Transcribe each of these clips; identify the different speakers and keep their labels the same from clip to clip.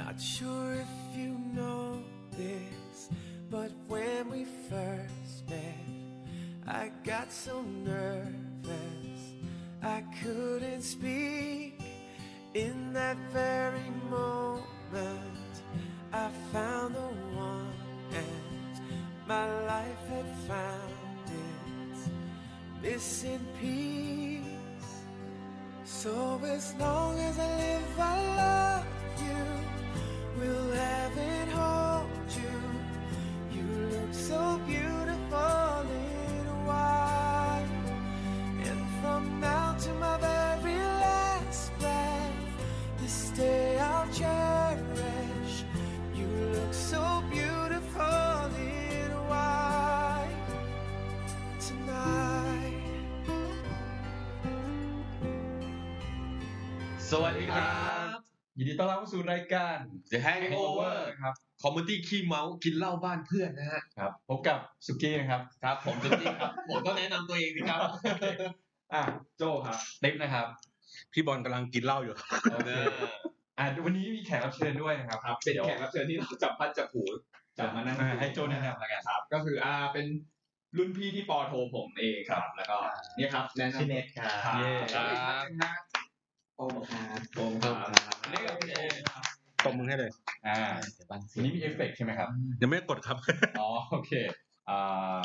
Speaker 1: Not sure if you know this, but when we first met, I got so nervous I couldn't speak. In that very moment, I found the one, and my life had found its missing piece. So as long as I live, I love you. We'll have it hold you. You look so beautiful in white. And from now to my very last breath, this day I'll cherish. You look so beautiful in white tonight.
Speaker 2: สวัสดีครับ ยินดีต้อนรับเข้าสู่รายการ
Speaker 3: The Hangover
Speaker 2: Hangover ครับ
Speaker 3: คอมมูนิตี้ขี้เมากินเหล้าบ้านเพื่อนนะฮะ
Speaker 2: ครับพบกับสุกี้นะครับ
Speaker 3: ครับ ผมจุตี้ ครับ ผมก็แนะนำตัวเองสิครับ
Speaker 2: อ่ะโจครับติ๊บนะครับ
Speaker 4: พี่บอลกำลังกินเหล้าอยู่
Speaker 2: โอเคอ่ะวันนี้มีแขกรับเชิญด้วยนะครับ
Speaker 5: ครับเป็น
Speaker 2: ดี๋ยว
Speaker 5: แขกรับเชิญที่เราจับพัดจับผูจับมานั่ง
Speaker 2: อ่ะให้โจแนะนำแล้วกัน
Speaker 5: ครับ ก็คืออ่าเป็นรุ่นพี่ที่ปอโทผมเองครับ แล้วก็เนี่ยครับแนะนำชื่อเน็ตครับ
Speaker 2: เย้
Speaker 5: ครับโอมครับโอมครับ
Speaker 2: เรียกกับพี่เอนะครับ
Speaker 4: ตบมือให้เลย
Speaker 2: อ่าวันนี้มีเอฟเฟกต์ใช่ไหมครับ
Speaker 4: ยังไม่ได้กดครับ
Speaker 2: อ๋อโอเคอ่า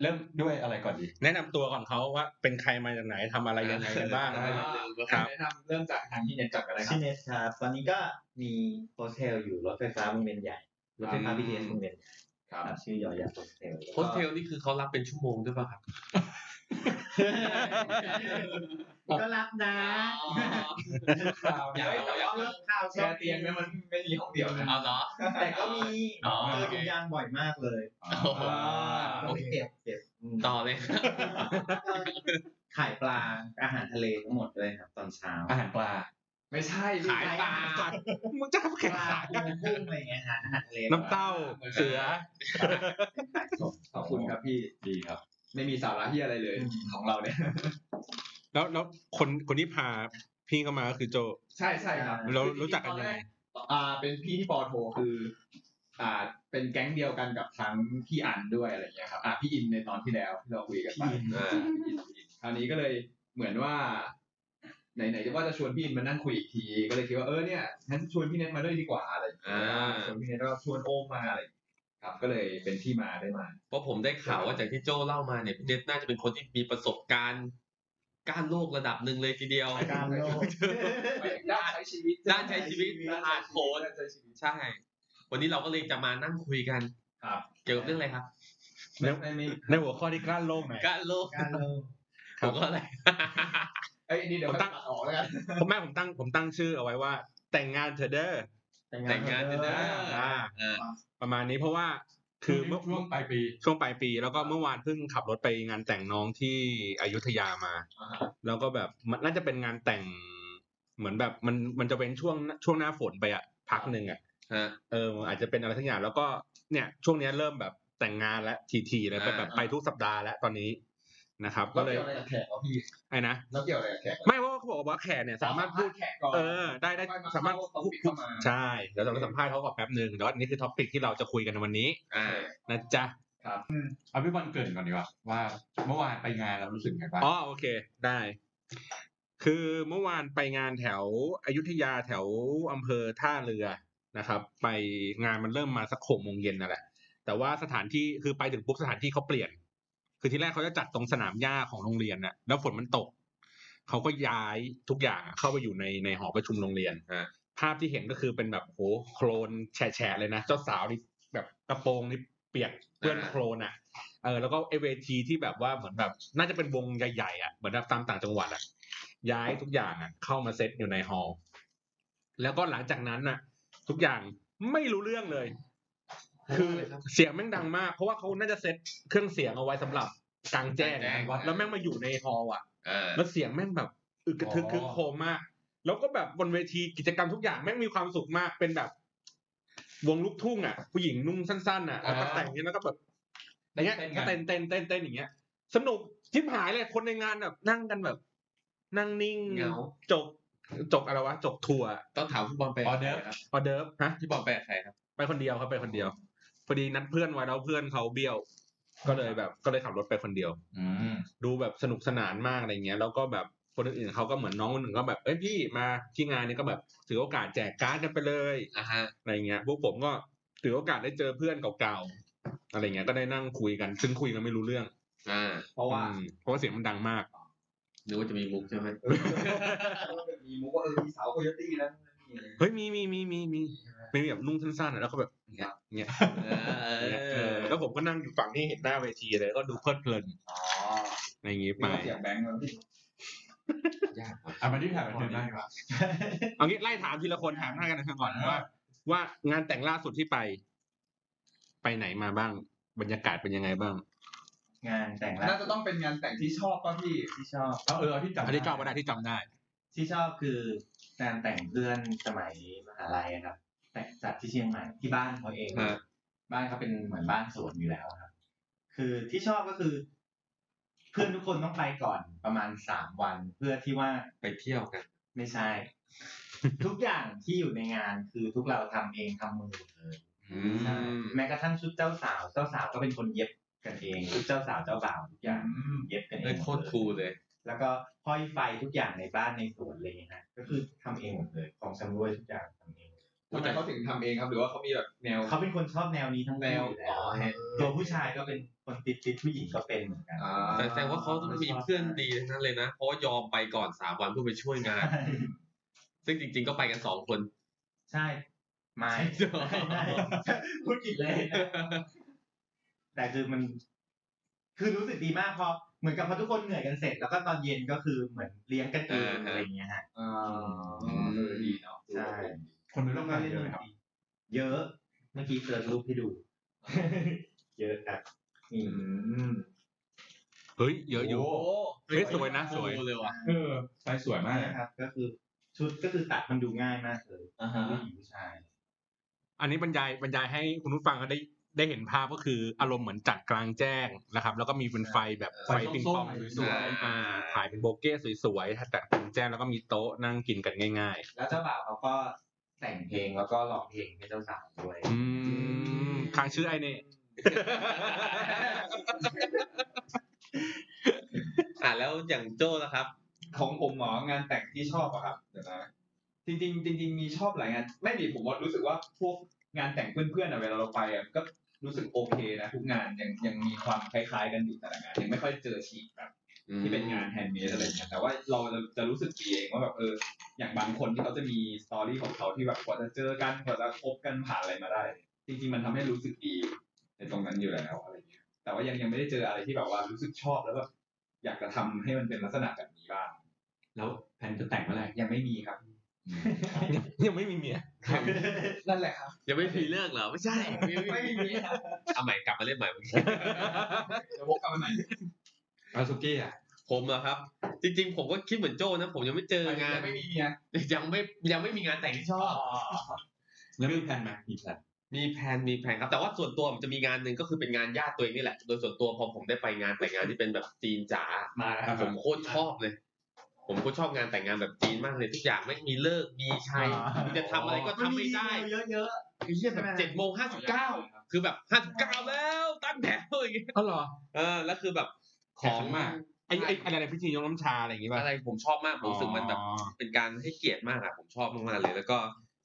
Speaker 2: เริ่มด้วยอะไรก่อนดี
Speaker 4: แนะนำตัวก่อนเขาว่าเป็นใครมาจากไหนทำอะไรยังไงกันบ้าง
Speaker 2: อ่า
Speaker 4: ครับ
Speaker 5: แนะนำเริ่มจากทางที่เน็ตจับกันเลยครั
Speaker 6: ชื่
Speaker 5: บ
Speaker 6: อเนสครับ ตอนนี้ก็มีโฮสเทลอยู่รถไฟฟ้าวงเวียนใหญ่ รถไฟฟ้า BTS วงเวียนใหญ่
Speaker 5: ครับ
Speaker 6: ครับชื่อยอยักษ์โฮสเทล
Speaker 3: โฮสเทลนี่คือเขารับเป็นชั่วโมงด้วยป่ะครับ
Speaker 6: ก็รับนะ
Speaker 5: อยากให้แต่ว่าเรื่อง
Speaker 6: ข่าว
Speaker 5: แชร์เตียงเนี่ยมันไม่มีห้องเดียวนะ
Speaker 3: เอาเหรอ
Speaker 6: แต่ก็มี
Speaker 3: อ๋อ
Speaker 6: เจ
Speaker 3: โอ
Speaker 6: อ
Speaker 3: เค
Speaker 6: ถุงยางบ่อยมากเลย
Speaker 3: โอ้โห อ่า
Speaker 6: ก็ไปเก็บเก็บม
Speaker 3: ต่อเลย
Speaker 6: ก็ขายปลาอาหารทะเลทั้งหมดเลยครับ ตอนเช้า
Speaker 2: อาหารปลา
Speaker 5: ไม่ใช่
Speaker 3: ขายปลา
Speaker 4: มึงจะทำแข่ง
Speaker 6: ปลา
Speaker 4: ขาย
Speaker 6: ปูกุ้งอะไรเงี้ยฮะอาหารทะเล
Speaker 4: น้ำเต้า เสือ
Speaker 5: ขอบคุณครับพี่
Speaker 2: ดีครับ
Speaker 5: ไม่มีสาระที่อะไรเลยของเราเนี่ย
Speaker 4: แล้วแล้วคนคนที่พาพี่เข้ามาก็คือโจ
Speaker 5: ใช่ใช่ครับ
Speaker 4: เรารู้จักกันยังไง
Speaker 5: อ่าเป็นพี่ที่ปอโทคือ อ่า เป็นแก๊งเดียวกันกับทั้งพี่อันด้วยอะไรเงี้ยครับอ่าพี่อินในตอนที่แล้วที่เราคุยกันไป
Speaker 3: อ่า
Speaker 5: พี่อินพี่อินคราวนี้ก็เลยเหมือนว่า ไหนๆจะว่าจะชวนพี่อินมานั่งคุยอีกที ก็เลยคิดว่าเออเนี่ยงั้นชวนพี่เน็ตมาด้วยดีกว่าอะไรอย่างเงี้ย
Speaker 3: อ่า
Speaker 5: ชวนพี่เน็ตแล้วก็ชวนโอมมาอะไรอย่างเงี้ยครับ ก็เลยเป็นที่มาได้มา
Speaker 3: เพราะผมได้ข่าวว่าจากที่โจ้เล่ามาเนี่ยพี่เน็ตน่าจะเป็นคนที่มีประสบการณ์ก้านโลกระดับหนึ่งเลยทีเดียว
Speaker 6: ตามโลก
Speaker 5: ด้านใช้ชีวิต
Speaker 3: ด้านใช้ชีวิตผ่านโผล่
Speaker 5: ด้านใช้ชีวิต
Speaker 3: ใช่ วันนี้เราก็เลยจะมานั่งคุยกัน
Speaker 5: ครับ
Speaker 3: เกี่ยวกับเรื่องอะไรครับ
Speaker 5: ไม่ไม่ไม่
Speaker 4: ในหัวข้อที่กล้านโลกไหม
Speaker 3: ก้านโลก
Speaker 6: การโลก
Speaker 3: ผมก็ อะไร
Speaker 5: เอ้ยอันนี่เดี๋ยวตั้งออกแล้วกัน
Speaker 4: ผมแม่ผมตั้งผมตั้งชื่อเอาไว้ว่า แต่งงานเธอเด้อ
Speaker 3: แต่งงานเถอะนะ
Speaker 4: อ่า
Speaker 3: เออ
Speaker 4: ประมาณนี้เพราะว่าคือเมื่อ
Speaker 2: ช่วงปลายปี
Speaker 4: ช่วงปลายปี แล้วก็เมื่อวานเพิ่งขับรถไปงานแต่งน้องที่อยุธยามา แล้วก็แบบมันน่าจะเป็นงานแต่งเหมือนแบบมันมันจะเป็นช่วงช่วงหน้าฝนไปอะพักหนึ่งอะ
Speaker 3: ฮะ
Speaker 4: เอออาจจะเป็นอะไรทั้งอย่างแล้วก็เนี่ยช่วงเนี้ยเริ่มแบบแต่งงานแล้วทีทีแล้ว
Speaker 3: อ่า
Speaker 4: ไปแบบไปทุกสัปดาห์แล้วตอนนี้นะครับ
Speaker 5: ก็
Speaker 4: ก็เล
Speaker 5: เล
Speaker 4: ย ย
Speaker 5: อะไรกับแขกวะพี่
Speaker 4: ไอ้นะ
Speaker 5: แล้วเกี่ยวอะไรกับแขกวะ
Speaker 4: ไม่เพราะว่าเขาบอกว่าแขกเนี่ยสามารถพูด
Speaker 5: แขกก่อน
Speaker 4: เออได้ได้
Speaker 5: ค่อยมา
Speaker 4: สามารถ
Speaker 5: เข้า
Speaker 4: พูด
Speaker 5: topic เข้ามา
Speaker 4: ใช่เดี๋ยวเราจะสัมภาษณ์เขาก่อนแป๊บหนึ่งแล้วอันนี้คือท็อปิกที่เราจะคุยกันในวันนี้
Speaker 3: อ่า
Speaker 4: นะจ๊ะ
Speaker 2: เอาพี่บอลเกรินก่อนดีกว่าว่าเมื่อวานไปงานแล้วรู้สึกไงบ้าง
Speaker 4: อ๋อโอเคได้ คือเมื่อวานไปงานแถวอยุธยาแถวอำเภอท่าเรือนะครับ ไปงานมันเริ่มมาสักหกโมงเย็นนั่นแหละ แต่ว่าสถานที่คือไปถึงปุ๊บสถานที่เขาเปลี่ยน คือที่แรกเขาจะจัดตรงสนามหญ้าของโรงเรียนน่ะ แล้วฝนมันตก เขาก็ย้ายทุกอย่างเข้าไปอยู่ในในหอประชุมโรงเรียน
Speaker 3: ฮะ
Speaker 4: ภาพที่เห็นก็คือเป็นแบบโหโคลนแฉะๆเลยนะ เจ้าสาวนี่แบบกระโปรงนี่เปียกเปื้อนโคลนอ่ะ เออแล้วก็เอเวทีที่แบบว่าเหมือนแบบ น่าจะเป็นวงใหญ่ๆอ่ะเหมือนแบบตามต่างจังหวัดอ่ะ ย้ายทุกอย่างอ่ะ เข้ามาเซตอยู่ในฮอลล์แล้วก็หลังจากนั้นน่ะ ทุกอย่างไม่รู้เรื่องเลย คือเสียงแม่งดังมาก เพราะว่าเขาน่าจะเซตเครื่องเสียงเอาไว้สำหรับกลางแจ้ง
Speaker 3: กลางแจ้ง
Speaker 4: วัดแล้วแม่งมาอยู่ในฮอลล์อ่ะ
Speaker 3: เออ
Speaker 4: แล้วเสียงแม่งแบบอึกกระทึกคึกโครมมาก แล้วก็แบบบนเวทีกิจกรรมทุกอย่างแม่งมีความสุขมากเป็นแบบ วงลูกทุ่งอ่ะ ผู้หญิงนุ่งสั้นๆอ่ะแล้วก็แต่งอย่างนี้แล้วก็แบบอย่างเงี้ยก็เต้นเต้นเต้นเต้นอย่างเงี้ย สนุกชิบหายเลยคนในงานแบบ นั่งกันแบบ นั่งนิ่ง
Speaker 3: เหงา
Speaker 4: จก จกอะไรวะจกถั่ว
Speaker 3: ต้องถามพี่บอลไปกับ
Speaker 2: ออเดิร์ฟ
Speaker 3: ใคครับ
Speaker 4: ออเดิร์ฟฮะ
Speaker 3: พี่บอลไปกับใครครับ
Speaker 4: ไปคนเดียวครับไปคนเดียวพอดีนัดเพื่อนไว้แล้วเพื่อนเขาเบี้ยว ก็เลยแบบ ก็เลยขับรถไปคนเดียว
Speaker 2: อืม
Speaker 4: ดูแบบสนุกสนานมากอะไรเงี้ย แล้วก็แบบคนอื่นๆเขาก็เหมือนน้องคนหนึ่งก็แบบเอ้ยพี่มาที่งานนี้ก็แบบถือโอกาสแจกการ์ดกันไปเลย
Speaker 3: อ่าฮะ
Speaker 4: อะไรเงี้ยพวกผมก็ถือโอกาสได้เจอเพื่อนเก่าๆอะไรเงี้ยก็ได้นั่งคุยกัน ซึ่งคุยกันไม่รู้เรื่อง
Speaker 3: อ่า
Speaker 5: เพราะว่า
Speaker 4: อืมเพราะว่าเสียงมันดังมาก
Speaker 3: หรือว่าจะมีมุกใช่ไหม
Speaker 5: มีมุกว่าเออมีสาวโคโยตี้นะ
Speaker 4: เฮ้ยมีมีมีมีมีมีแบบนุ่งสั้นๆอะแล้วก็แบบเงี้ยเงี้ย
Speaker 3: เอ
Speaker 4: เออ
Speaker 3: อ
Speaker 4: แล้วผมก็นั่งอยู่ฝั่งที่เห็นหน้าเวทีเลยก็ดูเพลิดเพลิน
Speaker 5: อ๋อ
Speaker 4: อะไรอย่างงี้
Speaker 5: นี่
Speaker 4: ไป
Speaker 5: ก็เสียงแบงค์มันที่
Speaker 3: ยากว่ะ
Speaker 2: อ่ะมาที่ถามกันถึงได้ครับ
Speaker 4: เอางี้ไล่ถามทีละคนถามหน้ากันนะครับก่อน
Speaker 2: อ่า
Speaker 4: ว่า ว่างานแต่งล่าสุดที่ไป ไปไหนมาบ้าง บรรยากาศเป็นยังไงบ้าง
Speaker 6: งานแต่ง
Speaker 5: น่า
Speaker 6: ล่า
Speaker 5: จะต้องเป็นงานแต่งที่ชอบป่ะพี่
Speaker 6: ที่ชอบ
Speaker 2: เอาเออเอาที่จำ
Speaker 4: อันนี้เก้าก็ได้ที่จำได้
Speaker 6: ที่ชอบคืองานแต่งเพื่อนสมัยมหาลัยครับ แต่งจัดที่เชียงใหม่ที่บ้านเขาเอง
Speaker 3: ฮะ
Speaker 6: บ้านเขาเป็นเหมือนบ้านสวนอยู่แล้วครับ คือที่ชอบก็คือ เพื่อนทุกคนต้องไปก่อนประมาณสามวัน เพื่อที่ว่า
Speaker 3: ไปเที่ยวกัน
Speaker 6: ไม่ใช่ ทุกอย่างที่อยู่ในงานคือทุกเราทำเองทำมือหมดเลย
Speaker 3: อื
Speaker 6: ใช่
Speaker 3: ม
Speaker 6: แม้กระทั่งชุดเจ้าสาวเจ้าสาวก็เป็นคนเย็บกันเองชุดเจ้าสาวเจ้าบ่าวทุกอย่างเย็บกันเอ
Speaker 3: ได้
Speaker 6: งหม
Speaker 3: โค
Speaker 6: ด
Speaker 3: ต
Speaker 6: เลย
Speaker 3: รคูลเลย
Speaker 6: แล้วก็ห้อยไฟทุกอย่างในบ้านในสวนอะไรอย่างเลยนะก็คือทำเองหมดเลยของชำรวยทุกอย่างทำเอง
Speaker 5: ทำไมเขาถึงทำเองครับ หรือว่าเขามีแบบแนว
Speaker 6: เขาเป็นคนชอบแนวนี้ทั้ง
Speaker 5: แนว
Speaker 6: คู่อยู่แล้ว
Speaker 5: อ๋อ
Speaker 6: ตัวผู้ชายก็เป็นคนติดติดผู้หญิงก็เป็นเหมือนกัน
Speaker 5: อ่า
Speaker 3: แต่แต่ว่าเขาต้องมีเพื่อนดีทั้งนั้นเลยนะ เพราะว่ายอมไปก่อนสามวันเพื่อไปช่วยงาน
Speaker 6: ใช่
Speaker 3: ซึ่งจริง ๆ ก็ไปกันสองคน
Speaker 6: ใช่ไม่
Speaker 3: ใช่
Speaker 6: ไม่พูดผิดเลย แต่คือมัน คือรู้สึกดีมากพอเหมือนกับพอทุกคนเหนื่อยกันเสร็จ แล้วก็ตอนเย็นก็คือเหมือนเลี้ยงกันเองอะไรอย่างเงี้ยฮะ
Speaker 5: อ่าเออดีเนาะ
Speaker 6: ใช่
Speaker 2: คนไปร่วมงานเยอะไหมครับ
Speaker 6: เยอะ เมื่อกี้เจอรูปให้ดู เยอะครับอืม
Speaker 4: เฮ้ยเยอะอยู่
Speaker 2: โโห
Speaker 4: เฮ้ยสวยนะสวย
Speaker 3: คูลเลยว่ะ
Speaker 2: เออไปสวยมากเลย
Speaker 6: นะครับก็คือชุดก็คือตัดมันดูง่ายมากเลย
Speaker 5: อ่าฮะ
Speaker 6: ผู้หญิงผู้ชาย
Speaker 4: อันนี้บรรยายบรรยายให้คุณผู้ฟังเขาได้ได้เห็นภาพก็คืออารมณ์เหมือนจัดกลางแจ้งนะครับ แล้วก็มีเป็นไฟแบบไฟปิงปอง
Speaker 2: ไฟส้มๆ
Speaker 4: สวยๆอ่าถ่ายเป็นโบเก้สวยๆแต่กลางแจ้งแล้วก็มีโต๊ะนั่งกินกันง่าย
Speaker 6: แล้วเจ้าบ่าวเขาก็แต่งเพลงแล้วก็ร้องเพลงให้เจ้าสาวด้วย
Speaker 4: ๆ อืมค้างชื่อไอเน่
Speaker 3: อ่าแล้วอย่างโจ้ล่ะครับ
Speaker 5: ของผมหมองานแต่งที่ชอบอะครับเดี๋ยวนะจริงๆจริงๆมีชอบหลายงาน ไม่มีผมว่ารู้สึกว่าพวกงานแต่งเพื่อนๆอะเวลาเราไปอะก็รู้สึกโอเคนะทุกงานยังยังมีความคล้ายๆกันอยู่แต่ละงานยังไม่ค่อยเจอฉีกแบบ ที่เป็นงานแฮนด์เมดอะไรเงี้ยแต่ว่าเราจะจะรู้สึกดีเองว่าแบบเออ อย่างบางคนที่เขาจะมีสตอรี่ของเขาที่แบบกว่าจะเจอกันกว่าจะคบกันผ่านอะไรมาได้ จริง ๆ มันทำให้รู้สึกดีในตรงนั้นอยู่แล้วอะไรเงี้ยแต่ว่ายังยังไม่ได้เจออะไรที่แบบว่ารู้สึกชอบแล้วแบบอยากจะทำให้มันเป็นลักษณะแบบนี้บ้าง
Speaker 2: แล้วแผนจะแต่งเมื่อไหร่
Speaker 5: ยังไม่มีครับ
Speaker 4: ยังไม่มีเมีย
Speaker 5: นั่นแหละครับ
Speaker 3: ยังไม่พีเลิกเหรอ ไม่ใช่
Speaker 5: ไม่มีเมียครับ
Speaker 3: เอาใหม่กลับมาเล่นใหม่เมื่อกี้
Speaker 5: เดี๋ยววกกลับมาใหม่
Speaker 2: แล้วสุกี้อ่ะ
Speaker 3: ผมเหรอครับ จริง ๆ ผมก็คิดเหมือนโจ้นะ ผมยังไม่เจองาน
Speaker 5: ยังไม่มีเมีย
Speaker 3: ยังไม่ยังไม่มีงานแต่งที่ชอบ
Speaker 2: แล้วมีแผนไหมมีแผน
Speaker 3: มีแพลนมีแพลนครับแต่ว่าส่วนตัวผมจะมีงานหนึ่งก็คือเป็นงานญาติตัวเองนี่แหละ โดยส่วนตัวพอผมได้ไปงานแต่งงานที่เป็นแบบจีนจ๋า
Speaker 5: มาแล้วครับ
Speaker 3: ผมโคตรชอบเลย ผมก็ชอบงานแต่งงานแบบจีนมากเลยทุกอย่างไม่มีเลิกมีชัยคุณจะทำอะไรก็ทำไม่ได้
Speaker 6: นเยอะ
Speaker 3: ไอ้เหี้ยแบบเจ็ดโมงห้าสิบเก้าคือแบบห้าสิบเก้าแล้วตั้งแถวอย่างเงี้ย
Speaker 4: อ๋อเหรอ
Speaker 3: เออแล้วคือแบบของ
Speaker 2: มาก
Speaker 4: ไอไออะไรนะพิธียกน้ำชาอะไรอย่างงี้ป่ะ
Speaker 3: อะไรผมชอบมากผมรู้สึกมันแบบ
Speaker 4: อ๋อ
Speaker 3: เป็นการให้เกียรติมากอะผมชอบมากๆเลย แล้วก็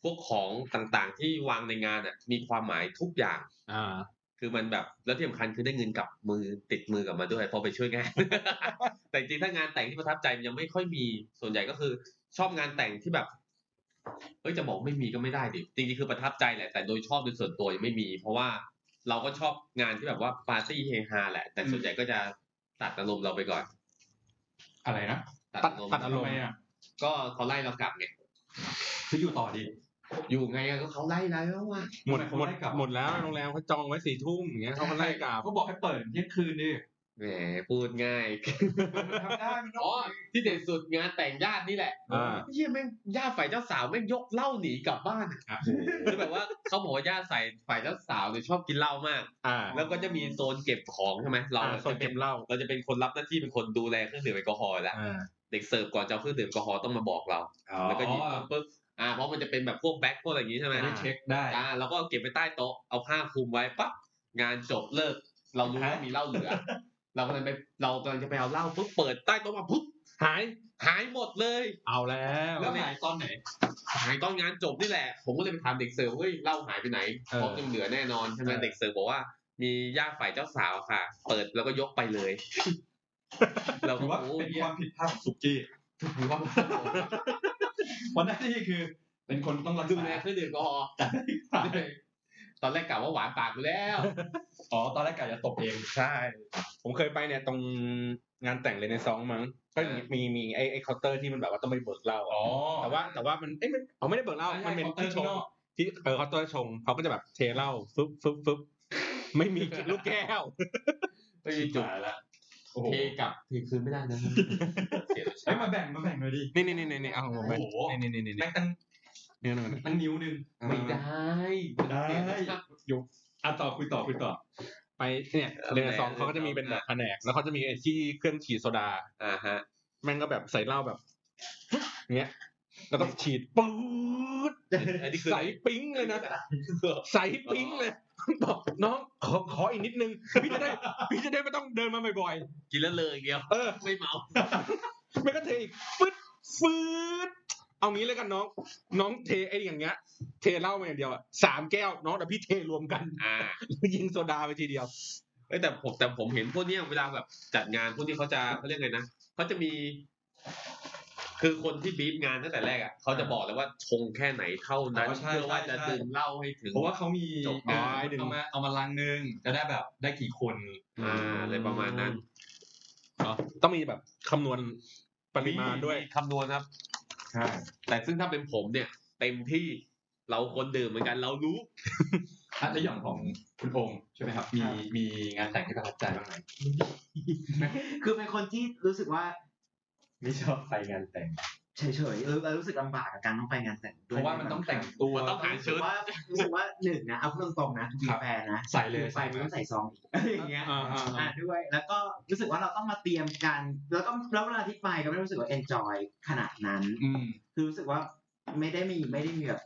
Speaker 3: พวกของต่างๆ ที่วางในงานอะมีความหมายทุกอย่าง
Speaker 4: อ่า
Speaker 3: คือมันแบบแล้วที่สำคัญคือได้เงินกลับมือติดมือกลับมาด้วยพอไปช่วยงาน แต่จริงๆถ้างานแต่งที่ประทับใจมันยังไม่ค่อยมีส่วนใหญ่ก็คือ ชอบงานแต่งที่แบบเฮ้ยจะบอกไม่มีก็ไม่ได้ดิจริงๆคือประทับใจแหละแต่โดยชอบโดยส่วนตัวยังไม่มี เพราะว่าเราก็ชอบงานที่แบบว่าปาร์ตี้เฮฮาแหละ แต่ส่วนใหญ่ก็จะตัดอารมณ์เราไปก่อน
Speaker 2: อะไรนะ
Speaker 3: ตัดอารมณ์
Speaker 4: ตัดอารมณ์
Speaker 2: ทำไอ่ะ
Speaker 3: ก็เขาไล่เรากลับไง
Speaker 2: คืออยู่ต่อดิ
Speaker 3: อยู่ไงอะก็เขาไล่แล้วอ่ะ
Speaker 4: หมดหมดหมดแล้วโรงแรมเขาจองไว้สี่ทุ่มอย่างเงี้ยเขาก็ไล่กลับ
Speaker 2: ก็บอกให้เปิดเที่ยงคืนดิ
Speaker 3: แหมพูดง่าย
Speaker 5: ทำได้มันต้
Speaker 3: อ๋
Speaker 5: อ
Speaker 3: อง ที่เด็ดสุดงานแต่งญาตินี่แหละ
Speaker 4: อ่า
Speaker 3: เฮียแม่งญาติฝ่ายเจ้าสาวแม่งยกเหล้าหนีกลับบ้านอะคือแบบว่าเขาบอกว่าญาติฝ่ายฝ่ายเจ้าสาวเนี่ยชอบกินเหล้ามาก
Speaker 4: อ่า
Speaker 3: แล้วก็จะมีโซนเก็บของใช่ไหมเรา
Speaker 4: อ่าโซ
Speaker 3: จะ
Speaker 4: น
Speaker 3: เป็
Speaker 4: เก็
Speaker 3: น
Speaker 4: บเหล้า
Speaker 3: เราจะเป็นคนรับหน้าที่เป็นคนดูแลเครื่องดื่มแอลกอฮอล์แหละ
Speaker 4: อ่า
Speaker 3: เด็กเสิร์ฟก่อนจะเอาเครื่องดื่มแอลกอฮอล์ต้องมาบอกเรา แล้วก็หยิบปุ๊บอ่าเพราะมันจะเป็นแบบพวกแบ็คพวกอะไรอย่างงี้ใช่ไหม
Speaker 2: ไม่เช็คได้
Speaker 3: อ่าแล้วก็เก็บไว้ใต้โต๊ะเอาผ้าคลุมไว้ปั๊บงานจบเลิก เรารู้ว่ามีเหล้าเหลือ เรากำลังไปเรากำลังจะไปเอาเหล้าปุ๊บเปิดใต้โต๊ะมาปุ๊บ
Speaker 4: หาย
Speaker 3: หายหมดเลย
Speaker 4: เอาแล้ว
Speaker 3: แล้วหายตอนไหน หายตอนงานจบนี่แหละ ผมก็เลยไปถามเด็กเสิร์ฟเฮ้ยเหล้าหายไปไหนเพราะยังเหลือแน่นอนใช่ไหมเด็กเสิร์ฟบอกว่า มีย่าติฝ่ายเจ้าสาวค่ะ เปิดแล้วก็ยกไปเลย เรา
Speaker 5: ถื
Speaker 3: ก็
Speaker 5: อว่า
Speaker 3: โอ้
Speaker 5: เป็น
Speaker 3: เหี้ยว
Speaker 5: คามผิดพลาดของสุกี้
Speaker 3: ถือว่า
Speaker 5: เพราะหน้าที่คือเป็นคนต้องรัก
Speaker 3: ดู
Speaker 5: ษา
Speaker 3: แลเครื่องดื่มแอลกอฮอล์ ตอนแรกกะว่าหวานปากกูแล้ว
Speaker 5: อ๋อตอนแรกกะจะตบเอง
Speaker 4: ใช่ ผมเคยไปเนี่ยตรงงานแต่งเลยในซองมั้งก็มีมีมีไอไอเคาน์เตอร์ที่มันแบบว่าต้องไปเบิกเหล้าอะ
Speaker 5: อ๋อ
Speaker 4: แต่ว่าแต่ว่ามันเอ้ยมันเอาไม่ได้เบิกเหล้า
Speaker 5: ใช่
Speaker 4: มันเป็น
Speaker 5: เคาน์
Speaker 4: ที่
Speaker 5: เตอร์
Speaker 4: ชง
Speaker 5: ข้างนอก
Speaker 4: ที่เออเคาน์เตอร์ชงเขาก็จะแบบเทเหล้าฟึบฟึบฟึบไม่มีลูกแก้ว
Speaker 3: ไม่มีจุดละ
Speaker 5: โอ้โห
Speaker 3: เทกลับถือคืนไม่ได้นะ เสียรส
Speaker 5: ไอ้
Speaker 3: ชาย ติ
Speaker 5: มาแบ่งมาแบ่งหน่อยดิ
Speaker 4: นี่นี่นี่นี่เอาของผมไป
Speaker 5: โอ้โห
Speaker 4: นี่นี่นี่นี่
Speaker 5: แบ่งตั้ง
Speaker 4: เนี่ยเนี่ยเนี่ย
Speaker 5: ตั้งนิ้วหนึง
Speaker 3: ไม่ได้
Speaker 5: ได้
Speaker 3: เสียรสชาติ
Speaker 5: อ่ะต่อคุยต่อคุยต่อ
Speaker 4: ไปเนี่ย
Speaker 3: เอาไป
Speaker 4: เรียนในซองเขาก็จะมี
Speaker 3: เอาไป
Speaker 4: เป็นแบบแผนก แล้วเขาจะมีไอ้ที่เครื่องฉีดโซดา
Speaker 3: อ่าฮะ
Speaker 4: แม่งก็แบบใส่เหล้าแบบ เงี้ย แล้วก็ฉีดปื๊ด
Speaker 3: อันนี้คือ
Speaker 4: ใสปิ๊งเลยนะใสปิ๊งเลยบอกน้องขอขออีกนิดนึง พี่จะได้ พี่จะได้ไม่ต้องเดินมาบ่อย
Speaker 3: กินแล้วเลยอย่างเดียว
Speaker 4: ๆ เออ
Speaker 3: ไม่เมา
Speaker 4: แม่งก็เทอีกฟึดฟืดเอางี้แล้วกันน้อง น้องเทไอ้อย่างเงี้ย เทเหล้ามาอย่างเดียวอะสามแก้วน้องแต่พี่เทรวมกัน
Speaker 3: อ่า
Speaker 4: แล้วยิงโซดาไปทีเดียว
Speaker 3: เอ้ยแต่ผมแต่ผมเห็นพวกเนี้ยเวลาแบบจัดงานพวกที่เขาจะเขาเรียกไงนะเขาจะมี คือคนที่บีบงานตั้งแต่แรกอ่ะเขาจะบอกเลยว่าชงแค่ไหนเท่านั้น
Speaker 5: อ๋อใช่
Speaker 3: เพื่อว่า
Speaker 5: ใช่
Speaker 3: จะ
Speaker 5: ใช่
Speaker 3: ดื่มเหล้าให้ถึง
Speaker 5: เพราะว่าเขามี
Speaker 3: จบ
Speaker 5: อ่า
Speaker 4: ได้หนึ่ง
Speaker 5: เอามาเอามาลังหนึงจะได้แบบได้กี่คน
Speaker 3: อ่าอะไรประมาณนั้น
Speaker 4: อ๋อต้องมีแบบคำนวณปริมาณด้วย
Speaker 3: คำนวณครับ
Speaker 5: ใช่
Speaker 3: แต่ซึ่งถ้าเป็นผมเนี่ย เต็มที่เราคนดื่มเหมือนกันเรารู้
Speaker 5: ถ้าจะอย่างของคุณองค์ใช่ไหมครับ มีมีงานแต่งที่ประทับใจบ้างไหม
Speaker 6: คือเป็นคนที่รู้สึกว่า
Speaker 5: ไม่ชอบไปงานแต่ง
Speaker 6: เฉยๆเออเรารู้สึกลำบากกับการต้องไปงานแต่งด้
Speaker 5: เพ
Speaker 6: ย
Speaker 5: ราะว่ามันต้องแต่งตัว
Speaker 3: มันต้องหา
Speaker 6: รู้
Speaker 3: เชิ้
Speaker 6: สึก
Speaker 3: ต
Speaker 6: ว่ารู้สึกว่าหนึ่งนะเอาพูดตรงๆนะทุก
Speaker 5: ครับ
Speaker 6: แฟนนะ
Speaker 5: ใส่เลย
Speaker 6: ไป
Speaker 5: ใส่
Speaker 6: มั
Speaker 5: เลย
Speaker 6: นต้องใส่ซองอีกอะไรอย่างเงี้ย
Speaker 4: อ่าอ่า
Speaker 6: อ่า
Speaker 4: อ่า
Speaker 6: ด้วยแล้วก็รู้สึกว่าเราต้องมาเตรียมกันแล้วก็แล้วเวลาที่ไปก็ไม่ได้รู้สึกว่า enjoy ขนาดนั้น
Speaker 5: อืม
Speaker 6: คือรู้สึกว่าไม่ได้มีไม่ได้มีแบบ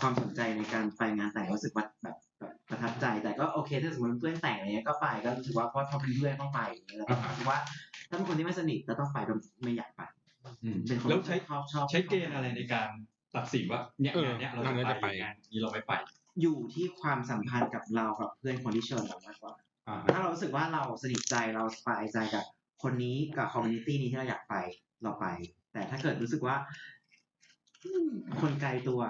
Speaker 6: ความสนใจในการไปงานแต่งรู้สึกว่าแบบแบบประทับใจ แต่ก็โอเคถ้าสมมติเพื่อนแต่งอะไรเงี้ยก็ไปก็รู้สึกว่าเพราะเขาเป็นเพื่อนต้องไปอย่างเงี้ยแล้วก็
Speaker 5: อ่าฮะ
Speaker 6: รู้สึกว่าถ้าเป็นคนที่ไม่สนิทแล้วต้องไปก็ไม่อยากไปเป็นคน
Speaker 5: แล้วใช้
Speaker 6: ชอบชอบ
Speaker 5: ใช้เกณฑ์อะไรในการตัดสินว่าเนี่ยงานเนี้ยเราจะไปงานนี้เราไม่ไป
Speaker 6: อยู่ที่ความสัมพันธ์กับเรากับเพื่อนคนที่เชิญเรามากกว่า
Speaker 5: อ่า
Speaker 6: ถ้าเรารู้สึกว่าเราสนิทใจเราสบายใจกับคนนี้กับคอมมูนิตี้นี้ที่เราอยากไปเราไป แต่ถ้าเกิดรู้สึกว่าอืมคนไกลตัว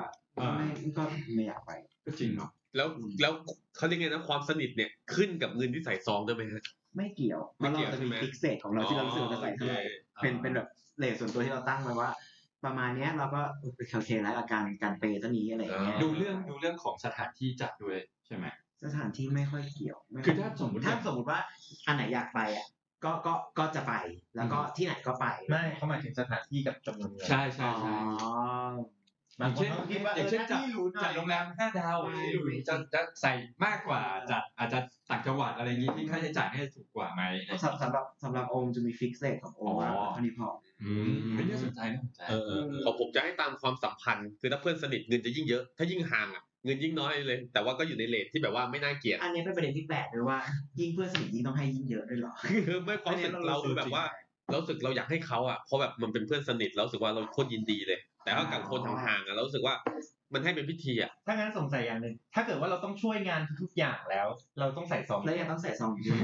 Speaker 6: ไม่ก็ไม่อยากไป
Speaker 5: ก็จริงเนาะ
Speaker 3: แล้ว
Speaker 6: อืม
Speaker 3: แล้วเขาเรียกไงนะความสนิทเนี่ยขึ้นกับเงินที่ใส่ซองด้วยไหมฮะ
Speaker 6: ไม่เกี่ยวเพ
Speaker 3: ไม่
Speaker 6: ราะ
Speaker 3: เกี่
Speaker 6: เรา
Speaker 3: ยว
Speaker 6: จะ
Speaker 3: ใช่
Speaker 6: มี
Speaker 3: ไหม
Speaker 6: ฟิกเซตของเราที่เรารู้สึกว่าจะใส่เท่าไหร่เป็นเป็นแบบเลทส่วนตัวที่เราตั้งไว้ว่า ประมาณเนี้ยเราก็โอเคแล้วอาการการเปย์เท่านี้อะไรอย่างเงี้ย
Speaker 5: ดูเรื่องดูเรื่องของสถานที่จัดด้วยใช่ไหม
Speaker 6: สถานที่ไม่ค่อยเกี่ยวไม่
Speaker 5: คื
Speaker 6: ย
Speaker 5: อถ้าสมมติ
Speaker 6: ถ้าสมมติว่าอันไหนอยากไปอ่ะก็ก็ก็จะไปแล้วก็ที่ไหนก็ไป
Speaker 7: ไม่เขาหมายถึงสถานที่กับจำนวนเงิน
Speaker 5: ใช่ใช่
Speaker 6: อ๋อ
Speaker 5: ใช่
Speaker 7: บางคนเขาคิดว่า
Speaker 5: อ
Speaker 7: เอย่าง อ
Speaker 5: เช่น
Speaker 7: ห
Speaker 5: จั
Speaker 7: น้า
Speaker 5: ด
Speaker 7: ที่รู้หน่
Speaker 5: จั
Speaker 7: อ
Speaker 5: ด
Speaker 7: ย
Speaker 5: โรงแรมห้าดาว
Speaker 6: ใช่
Speaker 5: หรือจะจะใส่มากกว่าจัดอาจจะต่างจังหวัดอะไรอย่างนี้ที่ค่าใช้จ่ายน่าจะถูกกว่าไหมอะไรอย่าง
Speaker 6: สำ
Speaker 5: เงี้ย
Speaker 6: สำหรับสำหรับโอมจะมีฟิกเซตของโอมว่า
Speaker 5: อ๋อ
Speaker 6: เท่านี้พอ
Speaker 4: อื
Speaker 5: อืม
Speaker 4: ม
Speaker 5: ไม่น่าสนใจนะ
Speaker 4: เออเออ
Speaker 3: ของผมจะให้ตามความสัมพันธ์ คือถ้าเพื่อนสนิทเงินจะยิ่งเยอะ ถ้ายิ่งห่างอ่ะเงินยิ่งน้อยเลย แต่ว่าก็อยู่ในเลทที่แบบว่าไม่น่าเกลียด
Speaker 6: อันนี้เป็นประเด็นที่แปลกด้วยว่า ยิ่งเพื่อนสนิทยิ่งต้องให้ยิ่งเยอะด้วยเหรอ
Speaker 3: คือไม่ความรู้สึกเราคือแบบว่าเรารู้สึกเราอยากให้เขาอ่ะเพราะแบบมันเป็นเพื่อนสนิทเรารู้สึกว่าเราโคตรยินดีเลย แต่ถ้ากับคนห่างๆอ่ะเรารู้สึกว่ามันให้เป็นพิธีอ่ะ
Speaker 7: ถ้างั้นสงสัยอย่างหนึ่งถ้าเกิดว่าเราต้องช่วยงานทุกๆอย่างแล้ว เราต้องใส่ซอง
Speaker 6: แล้วยังต้องใส่ซองอยู่ด้วย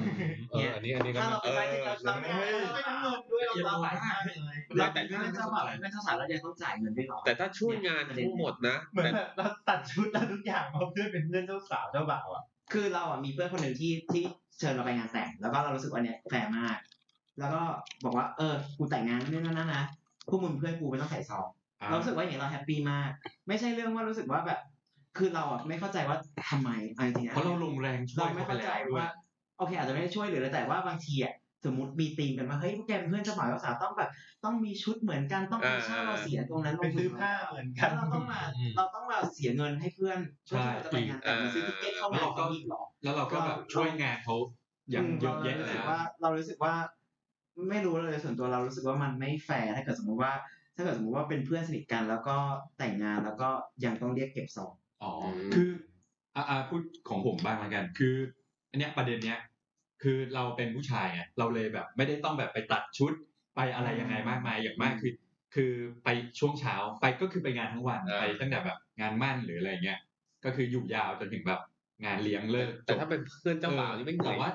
Speaker 4: เอออันนี้อันนี้ก็
Speaker 6: ถ้าเรา
Speaker 4: มัน
Speaker 6: ไปไปที่เราทำงานเราไปน้ำเงินด้วยเราเราหลายมากเลยแล้วแต่ถ้าเป็นเจ้าบ่าวเป็นเจ้าสาวแล้วยังต้องจ่ายเงินด้วยเหรอ
Speaker 3: แต่ถ้าช่วยงานทั้งหมดนะ
Speaker 7: เหมือน
Speaker 3: แต่
Speaker 7: แบบเราตัดชุดแล้วทุกอย่างมาเพื่อเป็นเพื่อนเจ้าสาวเจ้าบ่าวอ่ะ
Speaker 6: คือเราอ่ะมีเพื่อนคนหนึ่งที่ที่เชิญเราไปงานแต่ง แล้วก็เรารู้สึกว่าเนี่ยแฟร์มาก แล้วก็บอกว่าเออกูแต่งงานนี่นั่นนะนะพวกมึงเพื่อนกูไม่ต้องใส่ซอง เรารู้สึกว่าอย่างเงี้ยเราแฮปปี้มาก ไม่ใช่เรื่องว่ารู้สึกว่าแบบ คือเราอ่ะไม่เข้าใจว่าทำไมเอาจริงๆนะ
Speaker 5: เพราะเราลงแรงช่ว
Speaker 6: เรา
Speaker 5: ย
Speaker 6: ไม่
Speaker 5: ไป
Speaker 6: เข้าใจ
Speaker 5: แล้วด้วย
Speaker 6: ว่าโอเค อาจจะไม่ได้ช่วยเหลือเลยแต่ว่าบางทีอ่ะสมมติมีธีมกันว่าเฮ้ยพวกแกเป็นเพื่อนเจ้าบ่าวเจ้าสาวต้องแบบ ต้องมีชุดเหมือนกันต้องไปเช่าเราเสียตรงนั้นล
Speaker 7: ไป
Speaker 6: งทุ
Speaker 7: ซื้อน ผ้าเหมือนกัน
Speaker 6: แล้วเราต้องมา
Speaker 4: อืม
Speaker 6: เราต้องมาเสียเงินให้เพื่อนเพื่อที่เราจะไปงานแต่ง
Speaker 3: เออ
Speaker 6: มาซื้อติ๊กเก็ตเข้า
Speaker 5: แล้วน
Speaker 6: งา
Speaker 5: เราก็
Speaker 6: กันอีกเหรอ
Speaker 5: แล้วเราก็แบบช่วยงานเขาอย่างเยอะแยะ
Speaker 6: เรา
Speaker 5: แล้
Speaker 6: รู้สึก
Speaker 5: ว
Speaker 6: ว่าเรารู้สึกว่า ไม่รู้เลยส่วนตัวเรารู้สึกว่ามันไม่แฟร์ถ้าเกิดสมมติว่า ถ้าเกิดสมมติว่าเป็นเพื่อนสนิทกันแล้วก็แต่งงานแล้วก็ยังต้องเรียกเก็บซอง
Speaker 2: อ๋ออ
Speaker 3: ม
Speaker 2: คืออ่าอ่าพูดของผมบ้างละกัน คือ อันเนี้ยประเด็นเนี้ย คือเราเป็นผู้ชายไงเราเลยแบบ ไม่ได้ต้องแบบไปตัดชุดไปอะไรยังไงมากมายอย่างมากคือ คือไปช่วงเช้าไปก็คือไปงานทั้งวัน
Speaker 3: อ่า
Speaker 2: ไปตั้งแต่แบบงานมั่นหรืออะไรเงี้ยก็คืออยู่ยาวจนถึงแบบงานเลี้ยงเลิก
Speaker 3: แต่
Speaker 2: จบ
Speaker 3: ถ้าเป็นเพื่อนเจ้าบ่าวนี่ไม่เหนื่อย
Speaker 2: แต่ว่า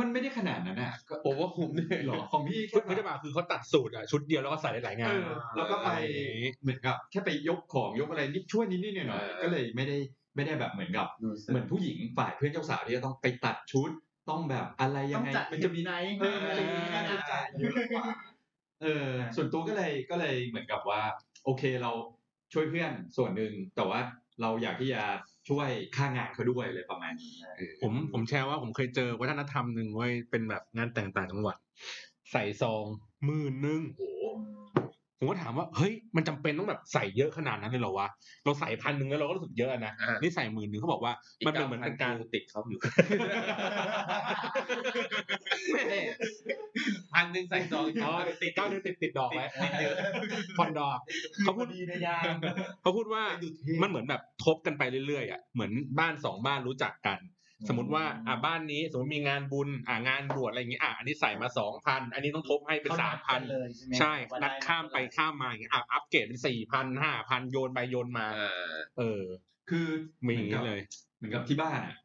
Speaker 2: มันไม่ได้ขนาดนั้นอ่ะก็
Speaker 3: ผมว่าผมเหนื่อย
Speaker 2: หรอของพี่
Speaker 4: ชุด
Speaker 2: แค่
Speaker 4: ไม่ได้มาคือเขาตัดสูตรอ่ะชุดเดียวแล้วก็ใส่ได้หลายงา
Speaker 2: เอน อแล้วก็ไปเหมือนกับแค่ไปยกของยกอะไรนิดช่วยนิดนิดหน่อยหน่อยๆก็เลยไม่ได้ไม่ได้แบบเหมือนกับ เหมือนผู้หญิงฝ่ายเพื่อนเจ้าสาวที่จะต้องไปตัดชุดต้องแบบอะไรยั
Speaker 7: ต้อง
Speaker 2: งไง
Speaker 7: จัด
Speaker 2: มั
Speaker 7: มันน
Speaker 2: จะ
Speaker 7: จะ
Speaker 2: มี
Speaker 7: มีไนท์
Speaker 2: เออ
Speaker 7: มันจะมีการจัดจ่าย
Speaker 2: เยอะกว่าเออ ส่วนตัวก็เลยก็เลยเหมือนกับว่า โอเคเราช่วยเพื่อนส่วนหนึ่งแต่ว่าเราอยากที่จะช่วยค่างานเขาด้วยเลยประมาณนี้เออ
Speaker 4: ผมผมแชร์ว่าผมเคยเจอวัฒนธรรมหนึ่งไว้ยเป็นแบบงานแต่งต่างจังหวัด ใส่ซองหมื่นหนึ่งผมก็ถามว่าเฮ้ยมันจำเป็นต้องแบบใส่เยอะขนาดนั้นเลยเหรอวะเราใส่พันหนึ่งแล้วเราก็รู้สึกเยอะนะ
Speaker 3: อ่า
Speaker 4: นี่ใส่หมื่นหนึ่งเขาบอกว่า
Speaker 3: อี
Speaker 4: มันเป็นเหมือนเป็นการ
Speaker 3: 9,000ติดเขาอยู่ แม่พันหนึ่งใส่ซองอีก
Speaker 4: อ๋อ
Speaker 3: 9,000
Speaker 4: ติดเก้าเดือนติดติดดอกไว้
Speaker 3: ติดเยอะ
Speaker 4: ผ่อนดอกเขาพูด
Speaker 7: ดีในยาม
Speaker 4: เขาพูดว่ามันเหมือนแบบทบกันไปเรื่อยๆอ่ะเหมือนบ้านสองบ้านรู้จักกัน สมมติว่าอ่ะบ้านนี้สมมติมีงานบุญอ่ะงานบวชอะไรอย่างงี้อ่ะอันนี้ใส่มาสองพันอันนี้ต้องทบให้เป็นสามพัน
Speaker 7: เลยใช่ไหม
Speaker 4: ใช่
Speaker 7: ว่า
Speaker 4: นัด
Speaker 7: ไ
Speaker 4: ข้ามไปข้ามมาอย่างเงี้ยอ่ะอัปเกรดเป็นสี่พันห้าพันโยนไปโยนมา เออ
Speaker 2: คือ
Speaker 4: มีอย่างนี้เลย
Speaker 2: เหมือนกับที่บ้านอ่ะ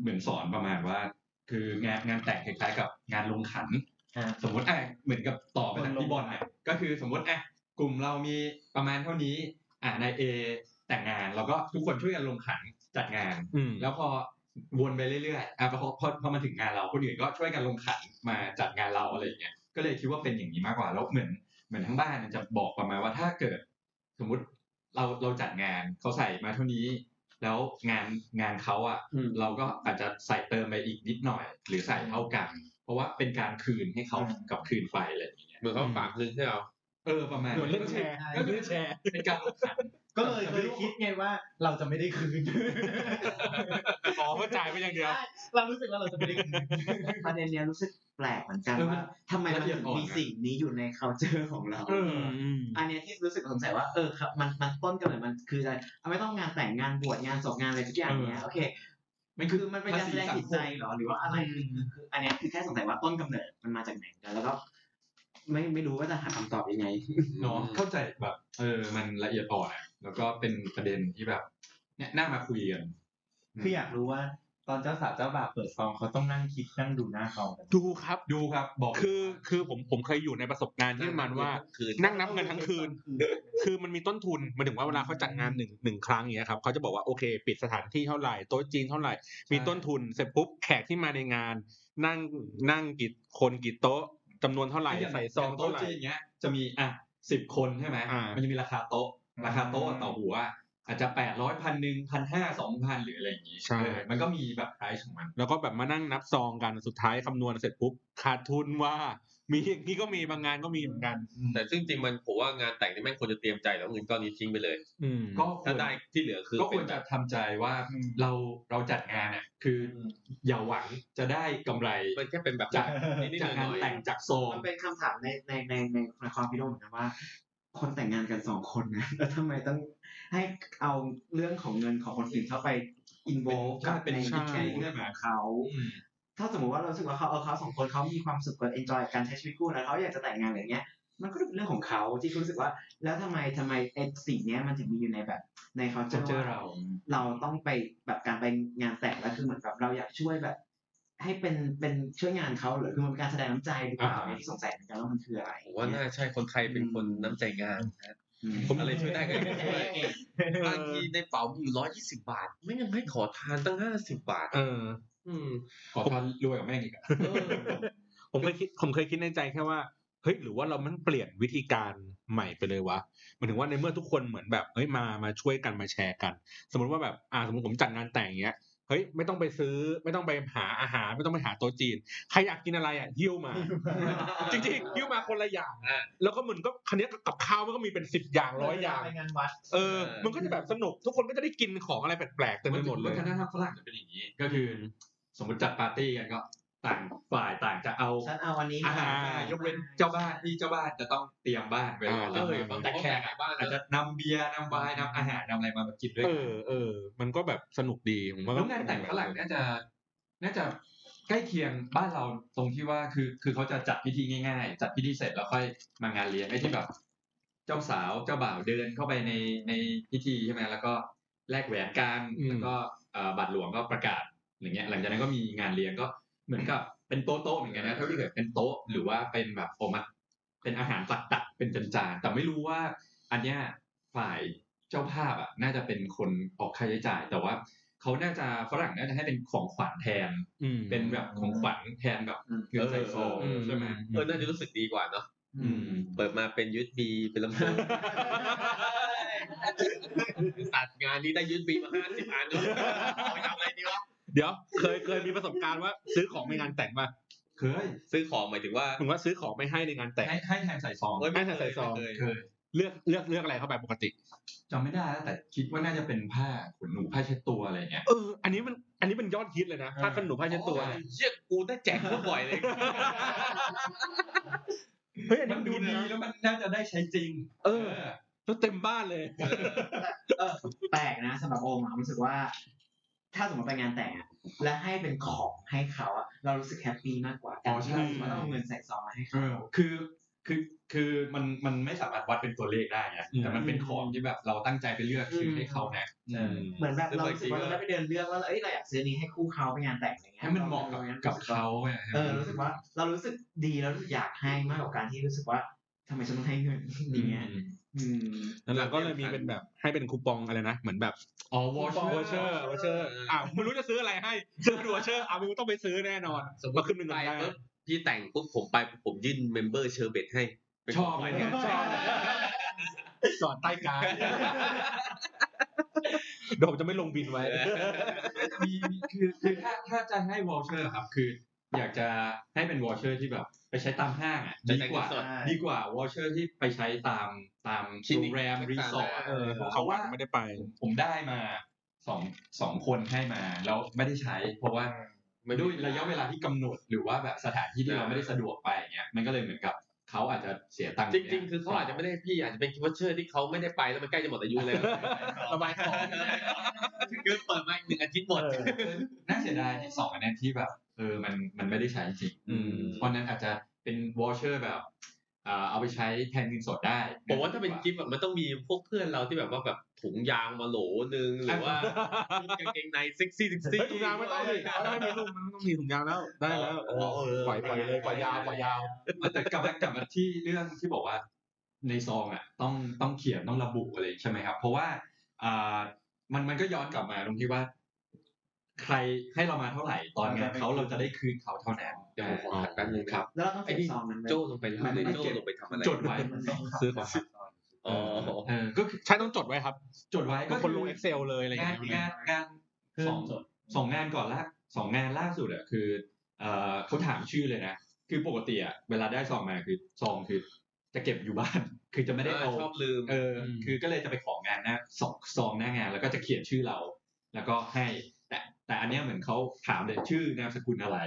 Speaker 2: เหมือนสอนประมาณว่า คืองานงานแต่งคล้ายๆกับงานลงขัน
Speaker 7: อ่า
Speaker 2: สมมติอ่ะเหมือนกับต่อไปจากพี่บอลอ่ะก็คือสมมติอ่ะกลุ่มเรามีประมาณเท่านี้ อ่ะนายเอแต่งงานแล้วก็ทุกคนช่วยกันลงขันจัดงาน
Speaker 4: อืม
Speaker 2: แล้วพอวนไปเรื่อยๆอ่ะพอพอพอมาถึงงานเราคนอื่นก็ช่วยกันลงขันมาจัดงานเราอะไรอย่างเงี้ย ก็เลยคิดว่าเป็นอย่างนี้มากกว่า แล้วเหมือนเหมือนทั้งบ้านจะบอกประมาณว่าถ้าเกิด สมมุติเราเราจัดงานเขาใส่มาเท่านี้ แล้วงานงานเขาอ่ะ
Speaker 7: อืม
Speaker 2: เราก็อาจจะใส่เติมไปอีกนิดหน่อย หรือใส่เท่ากัน เพราะว่าเป็นการคืนให้เขากลับคืนไปอะไรอย่างเงี้ย
Speaker 3: เหมือนเขาฝากเงินให้เรา
Speaker 2: เออประมาณ
Speaker 4: เหมือนเล่นแชร์
Speaker 2: ก็คือ
Speaker 4: เล่นแชร์
Speaker 2: เป็นการลงขัน
Speaker 7: ก็เลยเคยคิดไงว่าเราจะไม่ได้คืน
Speaker 4: อ๋อเพื่อจ่ายไปอย่างเดียว
Speaker 7: ใช่เรารู้สึกว่าเราจะไม่ได้คืน
Speaker 6: ประเด็นเนี้ยรู้สึกแปลกเหมือนกัน
Speaker 2: เออมัน
Speaker 6: ว่าทำไมมัน
Speaker 2: ละเอียด
Speaker 6: ถึง
Speaker 2: อ่อน
Speaker 6: มี
Speaker 2: นะ
Speaker 6: สิ่งนี้อยู่ใน culture ของเรา
Speaker 2: เออ
Speaker 6: อันเนี้ยที่รู้สึกสงสัยว่าเออครับมันมันต้นกำเนิดมันคืออะไรเอาไม่ต้องงานแต่งงานบวชงานศพงานอะไรทุกอย่างเนี้ย
Speaker 2: เออ
Speaker 6: โอเค
Speaker 2: มันคือ
Speaker 6: คือมันเป็นการแสดงจิตใจเหรอหรือว่าอะไรคือคือคืออันเนี้ยคือแค่สงสัยว่าต้นกำเนิดมันมาจากไหนกันแล้วก็ไม่ไม่รู้ว่าจะหาคำตอบยังไง
Speaker 2: เนาะเข้าใจแบบเออมันละเอียดอ่อนอะแล้วก็เป็นประเด็นที่แบบเนี่ยน่ามาคุยกัน
Speaker 7: คืออยากรู้ว่า ตอนเจ้าสาวเจ้าบ่าวเปิดซองเขาต้องนั่งคิดนั่งดูหน้าเขากัน
Speaker 4: ดูครับ
Speaker 2: ดูครับบอก
Speaker 4: คือคือผมผมเคยอยู่ในประสบการณ์ที่มันว่า
Speaker 3: คืน
Speaker 4: นั่งนับเงินทั้งคืน คือมันมีต้นทุนหมายถึงว่าเวลาเขาจัดงานหนึ่งหนึ่งครั้งอย่างเงี้ยครับเขาจะบอกว่าโอเค ปิดสถานที่เท่าไหร่โต๊ะจีนเท่าไหร่ มีต้นทุนเสร็จปุ๊บแขกที่มาในงาน นั่งนั่งกี่คนกี่โต๊ะจำนวนเท่าไหร่
Speaker 2: ย่า
Speaker 4: ใส่ซอง
Speaker 2: ย่าโต๊ะ
Speaker 4: เท่าไหร่
Speaker 2: จีนเงี้ยจะมีอ่ะสิบคนใช่ไหม
Speaker 4: อ่ามั
Speaker 2: มันจะมีราคาโต๊ะ ราคาโต๊ะต่อหัว อาจจะแปดร้อยพันหนึ่งพันห้าสองพันหรืออะไรอย่างงี้
Speaker 4: ใช่
Speaker 2: เออมันก็มีแบบไพรซ์ของมัน
Speaker 4: แล้วก็แบบมานั่งนับซองกันสุดท้ายคำนวณเสร็จปุ๊บขาดทุนว่า มีอย่างนี้ก็มีบางงานก็มีเหมือนกัน
Speaker 3: แต่ซึ่งจริงมันผมว่างานแต่งนี่แม่งควรจะเตรียมใจแล้วเงินก้อนนี้ทิ้งไปเลย
Speaker 4: อืม
Speaker 2: ก็ควร
Speaker 3: ถ้าได้ที่เหลือคือ
Speaker 2: ก็ควร
Speaker 3: เป็นแบ
Speaker 2: จะ
Speaker 3: บ
Speaker 2: ทำใจว่าเราเราจัดงานอ่ะคือออย่าหวังจะได้กำไร
Speaker 3: มันแค่เป็นแบบ
Speaker 2: จาก
Speaker 3: นิดๆ
Speaker 2: จาก
Speaker 3: ห
Speaker 2: งาน
Speaker 3: น่อยๆ
Speaker 2: แต่งจากซอง
Speaker 6: มันเป็นคำถามในในในในในความพิโรมเหมือนกันว่า คนแต่งงานกันสองคนนะ แล้วทำไมต้องให้เอาเรื่องของเงินของคนอื่นเข้าไปอินโว
Speaker 2: ใช่
Speaker 6: กับ
Speaker 2: เป็น
Speaker 6: ใน
Speaker 2: ใช่
Speaker 6: ในเรื่องของเขา ถ้าสมมติว่าเรารู้สึกว่าเขาเออเขาสองคนเขามีความสุขกับเอนจอยการใช้ชีวิตคู่แล้วเขาอยากจะแต่งงานอะไรเงี้ย มันก็เป็นเรื่องของเขาที่รู้สึกว่า แล้วทำไมทำไมไอ้สิ่งเนี้ยมันถึงมีอยู่ในแบบในเขา
Speaker 2: จะเจอ
Speaker 6: ว่า
Speaker 2: เรา
Speaker 6: เราต้องไปแบบการไปงานแต่งแล้วคือเหมือนแบบเราอยากช่วยแบบ ให้เป็นเป็นช่วยงานเขาหรือคือมันเป็นการแสดงน้ำใจหรือเปล่า
Speaker 2: อ่า
Speaker 6: อันนี้สงสัยเหมือนกันว่ามันคืออะไร
Speaker 3: ผมว่าน่าใช่คนไทยเป็นคนน้ำใจงานนะ
Speaker 6: อืม
Speaker 3: ผมอะไรช่วยได้ก็ช่วยบางทีในเป๋ามีอยู่ร้อยยี่สิบาท ไม่ยังให้ขอทานตั้งห้าสิบบาท
Speaker 4: เออ
Speaker 3: อืม
Speaker 2: ขอทานรวยกับแม่งอีกอะ
Speaker 3: เออ
Speaker 4: ผมเคยคิดผมเคยคิดในใจแค่ว่าเฮ้ยหรือว่าเรามันเปลี่ยนวิธีการใหม่ไปเลยวะหมายถึงว่าในเมื่อทุกคนเหมือนแบบเฮ้ยมามาช่วยกันมาแชร์กัน สมมติว่าแบบอ่าสมมติผมจัดงานแต่งอย่างเงี้ยเฮ้ยไม่ต้องไปซื้อ ไม่ต้องไปหาอาหาร ไม่ต้องไปหาโต๊ะจีนใครอยากกินอะไรอ่ะหิ้วมา จริงๆหิ้วมาคนละอย่าง
Speaker 3: อ่า
Speaker 4: แล้วก็เหมือนก็คันนี้ยกับข้าวมันก็มีเป็นสิบอย่างร้อยอย่าง
Speaker 7: ไปงานวัด
Speaker 4: เออ มันก็จะแบบสนุกทุกคนก็จะได้กินของอะไรแปลกๆเต็มไปหมดเลย
Speaker 2: วัฒนธรรมฝรั่งจะเป็นอย่างนี้ ก็คือ สมมติจัดปาร์ตี้กันก็ ต่างฝ่ายต่างจะเอา
Speaker 6: ฉันเอาวันนี้
Speaker 2: อา
Speaker 6: มา
Speaker 2: หารยกเว้นเจ้าบ้านที่เจ้าบ้านจะต้องเตรียมบ้านไว้
Speaker 4: อ่า
Speaker 2: ก็เลยบางแต่แขกอะอาจจะนำเบียร์นำไวน์นำอาหารนำอะไรมาแบบกินด้วย
Speaker 4: เอ
Speaker 2: กัน
Speaker 4: อเออ มันก็แบบสนุกดีผมว่า
Speaker 2: แล้วงานแต่งฝรั่งน่าจะน่าจะใกล้เคียงบ้านเราตรงที่ว่าคือคือเขาจะจัดพิธีง่ายๆ จัดพิธีเสร็จแล้วค่อยมางานเลี้ยงไอ้ที่แบบ เจ้าสาวเจ้าบ่าวเดินเข้าไปในในพิธีใช่ไหมแล้วก็แลกแหวนกันแล้วก็เอ่อบัตรหลวงก็ประกาศอย่างเงี้ยหลังจากนั้นก็มีงานเลี้ยงก็เหมือนกับเป็นโต๊ะโต๊ะเหมือนกันนะเท่าที่เกิดเป็นโต๊ะหรือว่าเป็นแบบโอมาเป็นอาหารตักตักๆเป็นจานๆแต่ไม่รู้ว่า อันเนี้ยฝ่ายเจ้าภาพอ่ะน่าจะเป็นคนออกค่าใช้จ่าย แต่ว่าเขาน่าจะฝรั่งน่าจะให้เป็นของขวัญแทน
Speaker 4: อืม
Speaker 2: เป็นแบบของขวัญแทนแบบเงินใส่ซอง
Speaker 4: เออ
Speaker 2: ใช่ไหม
Speaker 3: เออน่าจะรู้สึกดีกว่าเนาะ
Speaker 2: อืม
Speaker 3: เปิดมาเป็นยูทบีเป็นลำโพงตัดงานนี้ได้ยูทบีมาห้าสิบอันเนาะเอาไปทำอะไรดีวะ
Speaker 4: เดี๋ยว เคยเคยมีประสบการณ์ว่าซื้อของไปงานแต่งมา
Speaker 2: เคย
Speaker 3: ซื้อของหมายถึงว่า
Speaker 4: ผมว่าซื้อของไปให้ในงานแต่ง
Speaker 2: ให้ให้แทนใส่ซอง
Speaker 3: เอ้ยไม่เค
Speaker 4: ไม่เค
Speaker 3: ย
Speaker 4: ยซอง
Speaker 3: ไม่เค
Speaker 2: เค
Speaker 3: ย
Speaker 2: ย
Speaker 4: เลือกเลือกเลือกอะไรเข้าไปปกติ
Speaker 2: จำไม่ได้แล้วแต่คิดว่าน่าจะเป็นผ้าขนหนูผ้าเช็ดตัวอะไรเงี้ย
Speaker 4: เออ อันนี้มันอันนี้มันยอดฮิตเลยนะผ้าขนหนูผ้าเช็ดตัวเนี่ย
Speaker 3: เยี่ยกูได้แจกพวกบ่อยเลย
Speaker 4: เฮ้ยอันนี้
Speaker 2: มัน
Speaker 4: มัน
Speaker 2: ดู
Speaker 4: ดู
Speaker 2: ดี
Speaker 4: ดีนะ
Speaker 2: แล้วมันน่าจะได้ใช้จริง
Speaker 4: เออแล้วเต็มบ้านเลย
Speaker 6: แปลกนะสำหรับโอมอะรู้สึกว่า ถ้าสมมติไปงานแต่งอะและให้เป็นของให้เขาอะเรารู้สึกแฮปปี้มากกว่าการที่เรารู้สึกว่าเราเอาเงินใส่ซองมาให้
Speaker 2: เออคือคือคือมันมันไม่สามารถวัดเป็นตัวเลขได้ไง
Speaker 4: อืม
Speaker 2: แต่มันเป็นของที่แบบเราตั้งใจไปเลือกซื้อให้เขานะ
Speaker 6: เหมือนแบบ
Speaker 3: ซื้อ
Speaker 6: เรา
Speaker 3: ไป
Speaker 6: รู้สึกว่า
Speaker 3: จริงๆ
Speaker 6: เราได้ไปเดินเลือกว่าเอ้ยเราอยากซื้อนี้ให้คู่เขาไปงานแต่งอะไรเงี้ย
Speaker 2: ให้มันเหมาะกับกับเขาไง
Speaker 6: เออรู้สึกว่าเรารู้สึกดีแล้วรู้สึกอยากให้มากกว่าการที่รู้สึกว่าทำไมฉันต้องให้เงิน อย่างเงี้ยอืม
Speaker 4: นั่นแหละก็เลยมีเป็นแบบให้เป็นคูปองอะไรนะ เหมือนแบบ
Speaker 2: อ๋อว
Speaker 4: ว
Speaker 2: อ
Speaker 4: อ
Speaker 2: ช
Speaker 4: เช
Speaker 2: วอช
Speaker 4: อร์วอเชอร์อ่าไม่รู้จะซื้ออะไรให้ซื้อวอเชอร์อ่ามึงต้องไปซื้อแน่นอน
Speaker 3: สมม
Speaker 4: มา
Speaker 3: ติ
Speaker 4: ขึ้นเป็นเงิ
Speaker 3: ไป
Speaker 4: นได้
Speaker 3: ปุ๊บพี่แต่งปุ๊บผมไปผมยื่นเมมเบอร์เชอร์เบตให้ป็น
Speaker 2: ช
Speaker 3: ข
Speaker 2: อบ
Speaker 3: ง
Speaker 2: เลย
Speaker 3: ข
Speaker 2: เนี่
Speaker 3: วั
Speaker 2: ย
Speaker 3: ญ
Speaker 2: ชอบ
Speaker 4: จอดใต้กลางเดี๋ยวผมจะไม่ลงบินไว้
Speaker 2: มีคือคือถ้าถ้าจะให้วอชเชอร์ครับคือ อยากจะให้เป็นวอชเชอร์ที่แบบไปใช้ตามห้างอ่ะ
Speaker 3: จะ
Speaker 2: ดี
Speaker 3: จ่าย
Speaker 2: กว่า
Speaker 3: เงินสด
Speaker 2: ดีกว่าวอชเชอร์ที่ไปใช้ตามตาม
Speaker 3: คลิ
Speaker 2: โร
Speaker 3: นิก
Speaker 2: งแรมรีสอร์ท
Speaker 3: ต่างๆ
Speaker 2: เออ
Speaker 4: เพราะ
Speaker 2: เพราะ
Speaker 4: เขา
Speaker 2: ว่า
Speaker 4: ว่าไม่ได้ไป
Speaker 2: ผมผมได้มาสองสองคนให้มาแล้วไม่ได้ใช้ เพราะว่า
Speaker 3: ไม่
Speaker 2: ด้
Speaker 3: ด้
Speaker 2: ว
Speaker 3: วย ย
Speaker 2: ระยะเวลาที่กำหนดหรือว่าแบบสถานที่ที่เรา
Speaker 3: อ่า
Speaker 2: ไม่ได้สะดวกไปอย่างเงี้ยมันก็เลยเหมือนกับเขาอาจจะเสียตังค์
Speaker 3: จริง ๆ คือเขาอาจจะไม่ได้พี่อาจจะเป็นคิวเชอร์ที่เขาไม่ได้ไปแล้วมันใกล้จะหมดอายุแล้ว
Speaker 4: ระบายของ
Speaker 3: คือเปิดมาอีกหนึ่งอาทิตย์หมด
Speaker 2: น่าเสียดายที่สองอันนั้นที่แบบเออมันมันไม่ได้ใช้จริง
Speaker 3: อืม
Speaker 2: เพราะนั้นอาจจะเป็นวอเชอร์แบบอ่าเอาไปใช้แทนเงินสดได้
Speaker 3: ผมว่าถ้าเป็นกิฟต์แบบมันต้องมีพวกเพื่อนเราที่แบบว่าแบบถุงยางมาโหลนึงหรือว่ากางเกงในเซ็กซี่เซ็กซี่
Speaker 4: เฮ้ยถุงยางไม่ต้องดิไม่มีลูกมันไม่ต้องมีถุงยางแล้วได้แล้ว
Speaker 3: เออเออ
Speaker 4: ปล่อยปล่อยเลยปล่อยยาวปล่อยยาว
Speaker 2: แต่กลับมากลับมาที่เรื่องที่บอกว่าในซองอ่ะต้องต้องเขียนต้องระบุอะไรใช่ไหมครับ เพราะว่าอ่ามันมันก็ย้อนกลับมาตรงที่ว่า ใครให้เรามาเท่าไหร่ตอนงานเขาเราจะได้คืนเขาเท่านั้น
Speaker 3: เดี๋ยวผมขอขัดแป๊บนึงครับ
Speaker 6: แล้วเราต้อง
Speaker 3: ไอ้
Speaker 6: ใส่
Speaker 3: นี่
Speaker 6: ซองนั้นไหม
Speaker 3: โจ้ลงไปทำ
Speaker 6: มัน
Speaker 3: อะ
Speaker 6: ไม่
Speaker 3: ไร
Speaker 6: ได้
Speaker 3: โจ้ลงไปทำอะไร
Speaker 2: จดไว้
Speaker 4: ซื้อของครับ
Speaker 3: อ๋อ
Speaker 2: เออก็คือ
Speaker 4: ใช่ต้องจดไว้ครับ
Speaker 2: จดไว้
Speaker 4: บา
Speaker 2: ก็
Speaker 4: งค
Speaker 2: คื
Speaker 4: น
Speaker 2: อ
Speaker 4: ลง Excel เลยอะไรอย่าง
Speaker 2: งาน
Speaker 4: เงี้ย
Speaker 2: งานงานสองสองงานก่อนละสองงานล่าสุดอะคือเออเขาถามชื่อเลยนะ คือปกติอะเวลาได้ซองมาคือซองคือ จะเก็บอยู่บ้าน คือจะไม่ได้เอา
Speaker 3: ชอบลืม
Speaker 2: เออคือก็เลยจะไปของงานหนะสองซองหน้างานแล้วก็จะเขียนชื่อเรา แล้วก็ให้ แต่แต่อันเนี้ยเหมือนเขาถามเลยชื่อนามสกุลอะไร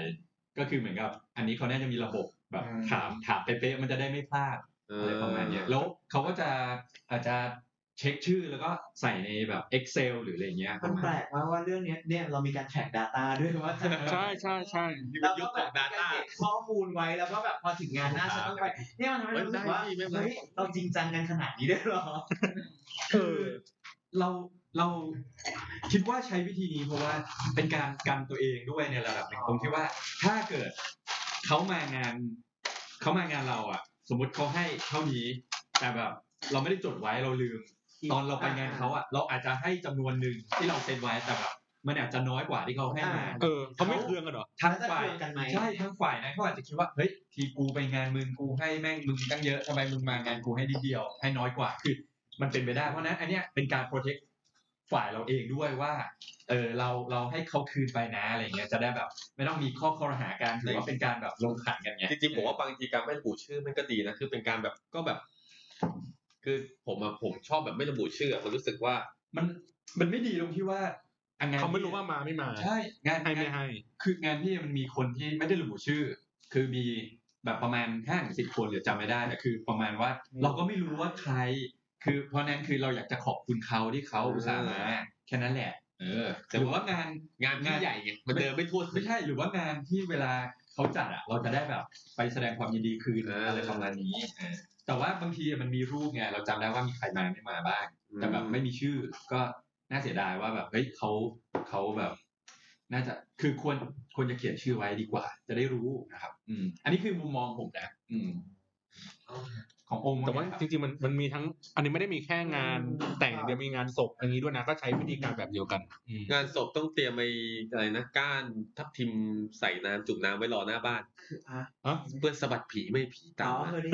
Speaker 2: ก็คือเหมือนกับ อันนี้เขาน่าจะมีระบบแบบถามถามเป๊ะๆมันจะได้ไม่พลาด อะไรประมาณเนี้ยแล้วเขาก็จะอาจจะเช็คชื่อแล้วก็ใส่ในแบบ Excel หรืออะไรเงี้ย
Speaker 6: มันแปลกว่าว่าเรื่องเนี้ยเนี่ยเรามีการแทร็ก Data ด้วยว่า
Speaker 4: ใช่ใช่ใช่
Speaker 6: แล้ว
Speaker 3: ยุ
Speaker 6: ก็
Speaker 3: ค
Speaker 6: แบ
Speaker 3: แบบ บ Data
Speaker 6: เก็บข้อมูลไว้แล้วก็แบบพอถึงงานหน้าฉันต้องไปเนี่ยมันทำให้เรารู้สึกว่า
Speaker 3: เฮ้ยได้ดิ
Speaker 6: เฮ้ยเราจริงจังกันขนาดนี้ด้วยเหรอ
Speaker 4: เออ
Speaker 2: เราเราคิดว่าใช้วิธีนี้เพราะว่าเป็นการกันตัวเองด้วยในระดับหนึ่งตรงที่ว่าถ้าเกิดเขามางานเขามางานเราอ่ะ สมมติเขาให้เท่านี้ แต่แบบเราไม่ได้จดไว้เราลืม ตอนเราไปงานเขาอ่ะเราอาจจะให้จำนวนหนึ่งที่เราเซ็นไว้แต่แบบมันอาจจะน้อยกว่าที่เขาให้มา
Speaker 6: อ่า
Speaker 4: เออเขาไม่เคืองกันเหรอ
Speaker 2: ทั้ง
Speaker 6: แล้วจะ
Speaker 2: ฝ่าย
Speaker 6: เคืองกันไหม
Speaker 2: ใช่ทั้งฝ่ายนะเขาอาจจะคิดว่าเฮ้ยทีกูไปงานมึงกูให้แม่งมึงตั้งเยอะทำไมมึงมางานกูให้นิดเดียว ให้น้อยกว่าคือมันเป็นไปได้เพราะฉะนั้นอันเนี้ยเป็นการโปรเทคฝ่ายเราเองด้วยว่าเออเราเราให้เขาคืนไปนะอะไรเงี้ยจะได้แบบ ไม่ต้องมีข้อคอรหากันถือว่าเป็นการแบบลงขันกันไง
Speaker 3: จริงๆผมว่าบางทีการไม่ระบุชื่อมันก็ดีนะคือเป็นการแบบก็แบบ คือผมอะผมชอบแบบไม่ระบุชื่ออะมันรู้สึกว่า
Speaker 2: มันมันไม่ดีตรงที่ว่า อันงาน
Speaker 4: เขาไม่รู้ว่ามาไม่มา
Speaker 2: ใช่งาน
Speaker 4: ให้ไม่
Speaker 2: งาน
Speaker 4: ให้
Speaker 2: คืองานพี่มันมีคนที่ไม่ได้ระบุชื่อ คือมีแบบประมาณห้าถึงสิบคนหรือจำไม่ได้แต่คือ ประมาณว่า เราก็ไม่รู้ว่าใคร คือเพราะนั้นคือเราอยากจะขอบคุณเขาที่เขาอุตส่าห์มาแค่นั้นแหละ เออแต่ว่างาน
Speaker 3: งานที่ใหญ่ไงมันเดินไม่ทั่ว
Speaker 2: ไม่ใช่หรือว่างานที่เวลาเขาจัดอะเราจะได้แบบไปแสดงความยินดีคืน
Speaker 3: เอออ
Speaker 2: อะไรประมาณนี้เออแต่ว่าบางทีมันมีรูปไงเราจำได้ว่ามีใครมาไม่มาบ้าง แต่แบบไม่มีชื่อก็น่าเสียดายว่าแบบเฮ้ยเขาเขาแบบ น่าจะคือควรควรจะเขียนชื่อไว้ดีกว่า จะได้รู้นะครับ อืม อันนี้คือมุมมองผมนะอืม ขององค์
Speaker 4: แต่ว่า
Speaker 2: ไงครับ
Speaker 4: จริงๆมันมันมีทั้ง อันนี้ไม่ได้มีแค่งานแต่งเดี๋ยวมีงานศพอย่างนี้ด้วยนะ ก็ใช้วิธีการแบบเดียวกันอืม
Speaker 3: งานศพต้องเตรียมไปอะไรนะก้านทับทิมใส่น้ำจุ่มน้ำไว้รอหน้าบ้าน
Speaker 6: อ่ะ
Speaker 4: ฮะ
Speaker 3: เพื่อสะบัดผีไม่ให้ผีตา
Speaker 6: อ๋
Speaker 3: ม
Speaker 6: อ
Speaker 3: มา
Speaker 6: เคยได้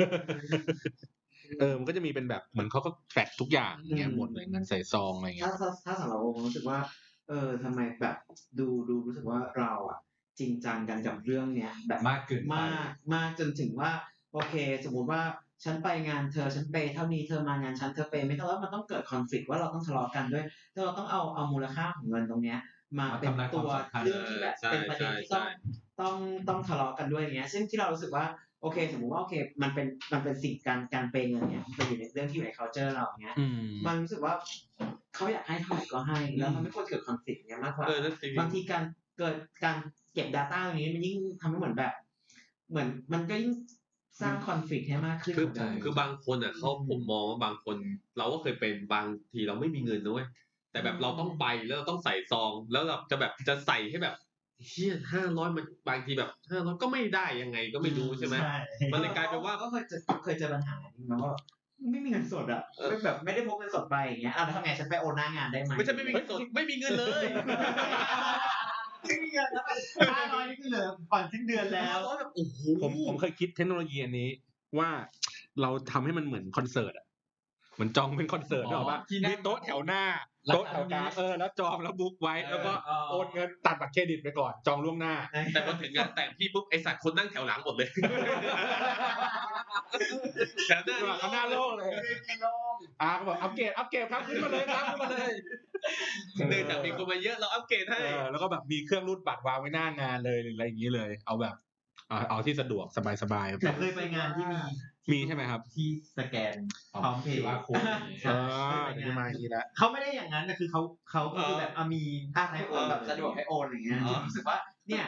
Speaker 4: เออมันก็จะมีเป็นแบบเหมือนเขาก็แฟกทุกอย่างอย่างเงี้ยหมดเลยงานใส่ซองอะไร
Speaker 6: ถ้า
Speaker 4: เงี้ย
Speaker 6: ถ้าถ้าสำหรับองค์รู้สึกว่า เออทำไมแบบดูดูรู้สึกว่าเราอ่ะ จริงจังกันกับเรื่องเนี้ยแบบ
Speaker 2: มากเกินไป
Speaker 6: มากมากจนถึงว่า โอเค สมมติว่าฉันไปงานเธอฉันเปย์เท่านี้เธอมางานฉันเธอเปย์ไม่เท่าแล้วมันต้องเกิดคอนฟ lict ว่าเราต้องทะเลาะกันด้วยแล้วเราต้องเอาเอามูลค่าของเงินตรงเนี้ย มาเป็นตัวเรื่องที่แบบเป็นประเด็นที่ต้องต้องต้องทะเลาะกันด้วยอย่างเงี้ย ซึ่งที่เรารู้สึกว่าโอเค สมมติว่าโอเค มันเป็นมันเป็นสิ่งการการเปย์เงินเนี้ยมันอยู่ในเรื่องที่อยู่ใน culture เราอย่างเงี้ย
Speaker 4: อืม
Speaker 6: มันรู้สึกว่าเขาอยากให้เท่าไหร่ก็ให้ แล้วมันไม่ควรเกิดคอนฟ lict เงี้ยมากกว่า
Speaker 3: เออนั่นสิ
Speaker 6: บางทีการเกิดการเก็บ Data ตรงนี้มันยิ่งทำให้เหมือนแบบ เหมือนมันก็ยิ่งสร้างคอนฟ lict ให้มากขึ้น
Speaker 3: คือ
Speaker 6: เหมืนเดิม
Speaker 3: คือบางคนอ่ะเขาผมมองว่าบางคน เราก็เคยเป็นบางทีเราไม่มีเงินด้วยแต่แบบเราต้องไปแล้วเราต้องใส่ซอง แล้วเราจะแบบจะใส่ให้แบบเฮียห้าร้อยมันบางทีแบบห้าร้อยก็ไม่ได้ยังไงก็ไม่รู้ใช่ไหม มันเลยกลายเป็นว่า
Speaker 6: ก็เคยเจอเคยเจอปัญหานี้มาว่าไม่มีเงินสดอ่ะ
Speaker 3: เออ
Speaker 6: ไม่แบบไม่ได้พกเงินสดไปอย่างเงี้ยอ่ะแล้วทำไงฉันไปโอนหน้างานได้ไหม
Speaker 3: ไม่ใช่ไม่มีเงินสดไม่มีเงินเลย
Speaker 6: ไม่มีเงินแล้วห้าร้อยนี่คือเหลือก่อนสิ้นเดือนแล้ว
Speaker 4: ผมผมเคยคิดเทคโนโลยีอันนี้ว่าเราทำให้มันเหมือนคอนเสิร์ตอะเหมือนจองเป็นคอนเสิร์ต
Speaker 2: อ๋อ
Speaker 4: หรอว่า
Speaker 2: ที่นั่ง
Speaker 4: มีโต๊ะแถวหน้าโต๊ะแถวกลางเออแล้วจองแล้วบุ๊กไว้ แล้วก็โอนเงินตัดบัตรเครดิตไปก่อน จองล่วงหน้า
Speaker 3: แต่พอถึงงานแต่งพี่ปุ๊บไอสัตว์คนนั่งแถวหลังหมดเลยแถวห
Speaker 4: เอาห
Speaker 3: น้า
Speaker 4: น้าโล กเลยอ่าก็บอกอัปเกรดอัปเกรดครับขึ้นมาเลยครับขึ้นมาเลย
Speaker 3: เนื่องจากมีคนมาเยอะเราอัปเกรด
Speaker 4: เอ
Speaker 3: ให้
Speaker 4: อแล้วก็แบบมีเครื่องรูดบัตรวางไว้หน้างานเลยหรืออะไรอย่างนี้เลย เอาแบบเอาเอาที่สะดวกสบายสบาย
Speaker 7: แต่เคยไปงานที่มี
Speaker 4: มีใช่ไหมครับ
Speaker 7: ที่สแกนพร้อมเพย์
Speaker 2: ว่าโคตรดี
Speaker 7: ใช่
Speaker 4: เออเดี๋ยวจะมาอย่างนี้ละ
Speaker 7: เขาไม่ได้อย่างนั้นแต่คือเขาเขาก็คือแบบอ่ะมี
Speaker 6: อ่ะให้โอนแบบสะดวกให้โอนอย่างเงี้ย
Speaker 7: อ๋อ
Speaker 6: รู้สึกว่า เนี่ย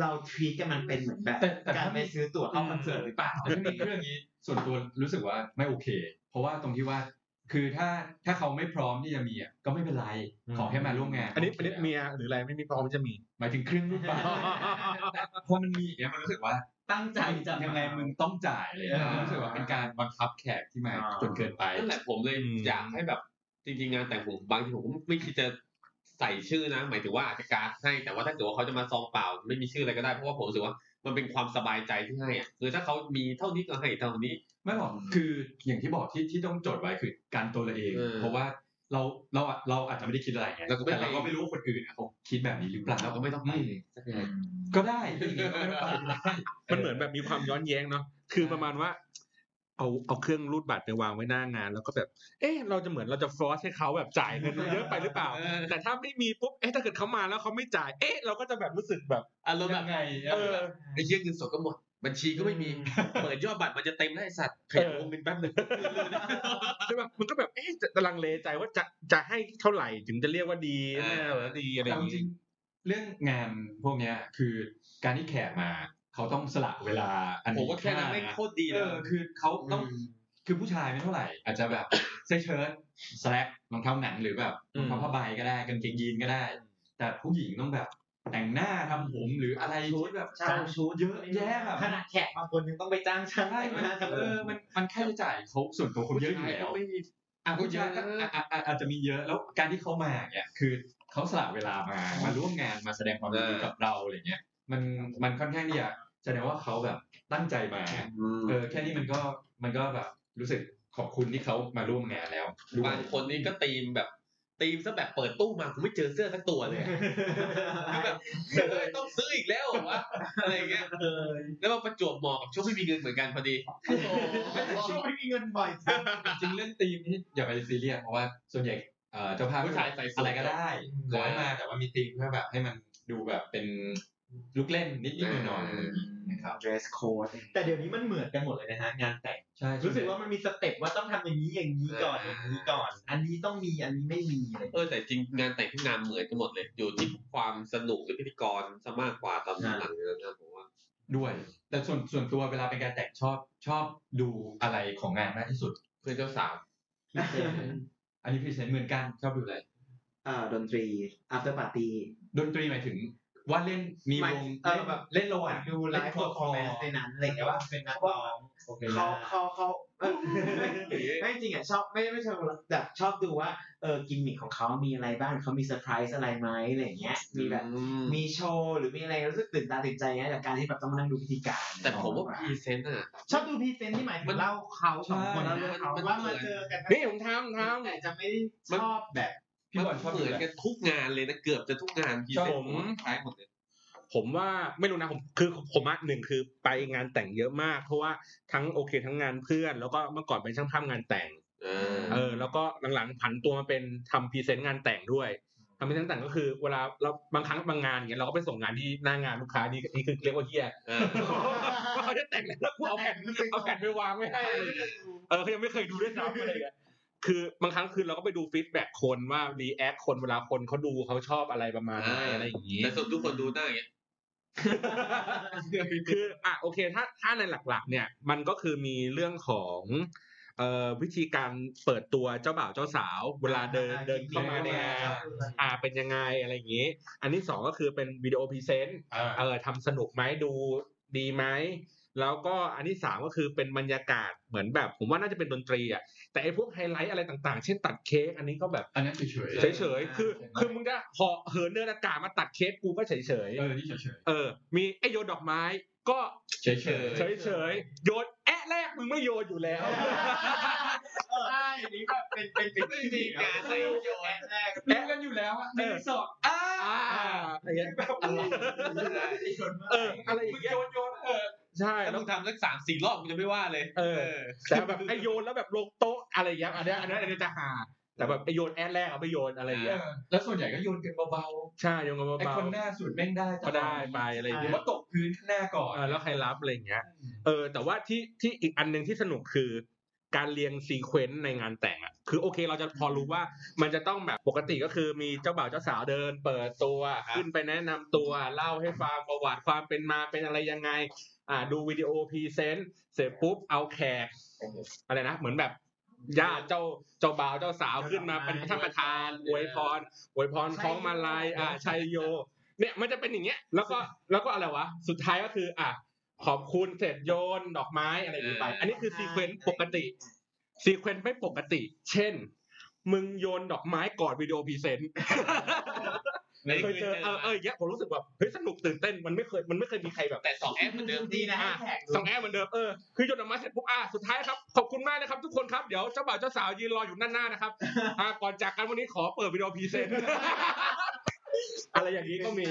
Speaker 6: เราทวีตกันมันเป็นเหมือนแบบ
Speaker 2: แต่แต่
Speaker 6: การ
Speaker 2: ถ้า
Speaker 6: ไป
Speaker 2: ไม่
Speaker 6: ซื้อตั๋วเข้าคอนเสิร์ตหรือเปล่า
Speaker 2: เรื่องนี้เรื่องนี้ส่วนตัวรู้สึกว่าไม่โอเค เพราะว่าตรงที่ว่า คือถ้าถ้าเขาไม่พร้อมที่จะมีอ่ะก็ไม่เป็นไร
Speaker 4: อืม
Speaker 2: ขอแค่มาร่วมงาน
Speaker 4: อันนี้อันนี้เมียหรืออะไรไม่มีพร้อมจะมี
Speaker 2: หมายถึงครึ่งรูปแบบพอมันมีอย่างเงี้ยมันรู้สึกว่า
Speaker 7: ตั้งใจจะ
Speaker 2: ยังไงมึงต้องจ่ายเลย
Speaker 7: เออ
Speaker 2: มันรู้สึกว่าเป็นการบังคับแขกที่มาจนเกินไป
Speaker 3: นั่นแหละผมเลย
Speaker 4: อืม
Speaker 3: อยากให้แบบ จริงๆงานแต่งผมบางทีผมก็ไม่คิดจะใส่ชื่อนะ หมายถึงว่าอาจจะการดให้แต่ว่าถ้าเกิดว่าเขาจะมาซองเปล่า ไม่มีชื่ออะไรก็ได้เพราะว่าผมรู้สึกว่ามันเป็นความสบายใจที่ให้อะคือถ้าเขามีเท่านี้ก็ให้เท่านี้
Speaker 2: ไม่หรอกคืออย่างที่บอกที่ที่ต้องจดไว้คือการตัวเราเอง
Speaker 3: เออ
Speaker 2: เพราะว่าเราเราอะเราอาจจะไม่ได้คิดอะไรไง
Speaker 3: เราก็ไม่
Speaker 2: แต่เราก็ไม่รู้ว่าคนอื่นอะเขาคิดแบบนี้หรือเปล่า
Speaker 3: เราก็ไม่ต้องไปเลยสักงาน
Speaker 2: ก็ได้อย่างนี้ก็ไม่ต้องไป
Speaker 4: มันเหมือนแบบมีความย้อนแย้งเนาะ คือประมาณว่า เอาเอาเครื่องรูดบัตรไปวางไว้หน้างาน แล้วก็แบบ เอ๊ะ เราจะเหมือนเราจะฟอสให้เขาแบบจ่ายเงินเยอะไปหรือเปล่า
Speaker 3: เออ
Speaker 4: แต่ถ้าไม่มีปุ๊บ เอ๊ะ ถ้าเกิดเขามาแล้วเขาไม่จ่าย เอ๊ะ เราก็จะแบบรู้สึกแบบ
Speaker 3: อารมณ์แบบ
Speaker 4: เออ
Speaker 3: ไอ้เชี่ยเงินสดก็หมด บัญชีก็ไม่มี เปิดยอดบัตรมันจะเต็มแล้วไอ้สัตว์ขยับวงเงินแป๊บหนึง
Speaker 4: ใช่ป่ะ มันก็แบบ เอ๊ะจะกำลังเลใจว่าจะจะให้เท่าไหร่ถึงจะเรียกว่าดีแน่หรือดีอะไรอ
Speaker 2: แต่
Speaker 4: ย่าง
Speaker 2: จ
Speaker 4: งี้
Speaker 2: ริงๆเรื่องงานพวกเนี้ยคือการที่แขกมา เขาต้องสละเวลาอัน
Speaker 3: ผมว่าแค่นั้น
Speaker 2: มี
Speaker 3: ไม่
Speaker 2: ค่าะ
Speaker 3: โคตรดี
Speaker 2: เอ
Speaker 3: เลย
Speaker 2: อคือเขาต้องคือผู้ชายไม่เท่าไหร่ อาจจะแบบ เสื้อเชิ้ตสแลกรองเท้าหนังหรือแบบ
Speaker 4: อื
Speaker 2: รอ
Speaker 4: ม
Speaker 2: งเท้าผ้าใบก็ได้กางเกงยีนก็ได้ แต่ผู้หญิงต้องแบบแต่งหน้าทำผมหรืออะไร
Speaker 6: ชุด
Speaker 2: ที่แบบ
Speaker 6: ใช่ชุด
Speaker 2: เยอะแยะแบบ
Speaker 6: ขนาดแขกบางคนยังต้องไปจ้างช่าง
Speaker 2: ใช่
Speaker 6: แต่ง
Speaker 2: มัน
Speaker 6: หน้าทำ
Speaker 2: เอ
Speaker 6: เอ
Speaker 2: อ
Speaker 6: อ
Speaker 2: มันมันค่าใช้จ่ายเขาส่วนตัวคนเยอะอยู่แล้ว อ่ะผู้ชายก็อ่ะอ่ะอ่ะอาจจะมีเยอะแล้วการที่เขามาเนี่ยคือเขาสละเวลามามาร่วมงานมาแสดงความยินดี
Speaker 3: เออ
Speaker 2: กับเราอะไรเงี้ยมันมันค่อนข้างที่จะแสดงว่าเขาแบบตั้งใจมาเออแค่นี้มันก็มันก็แบบรู้สึกขอบคุณที่เขามาร่วมงานแล้วด้วย
Speaker 3: บางคนนี่ก็ตีมแบบตีมซะแบบเปิดตู้มาผมไม่เจอเสื้อสักตัวเลยก็แบบเออต้องซื้ออีกแล้วเหรอวะอะไรอย่างเงี้ยแล้วมาประจวบเหมาะกับช่วงไม่มีเงินเหมือนกันพอดี
Speaker 2: จริงๆเรื่องธีมนี่อย่าไปซีเรียสเพราะว่าส่วนใหญ่ เอ่อเจ้าภาพ
Speaker 3: ผู้ชายใส่สูท
Speaker 2: อะไรก็ได้ขอให้มาแต่ว่ามีธีมเพื่อแบบให้มันดูแบบเป็นลูกเล่นนิดนิดหน่อยๆอะไรอย่างงี้นะครับ
Speaker 6: dress code
Speaker 7: แต่เดี๋ยวนี้มันเหมือนกันหมดเลยนะฮะงานแต่ง
Speaker 2: ใช่
Speaker 7: รู้สึกว่ามันมีสเต็ปว่าต้องทำอย่างนี้อย่างนี้ก่อนอย่างนี้ก่อน อันนี้ต้องมีอันนี้ไม่มีอะไรอย่างเงี้ย
Speaker 3: เออแต่จริงงานแต่งทุกงานเหมือนกันหมดเลย อยู่ที่ความสนุกหรือพิธีกรซะมากกว่าตอนหลังๆนะครับผมว่า
Speaker 2: ด้วย แต่ส่วนส่วนตัวเวลาเป็นการแต่งชอบชอบดูอะไรของงานมากที่สุด
Speaker 3: เพื่อนเจ้าสาว
Speaker 2: อันนี้พรีเซนต์เหมือนกันชอบดูอะไร
Speaker 6: เอ่อดนตรี after party
Speaker 2: ดนตรีหมายถึงว่าเล่นมีวง
Speaker 6: เอ
Speaker 2: เล่
Speaker 6: อนแบบ
Speaker 2: เล่นระหว่าง
Speaker 6: ดูไลฟ์ performance ในนั้นอะไรอย่างเงี้ยว่า
Speaker 7: เป็นนักร้องโอเค
Speaker 6: เขาเขาเขา เออไม่จริงอ่ะชอบไม่ไม่ชอบแบบชอบดูว่าเออกิมมิคของเขามีอะไรบ้างเขามีเซอร์ไพรส์อะไรไหมอะไรอย่างเงี้ยมีแบบ มีโชว์หรือมีอะไรรู้สึกตื่นตาตื่นใจเงี้ยจากการที่แบบต้องมานั่งดูพิธีการ
Speaker 3: แต่ผมว่าพรีเซนต์อ่ะ
Speaker 6: ชอบดูพรีเซนต์ที่หมายถึงเล่าเขาสองคนนะ
Speaker 3: ใช่
Speaker 6: เขา
Speaker 3: มัน
Speaker 6: ว่ามาเจอกัน
Speaker 4: นี่ผมทำท
Speaker 6: แต่จะไม่ได้ชอบแบบ
Speaker 2: พี่บอลชอบ
Speaker 3: เห
Speaker 2: ดู
Speaker 3: มือน
Speaker 2: อะไร
Speaker 3: กันทุกงานเลยนะเกือบจะทุกงานพรีเซนต์ผมว่าคล้ายหมดเลย
Speaker 4: ำผมว่าไม่รู้นะผมคือผมอะหนึ่งคือไปงานแต่งเยอะมาก เพราะว่าทั้งโอเคทั้งงานเพื่อน แล้วก็เมื่อก่อนเป็นช่างภาพงานแต่ง
Speaker 3: เออ
Speaker 4: เออแล้วก็หลังๆผันตัวมาเป็นทำพรีเซนต์งานแต่งด้วยทำพรีเซนต์แต่งก็คือเวลาเราบางครั้งบางงานอย่างเงี้ยเราก็ไปส่งงานที่หน้างานลูกค้านี่นี่คือเรียกว่าเฮีย
Speaker 3: เออ
Speaker 4: ว่าเขาจะแต่งแล้วกูเอาแผ่นเอาแผ่นไปวางไว้ให้เออเขายังไม่เคยดูด้วยซ้ำอะไรเงี้ยคือบางครั้งคือเราก็ไปดูฟีดแบ็กคนว่ารีแอคคนเวลาคนเขาดูเขาชอบอะไรประมาณไหน
Speaker 3: อ่า
Speaker 4: อะไรอย่างงี้
Speaker 3: แต่สดทุกคนดูหน้าอย่างเงี้ย
Speaker 4: คืออ่ะโอเคถ้าถ้าในหลักๆ เนี่ยมันก็คือมีเรื่องของเอ่อวิธีการเปิดตัวเจ้าบ่าวเจ้าสาว เวลาเดินเดินเข้ามาในงานอ่าเป็นยังไงอะไรอย่างงี้ อันที่สองก็คือเป็นวิดีโอพรีเซนต์
Speaker 2: อ่า
Speaker 4: เออทำสนุกไหมดูดีไหมแล้วก็อันที่สามก็คือเป็นบรรยากาศเหมือนแบบ ผมว่าน่าจะเป็นดนตรีอ่ะแต่ไอ้พวกไฮไลท์อะไรต่างๆ เช่นตัดเค้กอันนี้ก็แบบ
Speaker 2: อันนั้นเฉยเฉย
Speaker 4: เฉยๆคือคือมึงจะเหาะเหินเดินอากาศมาตัดเค้กกูก็เฉยๆ
Speaker 2: เออนี่เฉยเฉย
Speaker 4: เออ มีไอโยนดอกไม้ ก็
Speaker 2: เฉยเฉย
Speaker 4: เฉยๆ โยนแอะแรกมึงไม่โยนอยู่แล้ว
Speaker 6: ใช่อันนี้แบบเป็นเป็นเป็น
Speaker 3: ไม่มีการใส่โยน
Speaker 6: แรก
Speaker 2: เล่นกันอยู่แล้วอะ
Speaker 4: เออ
Speaker 2: สดอ่า
Speaker 4: อ่าอะไรอย่างเงี้ยเออ อะไรอย่างเงี้ย
Speaker 2: โยนโยนเออ
Speaker 4: ใช่
Speaker 3: ถ้า
Speaker 4: แล้
Speaker 3: มึ
Speaker 4: ว
Speaker 3: งทำสักสามสี่รอบมึงจะไม่ว่าเลย
Speaker 4: เออ แต่แบบไอโยนแล้วแบบลงโต๊ะอะไรอย่างเงี้ยอันเนี้ยอันเนี้ยอันเนี้ยจะหา แต่แบบไอโยนแอะแรกเอาไปโยนอะไรอย่าง
Speaker 2: เอ
Speaker 4: เงี้ย
Speaker 2: อแล้วส่วนใหญ่ก็โยนกันเบา
Speaker 4: ใช่โยนกัน
Speaker 2: ๆไอ้
Speaker 4: เบา
Speaker 2: คนหน้าสุดแม่งได้
Speaker 4: ๆก็ได้ไปอะไรอย่าง
Speaker 2: หรื
Speaker 4: เงี้
Speaker 2: อย ว่าตกพื้นข้างหน้าก่อน
Speaker 4: เออแล้วใครรับอะไรอย่างเงี้ย เออแต่ว่าที่ที่อีกอันหนึ่งที่สนุกคือ การเรียงซีเควนต์ในงานแต่งอ่ะคือโอเคเราจะพอรู้ว่ามันจะต้องแบบปกติก็คือมีเจ้าบ่าวเจ้าสาวเดิน เปิดตัวขึ้นไปแนะนำตัวเล่าให้ฟังประวัติความเป็นมาเป็นอะไรยังไง อ่าดูวิดีโอพรีเซนต์เสร็จปุ๊บเอาแขกอะไรนะ เหมือนแบบญาติเจ้าเจ้าบ่าวเจ้าสาวขึ้นมาเป็นท่านประธานอวยพรอวยพรคล้องมาลายอ่าชัยโย เนี่ยมันจะเป็นอย่างเงี้ยแล้วก็แล้วก็อะไรวะสุดท้ายก็คืออ่ะขอบคุณเสร็จโยนดอกไม้อะไรอย่างงี้ไป อันนี้คือซีเควนต์ปกติซีเควนต์ไม่ปกติ เช่น มึงโยนดอกไม้ก่อนวิดีโอพรีเซนต์ เคยเจอเออเอออย่างเงี้ยผมรู้สึกแบบเฮ้ยสนุกตื่นเต้นมันไม่เคยมันไม่เคยมีใครแบบ
Speaker 3: แต่สองแอปเหมือนเดิม
Speaker 6: ดีนะให้แขก
Speaker 4: สองแอร์เหมือนเดิมเออคือโยนออกมาเสร็จปุ๊บอ่ะสุดท้ายครับ ขอบคุณมากนะครับทุกคนครับ เดี๋ยวเจ้าบ่าวเจ้าสาวยืนรออยู่ด้านหน้านะครับอ่ะก่อนจากกันวันนี้ขอเปิดวิดีโอพรีเซนต์ อะไรอย่างนี้ก็มี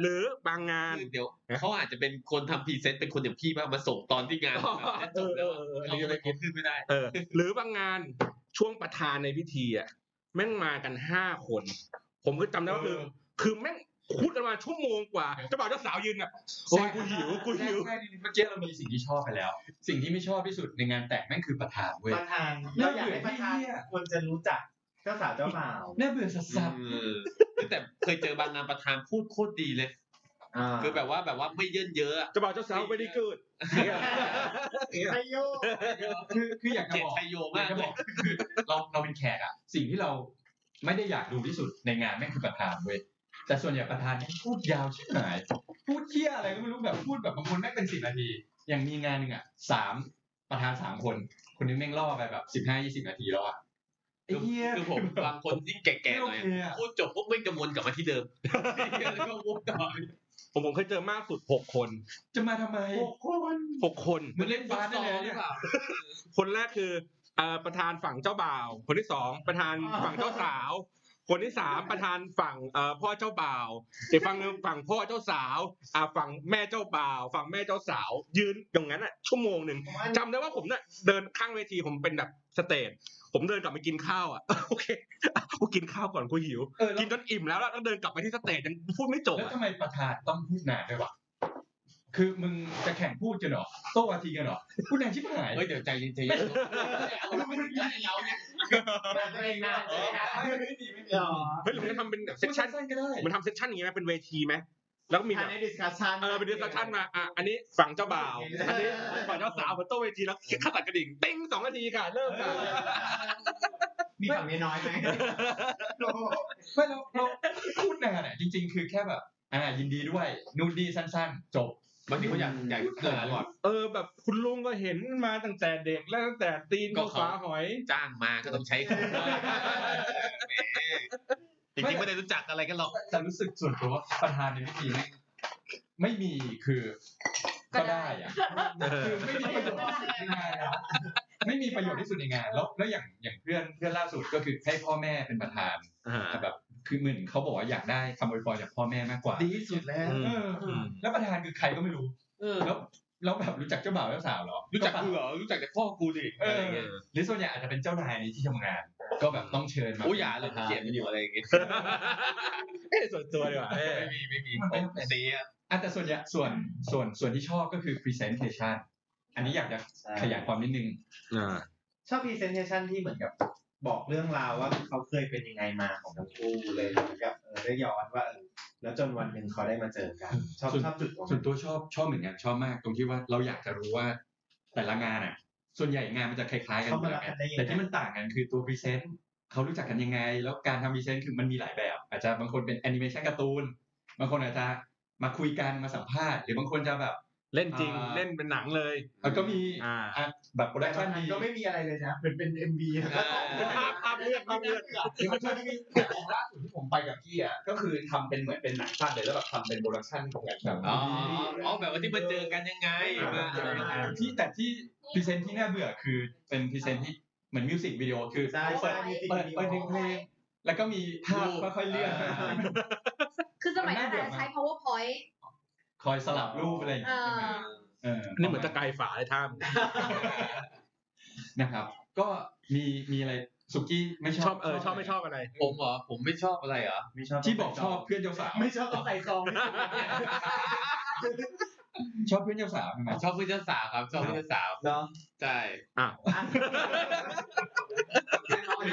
Speaker 4: หรือบางงาน
Speaker 3: เดี๋ยวเขาอาจจะเป็นคนทำพรีเซนต์เป็นคนอย่างพี่บ้างมาส่งตอนที่งาน
Speaker 4: เออเออเอออัน
Speaker 3: เขา
Speaker 4: นี้
Speaker 3: จะ
Speaker 4: ก็ไม่คิ
Speaker 3: ไปกิ
Speaker 4: ด
Speaker 3: นขึ้น ไม่ได้
Speaker 4: เออ หรือบางงานช่วงประธานในพิธีอ่ะแม่งมากันห้าคน ผมก็จำได้ว่าคือ คือแม่งพูดกันมาชั่วโมงกว่าเจ้าบ่าวเจ้าสาวยืนแบบโอ้ยกูหิวกูหิว
Speaker 2: แรกๆนี่เมื่อกี้เรามีสิ่งที่ชอบไปแล้ว สิ่งที่ไม่ชอบที่สุดในงานแต่งแม่งคือประธานเว้ย
Speaker 7: ประธาน
Speaker 2: เรื่
Speaker 7: เรา
Speaker 2: อง
Speaker 7: อ
Speaker 2: อื่
Speaker 7: ยากให้
Speaker 2: น
Speaker 7: ประ
Speaker 2: ที่
Speaker 7: ธาน
Speaker 2: เหี้ย
Speaker 7: ควรจะรู้จักเจ้าสาวเจ้าบ่าว
Speaker 2: น่าเบื่อสัสๆ
Speaker 3: เออแต่เคยเจอบางงานประธานพูดโคตรดีเลย
Speaker 7: อ่า
Speaker 3: คือแบบว่าแบบว่าไม่เยินเยอะอะ
Speaker 4: เจ้าบ่าวเจ้าสาวไม่ได้เกิด
Speaker 7: ไอโย
Speaker 2: คือคืออยากจะ
Speaker 3: เกลียด
Speaker 2: บอก
Speaker 3: ชัยโย
Speaker 2: อ
Speaker 3: มาย
Speaker 2: าก กจะ
Speaker 3: เล
Speaker 2: บอย กคือเราเราเป็นแขกอะสิ่งที่เราไม่ได้อยากดูที่สุดในงานแม่งคือประธานเว้ยแต่ส่วนใหญ่ประธานเนี่ยพูดยาวชิบหายพูดเที่ยอะไรก็ไม่รู้แบบพูดแบบบางคนแม่งเป็นสิบนาที อย่างมีงานหนึ่งอะสามประธานสามคน คนนึงแม่งล่อไปแบบสิบห้ายี่สิบนาทีแล้วอะไอ้เหี้ย
Speaker 3: คือ ผมบางคนยิ่งแก่
Speaker 2: ไม่
Speaker 3: ๆห
Speaker 2: โอ
Speaker 3: น่อย
Speaker 2: เคอะ
Speaker 3: พูดจบปุ๊บไม่กระมวลกลับมาที่เดิมแล้วก็วกต่อ
Speaker 4: ผมผมเคยเจอมากสุดหกคน
Speaker 2: จะมาทำไม
Speaker 7: โอ้โหคน
Speaker 4: หกคน
Speaker 2: มันเล่น
Speaker 3: ฟุ
Speaker 2: บา
Speaker 3: ต
Speaker 2: ส
Speaker 3: ซ
Speaker 2: ได้
Speaker 3: อ
Speaker 2: เลย
Speaker 3: ลหรื
Speaker 2: เนี่
Speaker 3: อย เปล่า
Speaker 4: คนแรกคือเอ่อประธานฝั่งเจ้าบ่าว คนที่สองประธานฝั่งเจ้าสาว คนที่สามประธานฝั่งเอ่อพ่อเจ้าบ่าวอีกฝั่งหนึ่งฝั่งพ่อเจ้าสาวอ่าฝั่งแม่เจ้าบ่าว ฝั่งแม่เจ้าสาว ยืนอย่างนั้นอ่ะชั่วโมงหนึ่งจำได้ว่าผมเนี่ยเดินข้างเวทีผมเป็นแบบสเตจ ผมเดินกลับไปกินข้าวอ่ะ โอเคอ่ะกูกินข้าวก่อนกูหิว
Speaker 5: เออแล้ว
Speaker 4: กินจนอิ่มแล้วแล้วต้องเดินกลับไปที่สเตจยังพูดไม่จบ
Speaker 2: แล้ว
Speaker 4: อ่ะ
Speaker 2: ทำไมประธานต้องพูดนานด้วยวะคือมึงจะแข่งพูดกันเหรอโต้วาทีกันเหรอพูดนานชิบหาย
Speaker 3: เฮ้ยเดี๋ยวใจเย็นใจเย็น
Speaker 6: ตัวเองนะ
Speaker 5: เออไม่ไม่มีไม่มี
Speaker 6: อ๋อ
Speaker 4: เฮ้ยหรือมันทำเป็นแบบเซส
Speaker 2: พูด
Speaker 4: ชั่น
Speaker 2: สั้นๆก็ได้
Speaker 4: มันทำเซสชั่นอย่างเงี้ยไหมเป็นเวทีไหมแล้วก็มีแบ
Speaker 6: ทาน
Speaker 4: บ
Speaker 6: ในดิสคัชชัน
Speaker 4: เออเป็นเดสชั่นมาอ่ะอันนี้ฝั่งเจ้าบ่าวอันนี้ฝั่งเจ้าสาวบนโต๊ะเวทีแล้วข้าตัดกระดิ่งติ้งสองนาทีค่ะเริ่มค่ะ
Speaker 6: มีฝั่งเมียน้อยไหม
Speaker 2: ไม่เราเราพูดนานอ่ะจริง ๆ คือแค่แบบอ่ายินดีด้วยนู่นนี่สั้น ๆ จบ
Speaker 3: บางทีเขาอยากอยากเกิดก่อน
Speaker 4: เออแบบคุณลุงก็เห็นมาตั้งแต่เด็กแล้วตั้งแต่ตีน
Speaker 3: ก็
Speaker 4: ก็
Speaker 3: เขา
Speaker 4: ฝาหอย
Speaker 3: จ้างมา ก็ต้องใช้ของแหมจริงๆไม่ได้รู้จักอะไรกันหรอก
Speaker 2: แต่รู้สึกส่วนตัวว่าประธานในพิธีนี่ไม่มีคือก็ได้อะคือไม่มีประโยชน์ที่สุดในงานอะไม่มีประโยชน์ที่สุดในงานแล้วแล้วอย่างอย่างเพื่อนเพื่อนล่าสุดก็คือให้พ่อแม่เป็นประธานแต่แบบ คือเหมือนเขาบอกว่าอยากได้คำอวยพรจากพ่อแม่มากกว่า
Speaker 5: ดีที่สุดแล้ว
Speaker 2: เออแล้วประธานคือใครก็ไม่รู้แล้วแล้วแบบรู้จักเจ้าบ่าวเจ้าสาวเหรอ
Speaker 3: รู้จักกูเหรอ รู้จักแต่พ่อกูดิ
Speaker 2: เอ
Speaker 3: อะไร
Speaker 2: อ
Speaker 3: เงี้ย
Speaker 2: หรือส่วนใหญ่อาจจะเป็นเจ้านายในที่ทำงาน ก็แบบต้องเชิญมา
Speaker 3: อุ้ยอย่าเลยเขียนมันอยู่อะไรอย่างเงี้ย
Speaker 4: เอ้ยส่วนตัวดีกว่าเอ้ย
Speaker 3: ไม่มีไม่มีผมเสีย
Speaker 2: อ่ะแต่ส่วนใหญ่ส่วนส่วนส่วนที่ชอบก็คือ presentation อันนี้อยากจะขยายความนิดนึง
Speaker 4: อ่า
Speaker 7: ชอบพรีเซนเทชันที่เหมือนกับบอกเรื่องราวว่าเขาเคยเป็นยังไงมาของทั้งคู่เลยเหมือนกับเออได้ย้อนว่าเออแล้วจนวันหนึ่งเขาได้มาเจอกัน ชอบ
Speaker 2: ส่วน
Speaker 7: ชอบจุดตรงนั้
Speaker 2: ส่วน
Speaker 7: น
Speaker 2: ตัวชอบชอบเหมือนกันชอบมากตรงที่ว่าเราอยากจะรู้ว่าแต่ละงานอ่ะ ส่วนใหญ่งานมันจะคล้ายๆกัน
Speaker 7: เขา
Speaker 2: อ
Speaker 7: มา
Speaker 2: ยู่แล้
Speaker 7: รักกั
Speaker 2: วไง
Speaker 7: นได้ยัง
Speaker 2: แต่ที่
Speaker 7: ไง
Speaker 2: มันต่างกันคือตัวพรีเซนต์เขารู้จักกันยังไง แล้วการทำพรีเซนต์คือมันมีหลายแบบ อาจจะบางคนเป็นแอนิเมชันการ์ตูนบางคนอาจจะมาคุยกันมาสัมภาษณ์ หรือบางคนจะแบบ
Speaker 4: เล่นจริง
Speaker 2: อ่า
Speaker 4: เล่นเป็นหนังเลย
Speaker 2: เอ่อก็มี
Speaker 4: อ่า
Speaker 2: อ่ะแบบโปรดักชันดี
Speaker 7: ก็ไม่มีอะไรเลยนะเป็นเป็นเอ็มบี
Speaker 4: ภาพภาพเลือดภาพเลือด
Speaker 5: คือมันช่วยที่ล่าสุดที่ผมไปกับพี่อ่ะก็คือทำเป็นเหมือนเป็นหนังสั้นเลยแล้วแบบทำเป็นโปรดักชั่นของแบบแบบ
Speaker 3: อ๋ออ๋อแบบว่าที่มาเจอกันยังไงมาอะไรยังไง
Speaker 2: ที่แต่ที่พรีเซนต์ที่น่าเบื่อคือเป็นพรีเซนต์ที่เหมือนมิวสิกวิดีโอคือ
Speaker 7: ใช่
Speaker 2: เปิ
Speaker 7: ใช่
Speaker 2: ด
Speaker 7: มีสิ่ง
Speaker 2: เปิด
Speaker 7: ดี
Speaker 2: เปิดหนึ่งเพลงแล้วก็มีภาพค่อยๆเลื่อน
Speaker 8: คือสมัยนั้นอาจจะใช้ powerpoint
Speaker 2: คอยสลับรูปอะไรอย่าง
Speaker 8: เอ
Speaker 2: เงี้ย
Speaker 8: อ
Speaker 2: เออ
Speaker 4: นี่เหมือนตะไกายฝาเลยท่าม
Speaker 2: นะครับ ก็มีมีอะไรสุกี้ไม่ชอบ
Speaker 4: ชอบเออชอบไม่ชอบอะไร
Speaker 3: ผมเหรอ ผมไม่ชอบอะไรเหรอ
Speaker 7: ไม่ชอบ
Speaker 2: ที่บอกชอบเพื่อนเจ้าสาว
Speaker 7: ไม่ชอบต้องใส่ซอง
Speaker 2: ชอบเพื่อนเจ้าสาวใช่ไหม
Speaker 3: ชอบผู้เจ้าสาวครับ ชอบผู้เจ้าสาว
Speaker 7: เนาะ
Speaker 3: ใช่
Speaker 7: อ่ะ
Speaker 3: แต่ส่วน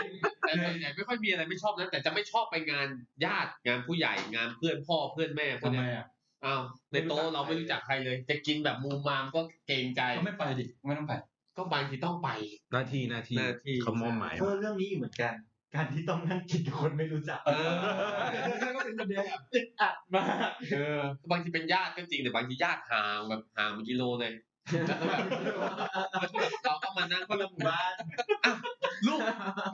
Speaker 3: ใหญ่ไม่ค่อยมีอะไรไม่ชอบนะแต่จะไม่ชอบไปงานญาติงานผู้ใหญ่งานเพื่อนพ่อเพื่อนแม่พวก
Speaker 2: ทำไม
Speaker 3: เนี้ย
Speaker 2: อ่ะ
Speaker 3: อ้าวในโต๊ะเราไม่รู้จักใครเลย จะกินแบบมูมามก็เกรงใจ
Speaker 2: ก็ไม่ไปดิไม่ต้องไป
Speaker 3: ก็บางทีต้องไป
Speaker 4: หน้าที่หน้าที่
Speaker 3: หน้าที่
Speaker 4: เขามอบหมาย
Speaker 7: เออเรื่องนี้อีกเหมือนกัน การที่ต้องนั่งกินกับคนไม่รู้จัก
Speaker 2: เออนั่นก็เป็นประเด็น
Speaker 7: อึดอัดมาก
Speaker 2: เออบ
Speaker 3: างทีเป็นญาติก็จริงแต่บางทีญาติห่างแบบห่างเป็นกิโล เลยแล้วก็แบบแล้วก็แบบเราก็มานั่ง
Speaker 7: คนละหมู่บ้าน
Speaker 3: ลูก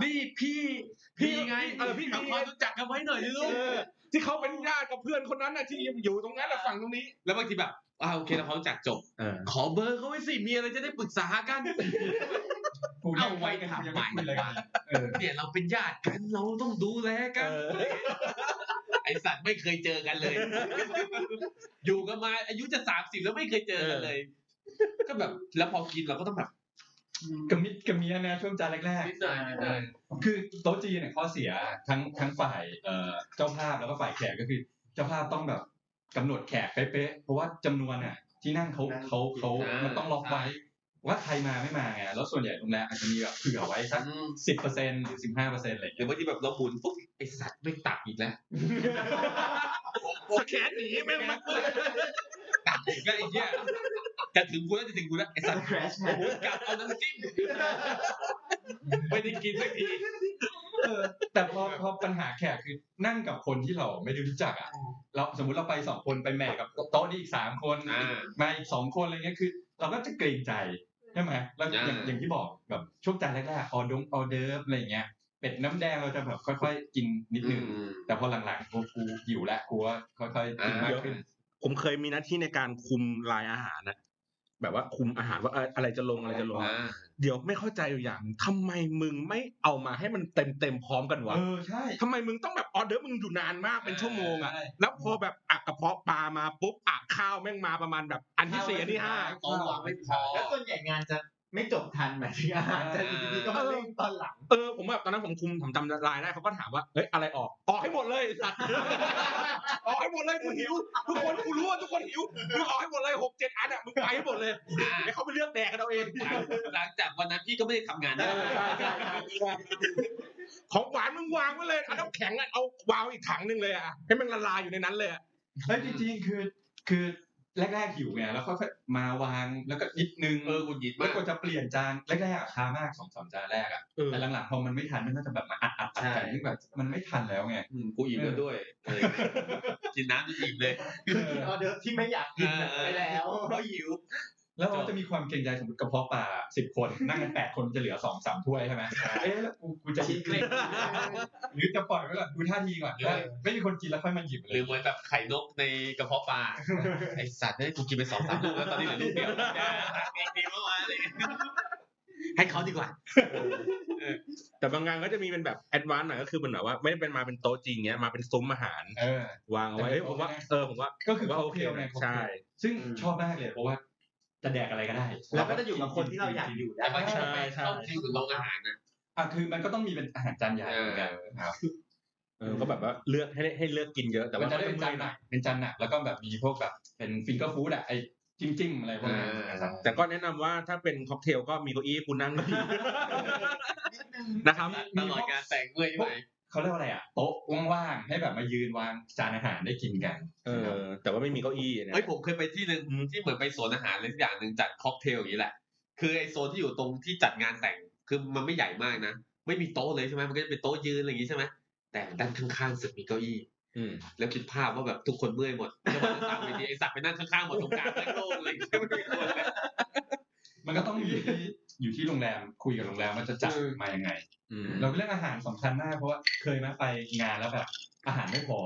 Speaker 3: นี่พี่พี่ไง
Speaker 4: เออพี่
Speaker 3: ทำความรู้จักกันไว้หน่อยสิลูก
Speaker 4: เออที่เขาเป็นญาติกับเพื่อนคนนั้นน่ะที่อยู่ตรงนั้นน่ะฝั่งตรงนี้
Speaker 3: แล้วบางทีแบบอ่าโอเคเราพร้อมจากจบ
Speaker 4: เออ
Speaker 3: ขอเบอร์เขาไว้สิ มีอะไรจะได้ปรึกษากัน
Speaker 2: กู
Speaker 3: เอา
Speaker 2: นั่ง
Speaker 3: ไว้
Speaker 2: กัน
Speaker 3: ทำ
Speaker 2: ยัง
Speaker 3: ไม
Speaker 2: ไม่คุยเลยกันเออ
Speaker 3: เนี่ยเราเป็นญาติกันเราต้องดูแลกัน ไอสัตว์ไม่เคยเจอกันเลย อยู่กันมาอายุจะสามสิบแล้วไม่เคยเจอกันเลย ก็แบบแล้วพอกินเราก็ต้องแบบ
Speaker 2: กระมิดกระเมียนะช่วงจานแรก
Speaker 3: นิดหน่อยนิดหน่อย
Speaker 2: ๆ คือโต๊ะจีนเนี่ยข้อเสียทั้งทั้งฝ่ายเอ่อเจ้าภาพแล้วก็ฝ่ายแขกก็คือ เจ้าภาพต้องแบบกำหนดแขกเป๊ะๆเพราะว่าจำนวนอ่ะ ที่นั่งเขาเขาเขามันต้องล็อกไว้ ว่าใครมาไม่มาไงแล้วส่วนใหญ่โรงแรมอาจจะมีแบบเผื่อไว้สัก
Speaker 3: อืม
Speaker 2: สิบเปอร์เซ็นต์หรือสิบห้าเปอร์เซ็นต์อะไรอย่าง
Speaker 3: หรือบา
Speaker 2: เงี้ย
Speaker 3: งทีแบบเราหมุนปุ๊บไอสัตว์ไม่ตักอีกแล้ว
Speaker 4: สแกนหนีไม่มา
Speaker 3: ตักอีกแล้วไอ้เหี้ยจะถึงกูแล้วจะถึงกูแล้วไอสัตว์
Speaker 7: crash
Speaker 3: โอ้โหกลับเอาน้ำจิ้มไม่ได้กินสักที
Speaker 2: เออแต่พอพอปัญหาแขกคือนั่งกับคนที่เราไม่ได้รู้จักอ่ะเราสมมุติเราไปสองคนไปแหม่กับโต๊ะนี้อีกสามคน
Speaker 3: อ่า
Speaker 2: มาอีกสองคนอะไรเงี้ยคือ เราก็จะเกรงใจใช่ไหมเรา
Speaker 3: อ่า
Speaker 2: อย่างอย่างที่บอกแบบช่วงจานแรกๆออดงออเดิร์ฟอะไรเงี้ยเป็ดน้ำแดงเราจะแบบค่อยๆกินนิดนึง
Speaker 3: อืม
Speaker 2: แต่พอหลังๆกูกูหิวแล้วกูก็ค่อยๆกินมากขึ้น
Speaker 4: ผมเคยมีหน้าที่ในการคุมลายอาหารนะแบบว่าคุมอาหารว่าเอ่ออะไรจะลงอะไรจะลง
Speaker 3: อ่า
Speaker 4: เดี๋ยวไม่เข้าใจอยู่อย่างทำไมมึงไม่เอามาให้มันเต็มเต็มๆพร้อมกันวะ
Speaker 2: เออใช่
Speaker 4: ทำไมมึงต้องแบบออเดอร์มึงอยู่นานมากเป็นชั่วโมงอ่ะ
Speaker 2: ใช่
Speaker 4: แล้วพอแบบอักกระเพาะปลามาปุ๊บอักข้าวแม่งมาประมาณแบบอันที่สี่อันที่ห้า
Speaker 3: ของหวานไม่พอ
Speaker 7: แล้วส่วนใหญ่งานจะ ไม่จบทันหมายถึงอาหารแต่อยู่ดีๆก็มาเล่นตอนหลัง
Speaker 4: เออผมแบบตอนนั้นผมคุมผมจำไลน์ได้เขาก็ถามว่าเฮ้ยอะไรออกออกให้หมดเลยสัตว์ ออกให้หมดเลยกูหิวทุกคนกูรู้ว่าทุกคนหิวมึงออกให้หมดเลยหกเจ็ดอันอ่ะมึงไปให้หมดเลยเดี๋ยวเขาไปเลือกแดกกันเอาเอง
Speaker 3: หลังหลังจากวันนั้นพี่ก็ไม่ได้ทำงานนะ
Speaker 4: ของหวานมึงวางไว้เลยเอาน้ำแข็งอะเอาวางไว้อีกถังหนึงเลยอ่ะให้มันละลายอยู่ในนั้นเลยอะ
Speaker 2: เฮ้ยจริงๆคือคือแรกๆหิวไงแล้วค่อยๆมาวางแล้วก็นิดนึง
Speaker 3: เออกูหยิบ
Speaker 2: แล้
Speaker 3: มาว ก
Speaker 2: ควรจะเปลี่ยนจานแรกๆอะช้ามากสองสามจานแรกอะ
Speaker 4: เออ
Speaker 2: แต่หลังๆพอมันไม่ทันมันก็จะแบบมาอัดอัดอัดกันซึ่งแบบมันไม่ทันแล้วไง
Speaker 3: อืมกูอิ่มแล้วด้วยเออกินน้ำจนอิ่มเลย
Speaker 7: คือกินออเดอร์ฟที่ไม่อยากกินอะไปแล้ว
Speaker 3: เพราะหิว
Speaker 2: แล้วเราก็จะมีความเกรงใจสมมติกระเพาะปลาสิบคน นั่งกันแปดคนจะเหลือสองสามถ้วยใช่ไหมเอ๊ะแล้วกูกูจะ
Speaker 7: ชิ้นเกรง
Speaker 2: หรือจะปล่อยไว้ก่อนดูท่าทีก่อนแล้วไม่มีคนกินแล้วค่อยมาหยิบ
Speaker 3: ห
Speaker 2: เล
Speaker 3: รื
Speaker 2: ย
Speaker 3: อเหมือนแบบไข่นกในกระเพาะปลา ไอสัตว์เนี่ยกูกินไปสองสามลูกแล้วตอนนี้เหลือลูกเดียวมีมีเมื่อวานเลยให้เขาดีกว่า
Speaker 4: แต่บางงานก็จะมีเป็นแบบแอดวานซ์หน่อยก็คือมันแบบว่าไม่ได้เป็นมาเป็นโต๊ะจริงเงี้ยมาเป็นซุ้มอาหาร
Speaker 2: เออ
Speaker 4: วางเอาไว้เอ้ยผมว่าเออผมว่า
Speaker 2: ก็คือ
Speaker 4: ว่าโอเค
Speaker 2: ไง
Speaker 4: นะใช่
Speaker 2: ซึ่งชอบมากเลยเพราะว่าจะแดกอะไรก็ได้
Speaker 7: แล้วก็จะอยู่กับคนที่เราอยากอยู่ได้
Speaker 3: แต่บางที
Speaker 4: ใช่
Speaker 3: ไป
Speaker 4: ใช่
Speaker 3: เข้าที่คุณโรงอาหารนะ
Speaker 2: อ่ะคือมันก็ต้องมีเป็นอาหารจานใหญ่
Speaker 3: เออ
Speaker 2: เหมือนกันครับ
Speaker 4: เออก็แบบว่าเลือกให้ให้เลือกกินเยอะแต่ว่าก็
Speaker 2: แต่ว่าจะได้เป็นจานหนักเป็นจานหนักแล้วก็แบบมีพวกแบบเป็นฟิงเกอร์ฟู้ดอะไอจิ้มจิ้มๆอะไรพวกนั้นนะครับ
Speaker 4: แต่ก็แนะนำว่าถ้าเป็นค็อกเทลก็มีเก้าอี้ให้คุณนั่ง ด้วยนะครับ
Speaker 3: ตลอดการแต่งเมื่อยไหม
Speaker 2: เขาเรียกว่าอะไรอะโต๊ะว่างๆให้แบบมายืนวางจานอาหารได้กินกัน
Speaker 4: เออแต่ว่าไม่มีเก้าอี้นะ
Speaker 3: เฮ้ยผมเคยไปที่หนึ่งที่เหมือนไปสวนอาหารอะไรสักอย่างหนึ่งจัดค็อกเทลอย่างนี้แหละ คือไอโซนที่อยู่ตรงที่จัดงานแต่งคือมันไม่ใหญ่มากนะไม่มีโต๊ะเลยใช่ไหมมันก็จะเป็นโต๊ะยืนอะไรอย่างนี้ใช่ไหมแต่ด้านข้างๆสึกมีเก้าอี้
Speaker 4: อืม
Speaker 3: แล้วคิดภาพว่าแบบทุกคนเมื่อยหมดจังหวะนั้นสั่งไปดีไอสัตว์ไปนั่งข้างๆหมดตรงกลางนั่งโล่งเลยไม่มีคนเลย
Speaker 2: มันก็ต้องอยู่ที่อยู่ที่โรงแรมคุยกับโรงแรมว่าจะจัดมายังไง
Speaker 4: อืม
Speaker 2: เราเรื่องอาหารสำคัญมากเพราะว่าเคยนะไปงานแล้วแบบอาหารไม่พอ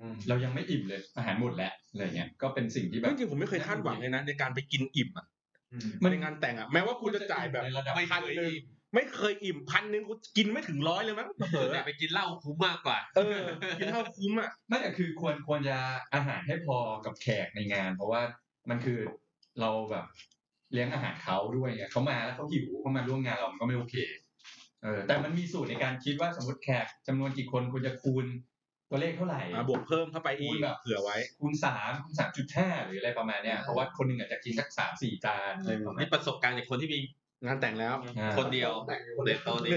Speaker 2: อเรายังไม่อิ่มเลยอาหารหมดแล้วอะไรเงี้ยก็เป็นสิ่งที่แบ
Speaker 4: จ
Speaker 2: บ
Speaker 4: ริงๆผมไม่เคยคาดหวังเลยนะในการไปกินอิ่มอ่ะ
Speaker 2: มั
Speaker 4: ในงานแต่งอ่ะแม้ว่าคุณจะจ่ายแบบ
Speaker 2: ในระดับ
Speaker 3: ไม่
Speaker 4: พัน
Speaker 3: เคย
Speaker 4: หนึ่ง
Speaker 3: อิ่ม
Speaker 4: ไม่เคยอิ่มพันหนึ่งกูกินไม่ถึงร้อยเลยมั้งเผล
Speaker 3: ส่วน
Speaker 4: อ
Speaker 3: ใหญ่ไปกินเหล้าคุ้มมากกว่า
Speaker 4: ๆเออกินเท่าคุ้มอ่ะ
Speaker 2: ไม่แต่คือควรควรจะอาหารให้พอกับแขกในงาน เพราะว่ามันคือเราแบบเลี้ยงอาหารเขาด้วยไงเขามาแล้วเขาหิวเขามาร่วมงานเรามันก็ไม่โอเคเออแต่มันมีสูตรในการคิดว่าสมมติแขกจำนวนกี่คนควรจะคูณตัวเลขเท่าไหร่
Speaker 4: อ่ะบวกเพิ่มเข้าไปอี
Speaker 2: คู
Speaker 4: ก
Speaker 2: ณแบบ
Speaker 4: เผื่อไว้
Speaker 2: คูณสามคูณสามจุดห้าหรืออะไรประมาณเนี้ยเพราะว่าคนหนึ่งอาจจะกินสักสามสี่จานอะไรประมาณ
Speaker 3: นี่ประสบการณ์จากคนที่มี
Speaker 4: งานแต่งแล้ว
Speaker 3: คนเดียวในโต๊ะนี้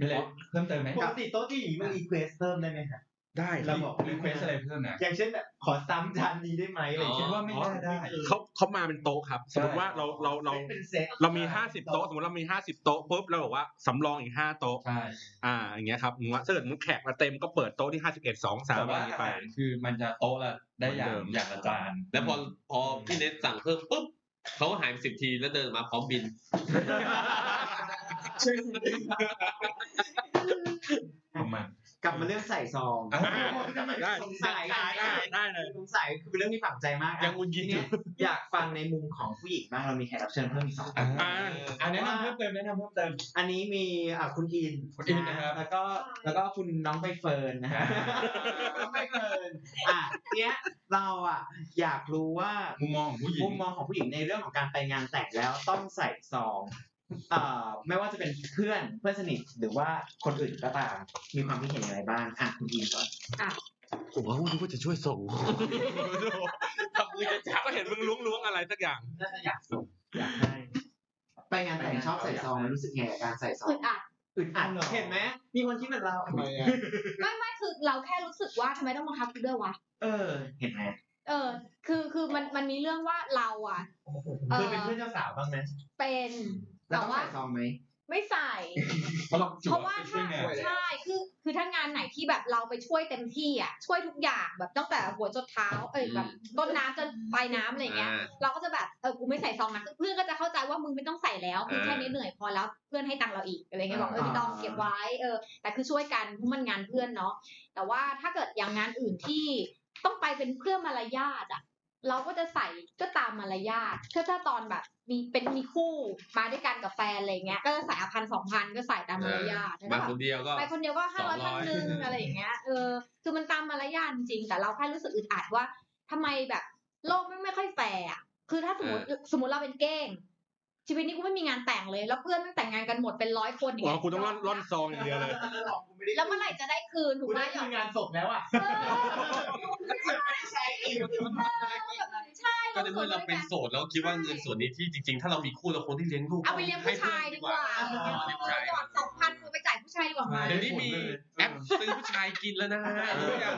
Speaker 2: นี่แหละเพิ่มเติมไหม
Speaker 7: ปกติโต๊ะที่อย่างนี้มันรีเควสเพิ่มได้ไหมฮะ
Speaker 4: ได้
Speaker 7: เราบอก
Speaker 2: รีเควสอะไรเพิ่มนะ
Speaker 7: อย่างเช่นแบบขอซ้ำจานนี้ได้ไหมอะไรอย่าง
Speaker 2: คิ
Speaker 7: เงี้
Speaker 2: ด
Speaker 7: ย
Speaker 2: ว่าไม่น่าได้
Speaker 4: เขาเขามาเป็นโต๊ะครับ
Speaker 2: ใช่
Speaker 4: สมมติว่าเราเราเรา
Speaker 7: เป็นเซ็ต
Speaker 4: เรามีห้าสิบโต๊ะสมมติเรามีห้าสิบโต๊ะปุ๊บเราบอกว่าสำรองอีกห้าโต๊ะ
Speaker 2: ใช่
Speaker 4: อ่าอย่างเงี้ยครับงว่าถ้าเกิดมุกแขกมาเต็มก็เปิดโต๊ะที่ห้าสิบเอ็ดสองสามอะไร
Speaker 2: แต่ว่า
Speaker 4: อย่างเงี้
Speaker 2: อา
Speaker 4: ยไป
Speaker 2: หารคือมันจะโต๊ะละได้อย่าง
Speaker 4: เหมือนเดิม
Speaker 2: อย่างละจาน
Speaker 3: แล้วพอพอพี่เน็ตสั่งเพิ่มปุ๊บเขาหายไปสิบทีแล้วเดินมาพร้อมบิน
Speaker 2: ประมาณ
Speaker 6: กลับมาเรื่องใส่ซอง
Speaker 2: อ่ะ
Speaker 4: ได้
Speaker 6: สงสัย
Speaker 3: ได้
Speaker 4: ได้ได้เลย
Speaker 6: สงสัยคือเป็นเรื่องที่ฝังใจมากอะ
Speaker 3: ยังงุนยินอ
Speaker 6: ที
Speaker 3: ยู่
Speaker 6: เนี้ยอยากฟังในมุมของผู้หญิงบ้างเรามีแขกรับเชิญเพิ่มอีกสองคน
Speaker 2: อ่ะอ่าแนะนำเพิ่มเติมแนะนำเพิ่มเติม
Speaker 6: อันนี้มีอ่ะคุณอิน
Speaker 2: คุณอินนะครับ
Speaker 6: แล้วก็แล้วก็คุณน้องใบเฟิร์นนะฮะน้องใบเฟิร์นอ่ะเนี้ยเราอ่ะอยากรู้ว่า
Speaker 2: มุมมองของผู้หญิ
Speaker 6: มุ
Speaker 2: ง
Speaker 6: มมองของผู้หญิงในเรื่องของการไปงานแต่งแล้วต้องใส่ซองเอ่อไม่ว่าจะเป็นเพื่อนเพื่อนสนิทหรือว่าคนอื่นก็ตามมีความคิดเห็นอย่างไรบ้างอ่ะคุณอินก่อน
Speaker 3: ผมว่าคุณก็จะช่วยส่งทำมือจะจับ
Speaker 4: ก็เห็นมึงล้วงๆอะไรสักอย่าง
Speaker 6: น่าจะอยากส่งอยากให้ไปงานแต่งชอบใส่ซองแล้วรู้สึกไงกับการใส่ซอ
Speaker 8: อึ
Speaker 6: ง
Speaker 8: ดอัด
Speaker 6: อึดอัดเห็นไหมมีคนคิดเหมือนเรา
Speaker 7: ทำไมอ่ะ
Speaker 8: ไม่ไม่คือเราแค่รู้สึกว่าทำไมต้องบังคับกูด้วยวะ
Speaker 6: เออ เห็นไหม
Speaker 8: เออ คือคือมันมันมีเรื่องว่าเราอ่ะ เอ
Speaker 7: เค
Speaker 8: อ
Speaker 7: ยเป็นเพื่อนเจ้าสาวบ้างไหม
Speaker 8: เป็น
Speaker 6: แล้วต้อง
Speaker 8: แต่ว่า
Speaker 6: ใส่ซองไหม
Speaker 8: ไม่ใส่
Speaker 2: เพราะเราจุ
Speaker 8: เพราะว่า
Speaker 2: ไปช่วย
Speaker 8: ถ้า
Speaker 2: งาน
Speaker 8: ใช่คือคือถ้างานไหนที่แบบเราไปช่วยเต็มที่อ่ะช่วยทุกอย่างแบบตั้งแต่หัวจนเท้าเอ้ยแบบต้นน้ำจนปลายน้ำอะไรเงี้ย เราก็จะแบบเออกูไม่ใส่ซองนะเพื่อนก็จะเข้าใจว่ามึงไม่ต้องใส่แล้วมึงแค่นี้เหนื่อยพอแล้วเพื่อนให้ตังค์เราอีกอะไรเงี้ยบอกเออไม่ต้องเก็บไว้เออ แต่คือช่วยกันเพราะมันงานเพื่อนเนาะแต่ว่าถ้าเกิดอย่างงานอื่นที่ต้องไปเป็นเพื่อมารยาทอ่ะ เราก็จะใส่ก็ตามมารยาทถ้าถ้าตอนแบบมีเป็นมีคู่มาด้วยกันกับแฟนอะไรเงี้ยก็จะใส่อพันสองพันก็ใส่ตามมารยาท
Speaker 3: มา
Speaker 8: นะ
Speaker 3: คนเดียวก็
Speaker 8: ไปคนเดียวก็ห้าร้อยพันหนึ่ง
Speaker 3: 200
Speaker 8: อะไรอย่างเงี้ยเออคือมันตามมารยาทจริงๆแต่เราแค่รู้สึกอึดอัดว่าทำไมแบบ โลกไม่ไม่ค่อยแฟร์อะคือถ้าสมมติสมมติเราเป็นเก้ง ชีวิตนี้กูไม่มีงานแต่งเลย แล้วเพื่อนมันแต่งงานกันหมดเป็นร้อยคนอย่าง
Speaker 4: อ๋อ
Speaker 8: เงี้ย
Speaker 4: คุณต้องร่อนร่อนซองอย่างเดียวเลย
Speaker 8: แล้วเมื่อไหร่จะได้คืนถูก
Speaker 6: คุณ
Speaker 8: ไหม
Speaker 6: ได้ทำงานศพแล้วอ่ะ
Speaker 8: เออ
Speaker 6: ใช่อีก
Speaker 8: ใช่
Speaker 3: ก็ในเมื่อเราเป็นโสดแล้วคิดว่าเงินส่วนนี้ที่จริงๆ ถ้าเรามีคู่เราควรที่เลี้ยงลูก
Speaker 8: เอาไปเลี้ยงผู้ชายดีกว่า
Speaker 3: ให้เพื่อนดีกว่าเลี้ยงผู้ชาย
Speaker 8: หยอดสองพันกูไปจ่ายผู้ชายดีกว่าไหม
Speaker 3: เดี๋ยวนี้มีแอปซื้อผู้ชายกินแล้วนะฮะรู้ยัง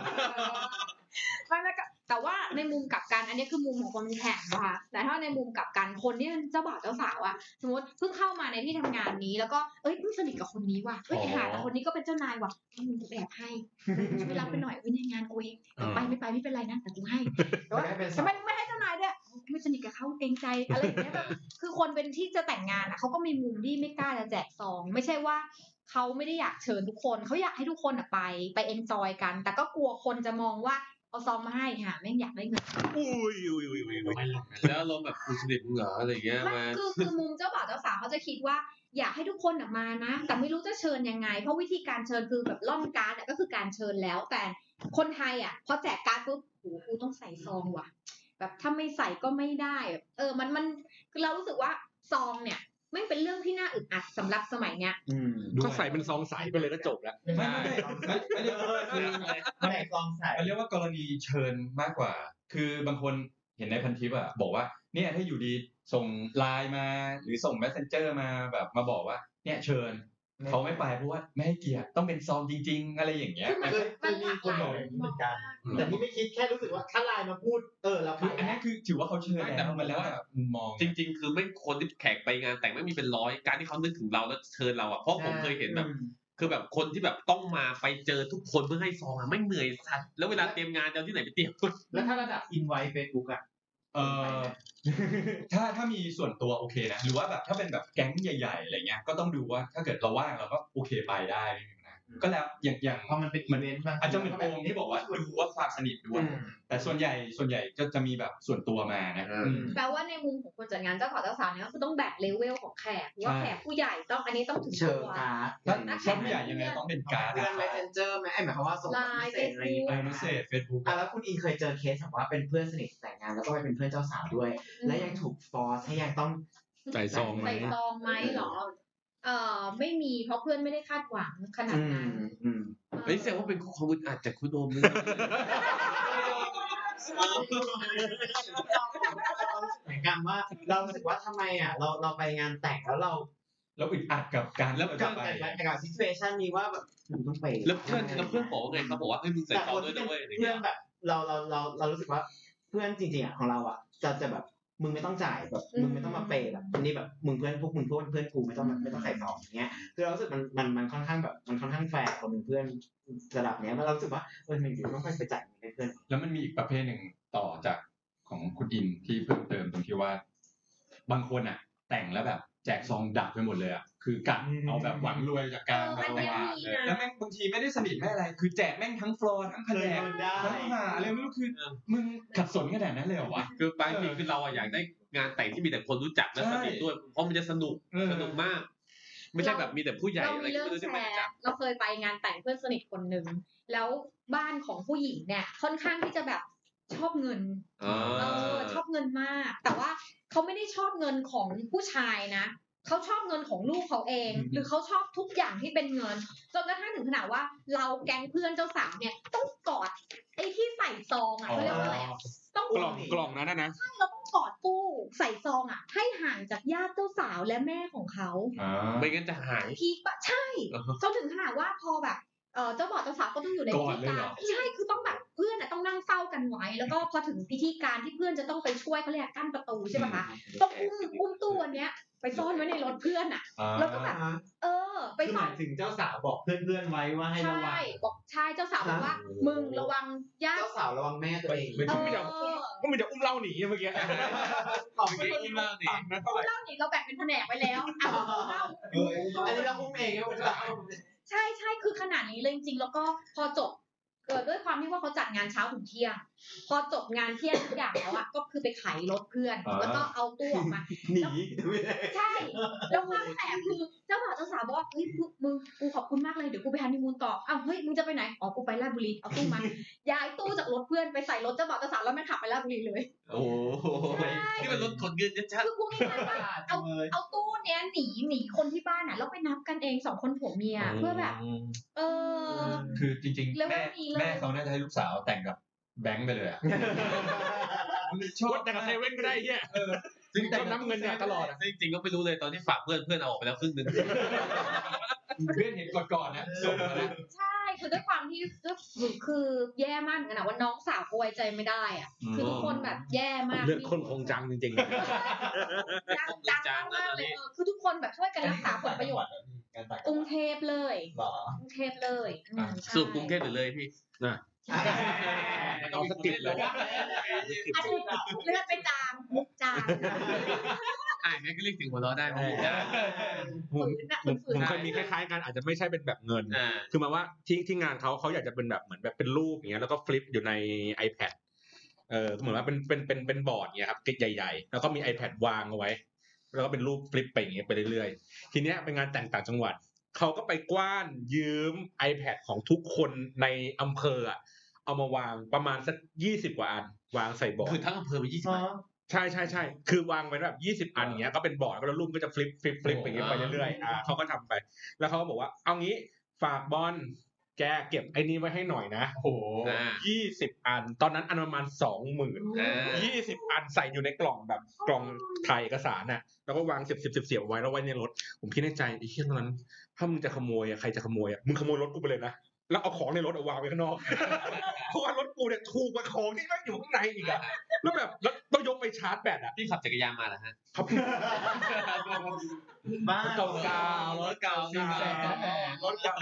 Speaker 8: ไม่ไม่ก็แต่ว่าในมุมกลับกันอันนี้คือมุมของคนมีแผนนะคะแต่ถ้าในมุมกลับกันคนที่เป็นเจ้าบ่าวเจ้าสาวอะสมมติเพิ่งเข้ามาในที่ทำงานนี้ แล้วก็เอ้ยเพิ่งสนิทกับคนนี้ว่ะเอ้ย
Speaker 3: อ๋อ
Speaker 8: หาแต่คนนี้ก็เป็นเจ้านายว่ะอืมแอบให้ช่วยรับไปหน่อยวินงานกูเอง
Speaker 4: อืม
Speaker 8: ไปไม่ไปไม่เป็นไรนะแต่กูให้แต่ว่าทำไมไม่ให้เจ้านายด้วยไม่สนิทกับเขาเกรงใจอะไรอย่างเงี้ยแบบคือคนเป็นที่จะแต่งงานอะเขาก็มีมุมที่ไม่กล้าจะแจกซอง ไม่ใช่ว่า เขาไม่ได้อยากเชิญทุกคนเขาอยากให้ทุกคนอะไปไปเอนจอยกัน แต่ก็กลัวคนจะมองว่าเอาซองมาให้หาแม่งอยากได้เงิน
Speaker 4: อุ้ยอุ้ยอุ้ยอุ้ยอุ้ย
Speaker 3: แล้วเราแบบกูสนิทมึงเหรออะไรอย่างเงี้ย
Speaker 8: ไม่
Speaker 3: มา
Speaker 8: คือคือมุมเจ้าบ่าวเจ้าสาวเขาจะคิดว่า อยากให้ทุกคนอะมานะ แต่ไม่รู้จะเชิญยังไง เพราะวิธีการเชิญคือแบบล่อนการ์ดอะก็คือการเชิญแล้ว แต่คนไทยอ่ะพอแจกการ์ดปุ๊บโหกูต้องใส่ซองว่ะ แบบถ้าไม่ใส่ก็ไม่ได้แบบเออมันมันคือเรารู้สึกว่าซองเนี่ยไม่งเป็นเรื่องที่น่าอึดอัดสำหรับสมัยเนี้ย
Speaker 6: อืม
Speaker 4: ก็ใส่เป็นซองใสไปเลยก็จบแล้ว
Speaker 2: ไม่ไม่ไม่ไม่ไม่ได้ว่าคือ
Speaker 6: แบ่งกองใส่
Speaker 2: มันเรียกว่ากรณีเชิญมากกว่า คือบางคนเห็นในพันทิปอะบอกว่าเนี่ยถ้าอยู่ดีส่งไลน์มาหรือส่ง messenger มาแบบมาบอกว่า เนี่ยเชิญเขาไม่ไปเพราะว่าไม่ให้เกียรติต้องเป็นซองจริง ๆ อะไรอย่างเงี้ย
Speaker 8: คือมัน
Speaker 6: เคย
Speaker 8: มัน
Speaker 6: เคยมี
Speaker 8: หลาก
Speaker 6: คนบ
Speaker 8: หลา
Speaker 6: อก
Speaker 8: ย
Speaker 6: อย่างนี้เห
Speaker 8: มุ
Speaker 6: มื
Speaker 8: ม
Speaker 6: อนกัน
Speaker 8: มาก
Speaker 6: แต่ที่ไม่คิดแค่รู้สึกว่าถ้าไลน์มาพูดเออเราไป
Speaker 2: คืออันนี้คือถือว่าเขาเชิญ
Speaker 3: ไม่แต่
Speaker 2: แล้ว
Speaker 3: ผม
Speaker 2: มันแล้ว
Speaker 3: ว่า
Speaker 2: แต่มุมมอง
Speaker 3: จริง ๆ คือไม่คนที่แขกไปงานแต่งไม่มีเป็นร้อยการที่เขานึกถึงเราแล้วเชิญเราอ่ะเพราะผมเคยเห็นแบบ คือแบบคนที่แบบต้องมาไปเจอทุกคนเพื่อให้ซองอะไม่เหนื่อยสัตว์แล้วเวลาเตรียมงานจะเอาที่ไหนไปเตรียม
Speaker 6: แล้วถ้าระดับอินไวเฟซบุ๊กอ่ะ
Speaker 2: เออถ้าถ้ามีส่วนตัวโอเคนะ หรือว่าแบบถ้าเป็นแบบแก๊งใหญ่ๆอะไรเงี้ยก็ต้องดูว่าถ้าเกิดเราว่างเราก็โอเคไปได้ไม่มีปัญหา
Speaker 6: อืม
Speaker 2: ก็แล้วอย่างอย่าง
Speaker 6: เพราะมันเป็น
Speaker 2: มั
Speaker 6: อี
Speaker 2: น
Speaker 6: เวนต์บาง
Speaker 2: อาจจะเหมือนโองที่บอกว่าดูว่าความสนิทด้วยแต่ส่วนใหญ่ส่วนใหญ่ก็จะมีแบบส่วนตัวมานะ
Speaker 3: เอออื
Speaker 2: ม
Speaker 8: แปลว่าในมุมของคนจัดงานเจ้าของเจ้าสาวเนี่ยก็คือต้องแบกเลเวลของแขกว่า
Speaker 2: ใช่
Speaker 8: แขกผู้ใหญ่ต้องอันนี้ต้องถึง
Speaker 9: เชิ
Speaker 8: ตั
Speaker 9: ญ
Speaker 8: ว
Speaker 9: การ์ด
Speaker 2: ถ้า
Speaker 8: แล้ว
Speaker 2: ถ้าผู้ใหญ่ยังไงต้องเป็นการ์ด
Speaker 6: เพื่
Speaker 2: อะ
Speaker 6: อนเมสเซนเจอร์ไหมไอ้หมายความว่าส่ง
Speaker 8: ไลน์
Speaker 6: เมสเซจอะไรอย่าง
Speaker 2: เอ
Speaker 6: เงี้
Speaker 2: อย เมสเซจเฟซบุ๊ก
Speaker 6: อ่ะ
Speaker 2: อะ
Speaker 6: แล้วคุณอินเคยเจอเคสแบบว่าเป็นเพื่อนสนิทแต่งงานแล้วก็ไปเป็นเพื่อนเจ้าสาวด้วย และยังถูกฟอร์สให้ยังต้อง
Speaker 4: ใส่ซองไหม
Speaker 8: ใส่ซองไหมเหรอ เอ่อไม่มีเพราะเพื่อนไม่ได้คาดหวังขนาดนั้น
Speaker 3: เฮ้ยแสดงว่าเป็นความอึดอัดจากคุณโอมเลย
Speaker 6: เหมือนกันว่าเรารู้สึกว่าทำไมอ่ะเราเราไปงานแต่งแล้วเรา
Speaker 2: แล้วอึดอัดกับการแล้ว
Speaker 6: เจ
Speaker 2: จะ
Speaker 6: อ
Speaker 2: ไป
Speaker 6: แต่แต่กับซิทูเอชันนี้ว่าแบบคุณต้องไป
Speaker 3: แล้วเพื่อนแล้วเพื่อนบอกว่าไงเขาบอกว่าเฮ้ยมึงใส่
Speaker 6: แต่
Speaker 3: ซอ
Speaker 6: ค
Speaker 3: ง
Speaker 6: น
Speaker 3: ด้ว
Speaker 6: ที่
Speaker 3: ยนะเว้ย
Speaker 6: เป็นเพื่อนแบบเราเราเราเรารู้สึกว่าเพื่อนจริงๆอ่ะของเราอ่ะจะจะแบบมึงไม่ต้องจ่ายแบบมึงไม่ต้องมาเปย์แบบนี่แบบมึงเพื่อนพวกมึงพวกเพื่อนกูไม่ต้องแบบไม่ต้องใส่ซองอย่างเงี้ยคือเรารู้สึกมันมันมันค่อนข้างแบบมันค่อนข้างแฟร์คนเป็นเพื่อนระดับเนี้ยมันเรารู้สึกว่าเออมันอยู่ต้องไปจ่ายเงินให้เพื่อน
Speaker 2: แล้วมันมีอีกประเภทหนึ่งต่อจากของคุณอินที่เพิ่มเติมตรงที่ว่า บางคนอะแต่งแล้วแบบ แจกซองดักไปหมดเลยอะคือกะ
Speaker 6: อืม
Speaker 2: เอาแบบหวังรวยจากการ
Speaker 8: เออมัน
Speaker 2: แบบ
Speaker 8: ยัง
Speaker 2: ว่า
Speaker 8: มีนะ
Speaker 2: แล้วแม่งบางทีไม่ได้สนิทไม่อะไร คือแจกแม่งทั้งฟลอร์ทั้งแผนก
Speaker 6: เงินได้
Speaker 2: ทั้งมหาอะไรไม่รู้คือมึงขัดสนขนาดนั้นเลยเหรอวะ
Speaker 3: คือบางทีคือเราอะอยากได้งานแต่งที่มีแต่คนรู้จักและสนิทด้วยเพราะมันจะสนุก
Speaker 2: เออ
Speaker 3: สนุกมาก ไม่ใช่แบบมีแต่ผู้ใหญ่
Speaker 8: เรา
Speaker 3: อะไร
Speaker 8: มี
Speaker 3: ก็ไม่
Speaker 8: เรื่อง
Speaker 3: รู้
Speaker 8: แช
Speaker 3: ที่ไม่รู้จัก
Speaker 8: ร์เราเคยไปงานแต่งเพื่อนสนิทคนหนึ่งแล้วบ้านของผู้หญิงเนี่ยค่อนข้างที่จะแบบชอบเงิน
Speaker 3: อ๋อ
Speaker 8: เออชอบเงินมาก แต่ว่าเขาไม่ได้ชอบเงินของผู้ชายนะเขาชอบเงินของลูกเขาเอง
Speaker 2: อืม
Speaker 8: หรือเขาชอบทุกอย่างที่เป็นเงินจนกระทั่งถึงขนาดว่า เราแก๊งเพื่อนเจ้าสาวเนี่ยต้องกอดไอ้ที่ใส่ซองอ่ะเขาเรียกว่าอะไรอะต้อง
Speaker 4: กล่องกล่องนั้นนะนะ
Speaker 8: เราต้องกอดตู้ใส่ซองอ่ะ ให้ห่างจากญาติเจ้าสาวและแม่ของเขา
Speaker 2: อ่า
Speaker 3: ไม่งั้นจะหาย
Speaker 8: พีคปะใช่
Speaker 3: อ่าฮะ
Speaker 8: จนถึงขนาดว่าพอแบบเออเจ้าบ่าวเจ้าสาวก็ต้องอยู่ใน
Speaker 2: ก
Speaker 8: พิ
Speaker 2: อด
Speaker 8: ธี
Speaker 2: เลย
Speaker 8: การ
Speaker 2: เหรอ
Speaker 8: ใช่คือต้องแบบเพื่อนอะต้องนั่งเฝ้ากันไว้ แล้วก็พอถึงพิธีการที่เพื่อนจะต้องไปช่วยเขาเรียกกั้นประตูใช่ปะคะต้องอุ้มอุ้มตู้อันเนี้ย ไปซ่อนไว้ในรถเพื่อนอ่ะ
Speaker 2: อ่า
Speaker 8: แล้วก็แบบ เออ ไป
Speaker 6: คือห
Speaker 8: ซ่อ
Speaker 6: มาน ยถึงเจ้าสาวบอกเพื่อนๆไว้ว่าให้ระวั
Speaker 8: ใช่
Speaker 6: ง
Speaker 8: บอกใช่เจ้าสาวบอกว่า
Speaker 6: โอ้
Speaker 8: มึงระวังญาติ
Speaker 6: เจ้าสาวระวังแม่ตัวเอง
Speaker 4: ไม่
Speaker 8: เอ
Speaker 4: ใช่
Speaker 8: อ
Speaker 4: ไม่ใช่ไม่ใช่อุ้มเล่าหนีเมื่อกี้
Speaker 6: ขอ
Speaker 3: ไม่
Speaker 6: ไม่
Speaker 3: งั้นอุ้มเล่าหนี
Speaker 8: เล่านี่เราแบ่งเป็นแผนกไว้แล้วอ่ะเล่า
Speaker 6: เอออันนี้เราอุ้มเองนะคุณเจ้า
Speaker 8: ใช่ใช่คือขนาดนี้เลยจริงๆ แล้วก็พอจบเกิดด้วยความที่ว่าเขาจัดงานเช้าถึงเที่ยง พอจบงานเที่ยงทุกอย่างแล้วอะก็คือไปไขรถเพื่อน
Speaker 2: อ่า
Speaker 8: แล้วก็เอาตู้ออกมา
Speaker 6: หนีไม่ได้
Speaker 8: ใช่ แล้วความแสบคือเจ้าบ่าว เจ้าสาวบอกว่าเฮ้ยมึงกูขอบคุณมากเลยเดี๋ยวกูไปฮันนีมูนต่ออ้าวเฮ้ยมึงจะไปไหนอ๋อกูไปลาดบุรีเอาตู้มา ย้ายตู้จากรถเพื่อนไปใส่รถเจ้าบ่าวเจ้าสาวแล้วมันขับไปลาดบุรีเลย
Speaker 3: โอ้โห
Speaker 8: ใช่
Speaker 3: นี่มันรถขนเงินชัด
Speaker 8: คือกูไม่ทันว่าเอาเอาตู้เนี้ยหนีหนีคนที่บ้านอ่ะแล้วไปนับกันเองสองคนผัวเมีย
Speaker 3: ๆ
Speaker 8: เพื่อแบบ เออ
Speaker 2: คือจริง
Speaker 8: แล้ว
Speaker 2: ๆ
Speaker 8: ไม่
Speaker 2: แม่
Speaker 8: มีเลย
Speaker 2: แม่เขาน่าจะให้ลูกสาวแต่งกับแบงค์ไปเลยอะ
Speaker 4: โชดแต่กับเซเว่นก็ได้ไอ้เฮีย
Speaker 3: ซึ่ง
Speaker 4: ชอบน้ำเงินเนี่ยตลอดอะ
Speaker 3: ซึ่งจริงๆก็ไม่รู้เลยตอนที่ฝากเพื่อนเพื่อนเอาออกไปแล้วครึ่งหนึง
Speaker 2: เพื่อนเห็นก่อนๆนะส่งมานะ
Speaker 8: ใช่คือด้วยความที่ก็คือแย่มากเหมือนกันอะว่าน้องสาวกูไว้ใจไม่ได้อ่ะ คือทุกคนแบบแย่มาก
Speaker 4: เลือดข้นคงจังจริง
Speaker 8: ดังดังมากๆเลยเออคือทุกคนแบบช่วยกันรักษาผลประโยชน์
Speaker 5: งานแต่ง
Speaker 8: กรุงเทพเลย
Speaker 5: หรอก
Speaker 8: รุงเทพเลยอืมใช่
Speaker 3: สรุปกรุงเทพหรือเลยพี่
Speaker 4: ๆเอาสกิปเลย
Speaker 8: อันนี้เลือดไปจางมุกจาง
Speaker 3: อ่างั้นก็เรียกถึงหัวเราะได้ผมได้
Speaker 4: ผม
Speaker 8: ฝื
Speaker 4: ผมผ
Speaker 8: นอะฝืน
Speaker 4: มเคย
Speaker 8: อะ
Speaker 4: มีคล้ายๆกันอาจจะไม่ใช่เป็นแบบเงิน
Speaker 3: อ่า
Speaker 4: คือหมายว่าที่ที่งานเขาเขาอยากจะเป็นแบบเหมือนแบบเป็นรูปอย่างเงี้ยแล้วก็ฟลิปอยู่ใน iPad เออเหมือนว่าเป็นเป็นเป็นเป็นบอร์ดเงี้ยครับติดใหญ่ๆ แล้วก็มี iPad วางเอาไว้ แล้วก็เป็นรูปฟลิปไปอย่างเงี้ยไปเรื่อยๆ ทีเนี้ยเป็นงานแต่งต่างจังหวัดเขาก็ไปกว้านยืม iPad ของทุกคนในอำเภออะเอามาวางประมาณสักยี่สิบกว่าอันวางใส่บอร์ด
Speaker 3: คือทั้งอำเภอมียี่สิบ
Speaker 4: ใช่ใช่ใช่คือวางไว้แบบยี่สิบอันอย่างเงี้ย ก็เป็นบอร์ดแล้วรูปก็จะฟลิปฟลิปฟลิป
Speaker 3: โอ้
Speaker 4: ไปเงี้ย
Speaker 3: อ่า
Speaker 4: ไปเรื่อยๆ อ่าเขาก็ทำไป แล้วเขาก็บอกว่า เอางี้ฝากบอลแกเก็บไอ้นี้ไว้ให้หน่อยนะ โอ้โห
Speaker 3: อ่า
Speaker 4: ยี่สิบอัน ตอนนั้นอันประมาณสองหมื่น
Speaker 3: อ่า
Speaker 4: ยี่สิบอันใส่อยู่ในกล่องแบบกล่องถ่ายเอกสารน่ะ แล้วก็วางเสียบเสียบเสียบเสียบไว้แล้วไว้ในรถ ผมคิดในใจไอ้เหี้ยตอนนั้น ถ้ามึงจะขโมยอะใครจะขโมยอะมึงขโมยรถกูไปเลยนะ แล้วเอาของในรถเอาวางไว้ข้างนอก เพราะว่ารถกูเนี่ยถูกกว่าของที่แม่งอยู่ข้างในอีกอะแล้วแบบแล้วต้องยกไปชาร์จแบตอะ
Speaker 3: ที่ขับจักรยานมาเหรอฮะ
Speaker 4: ครับ
Speaker 7: บ้าน
Speaker 4: เก่ารถเก่าสี่แสนรถเก่า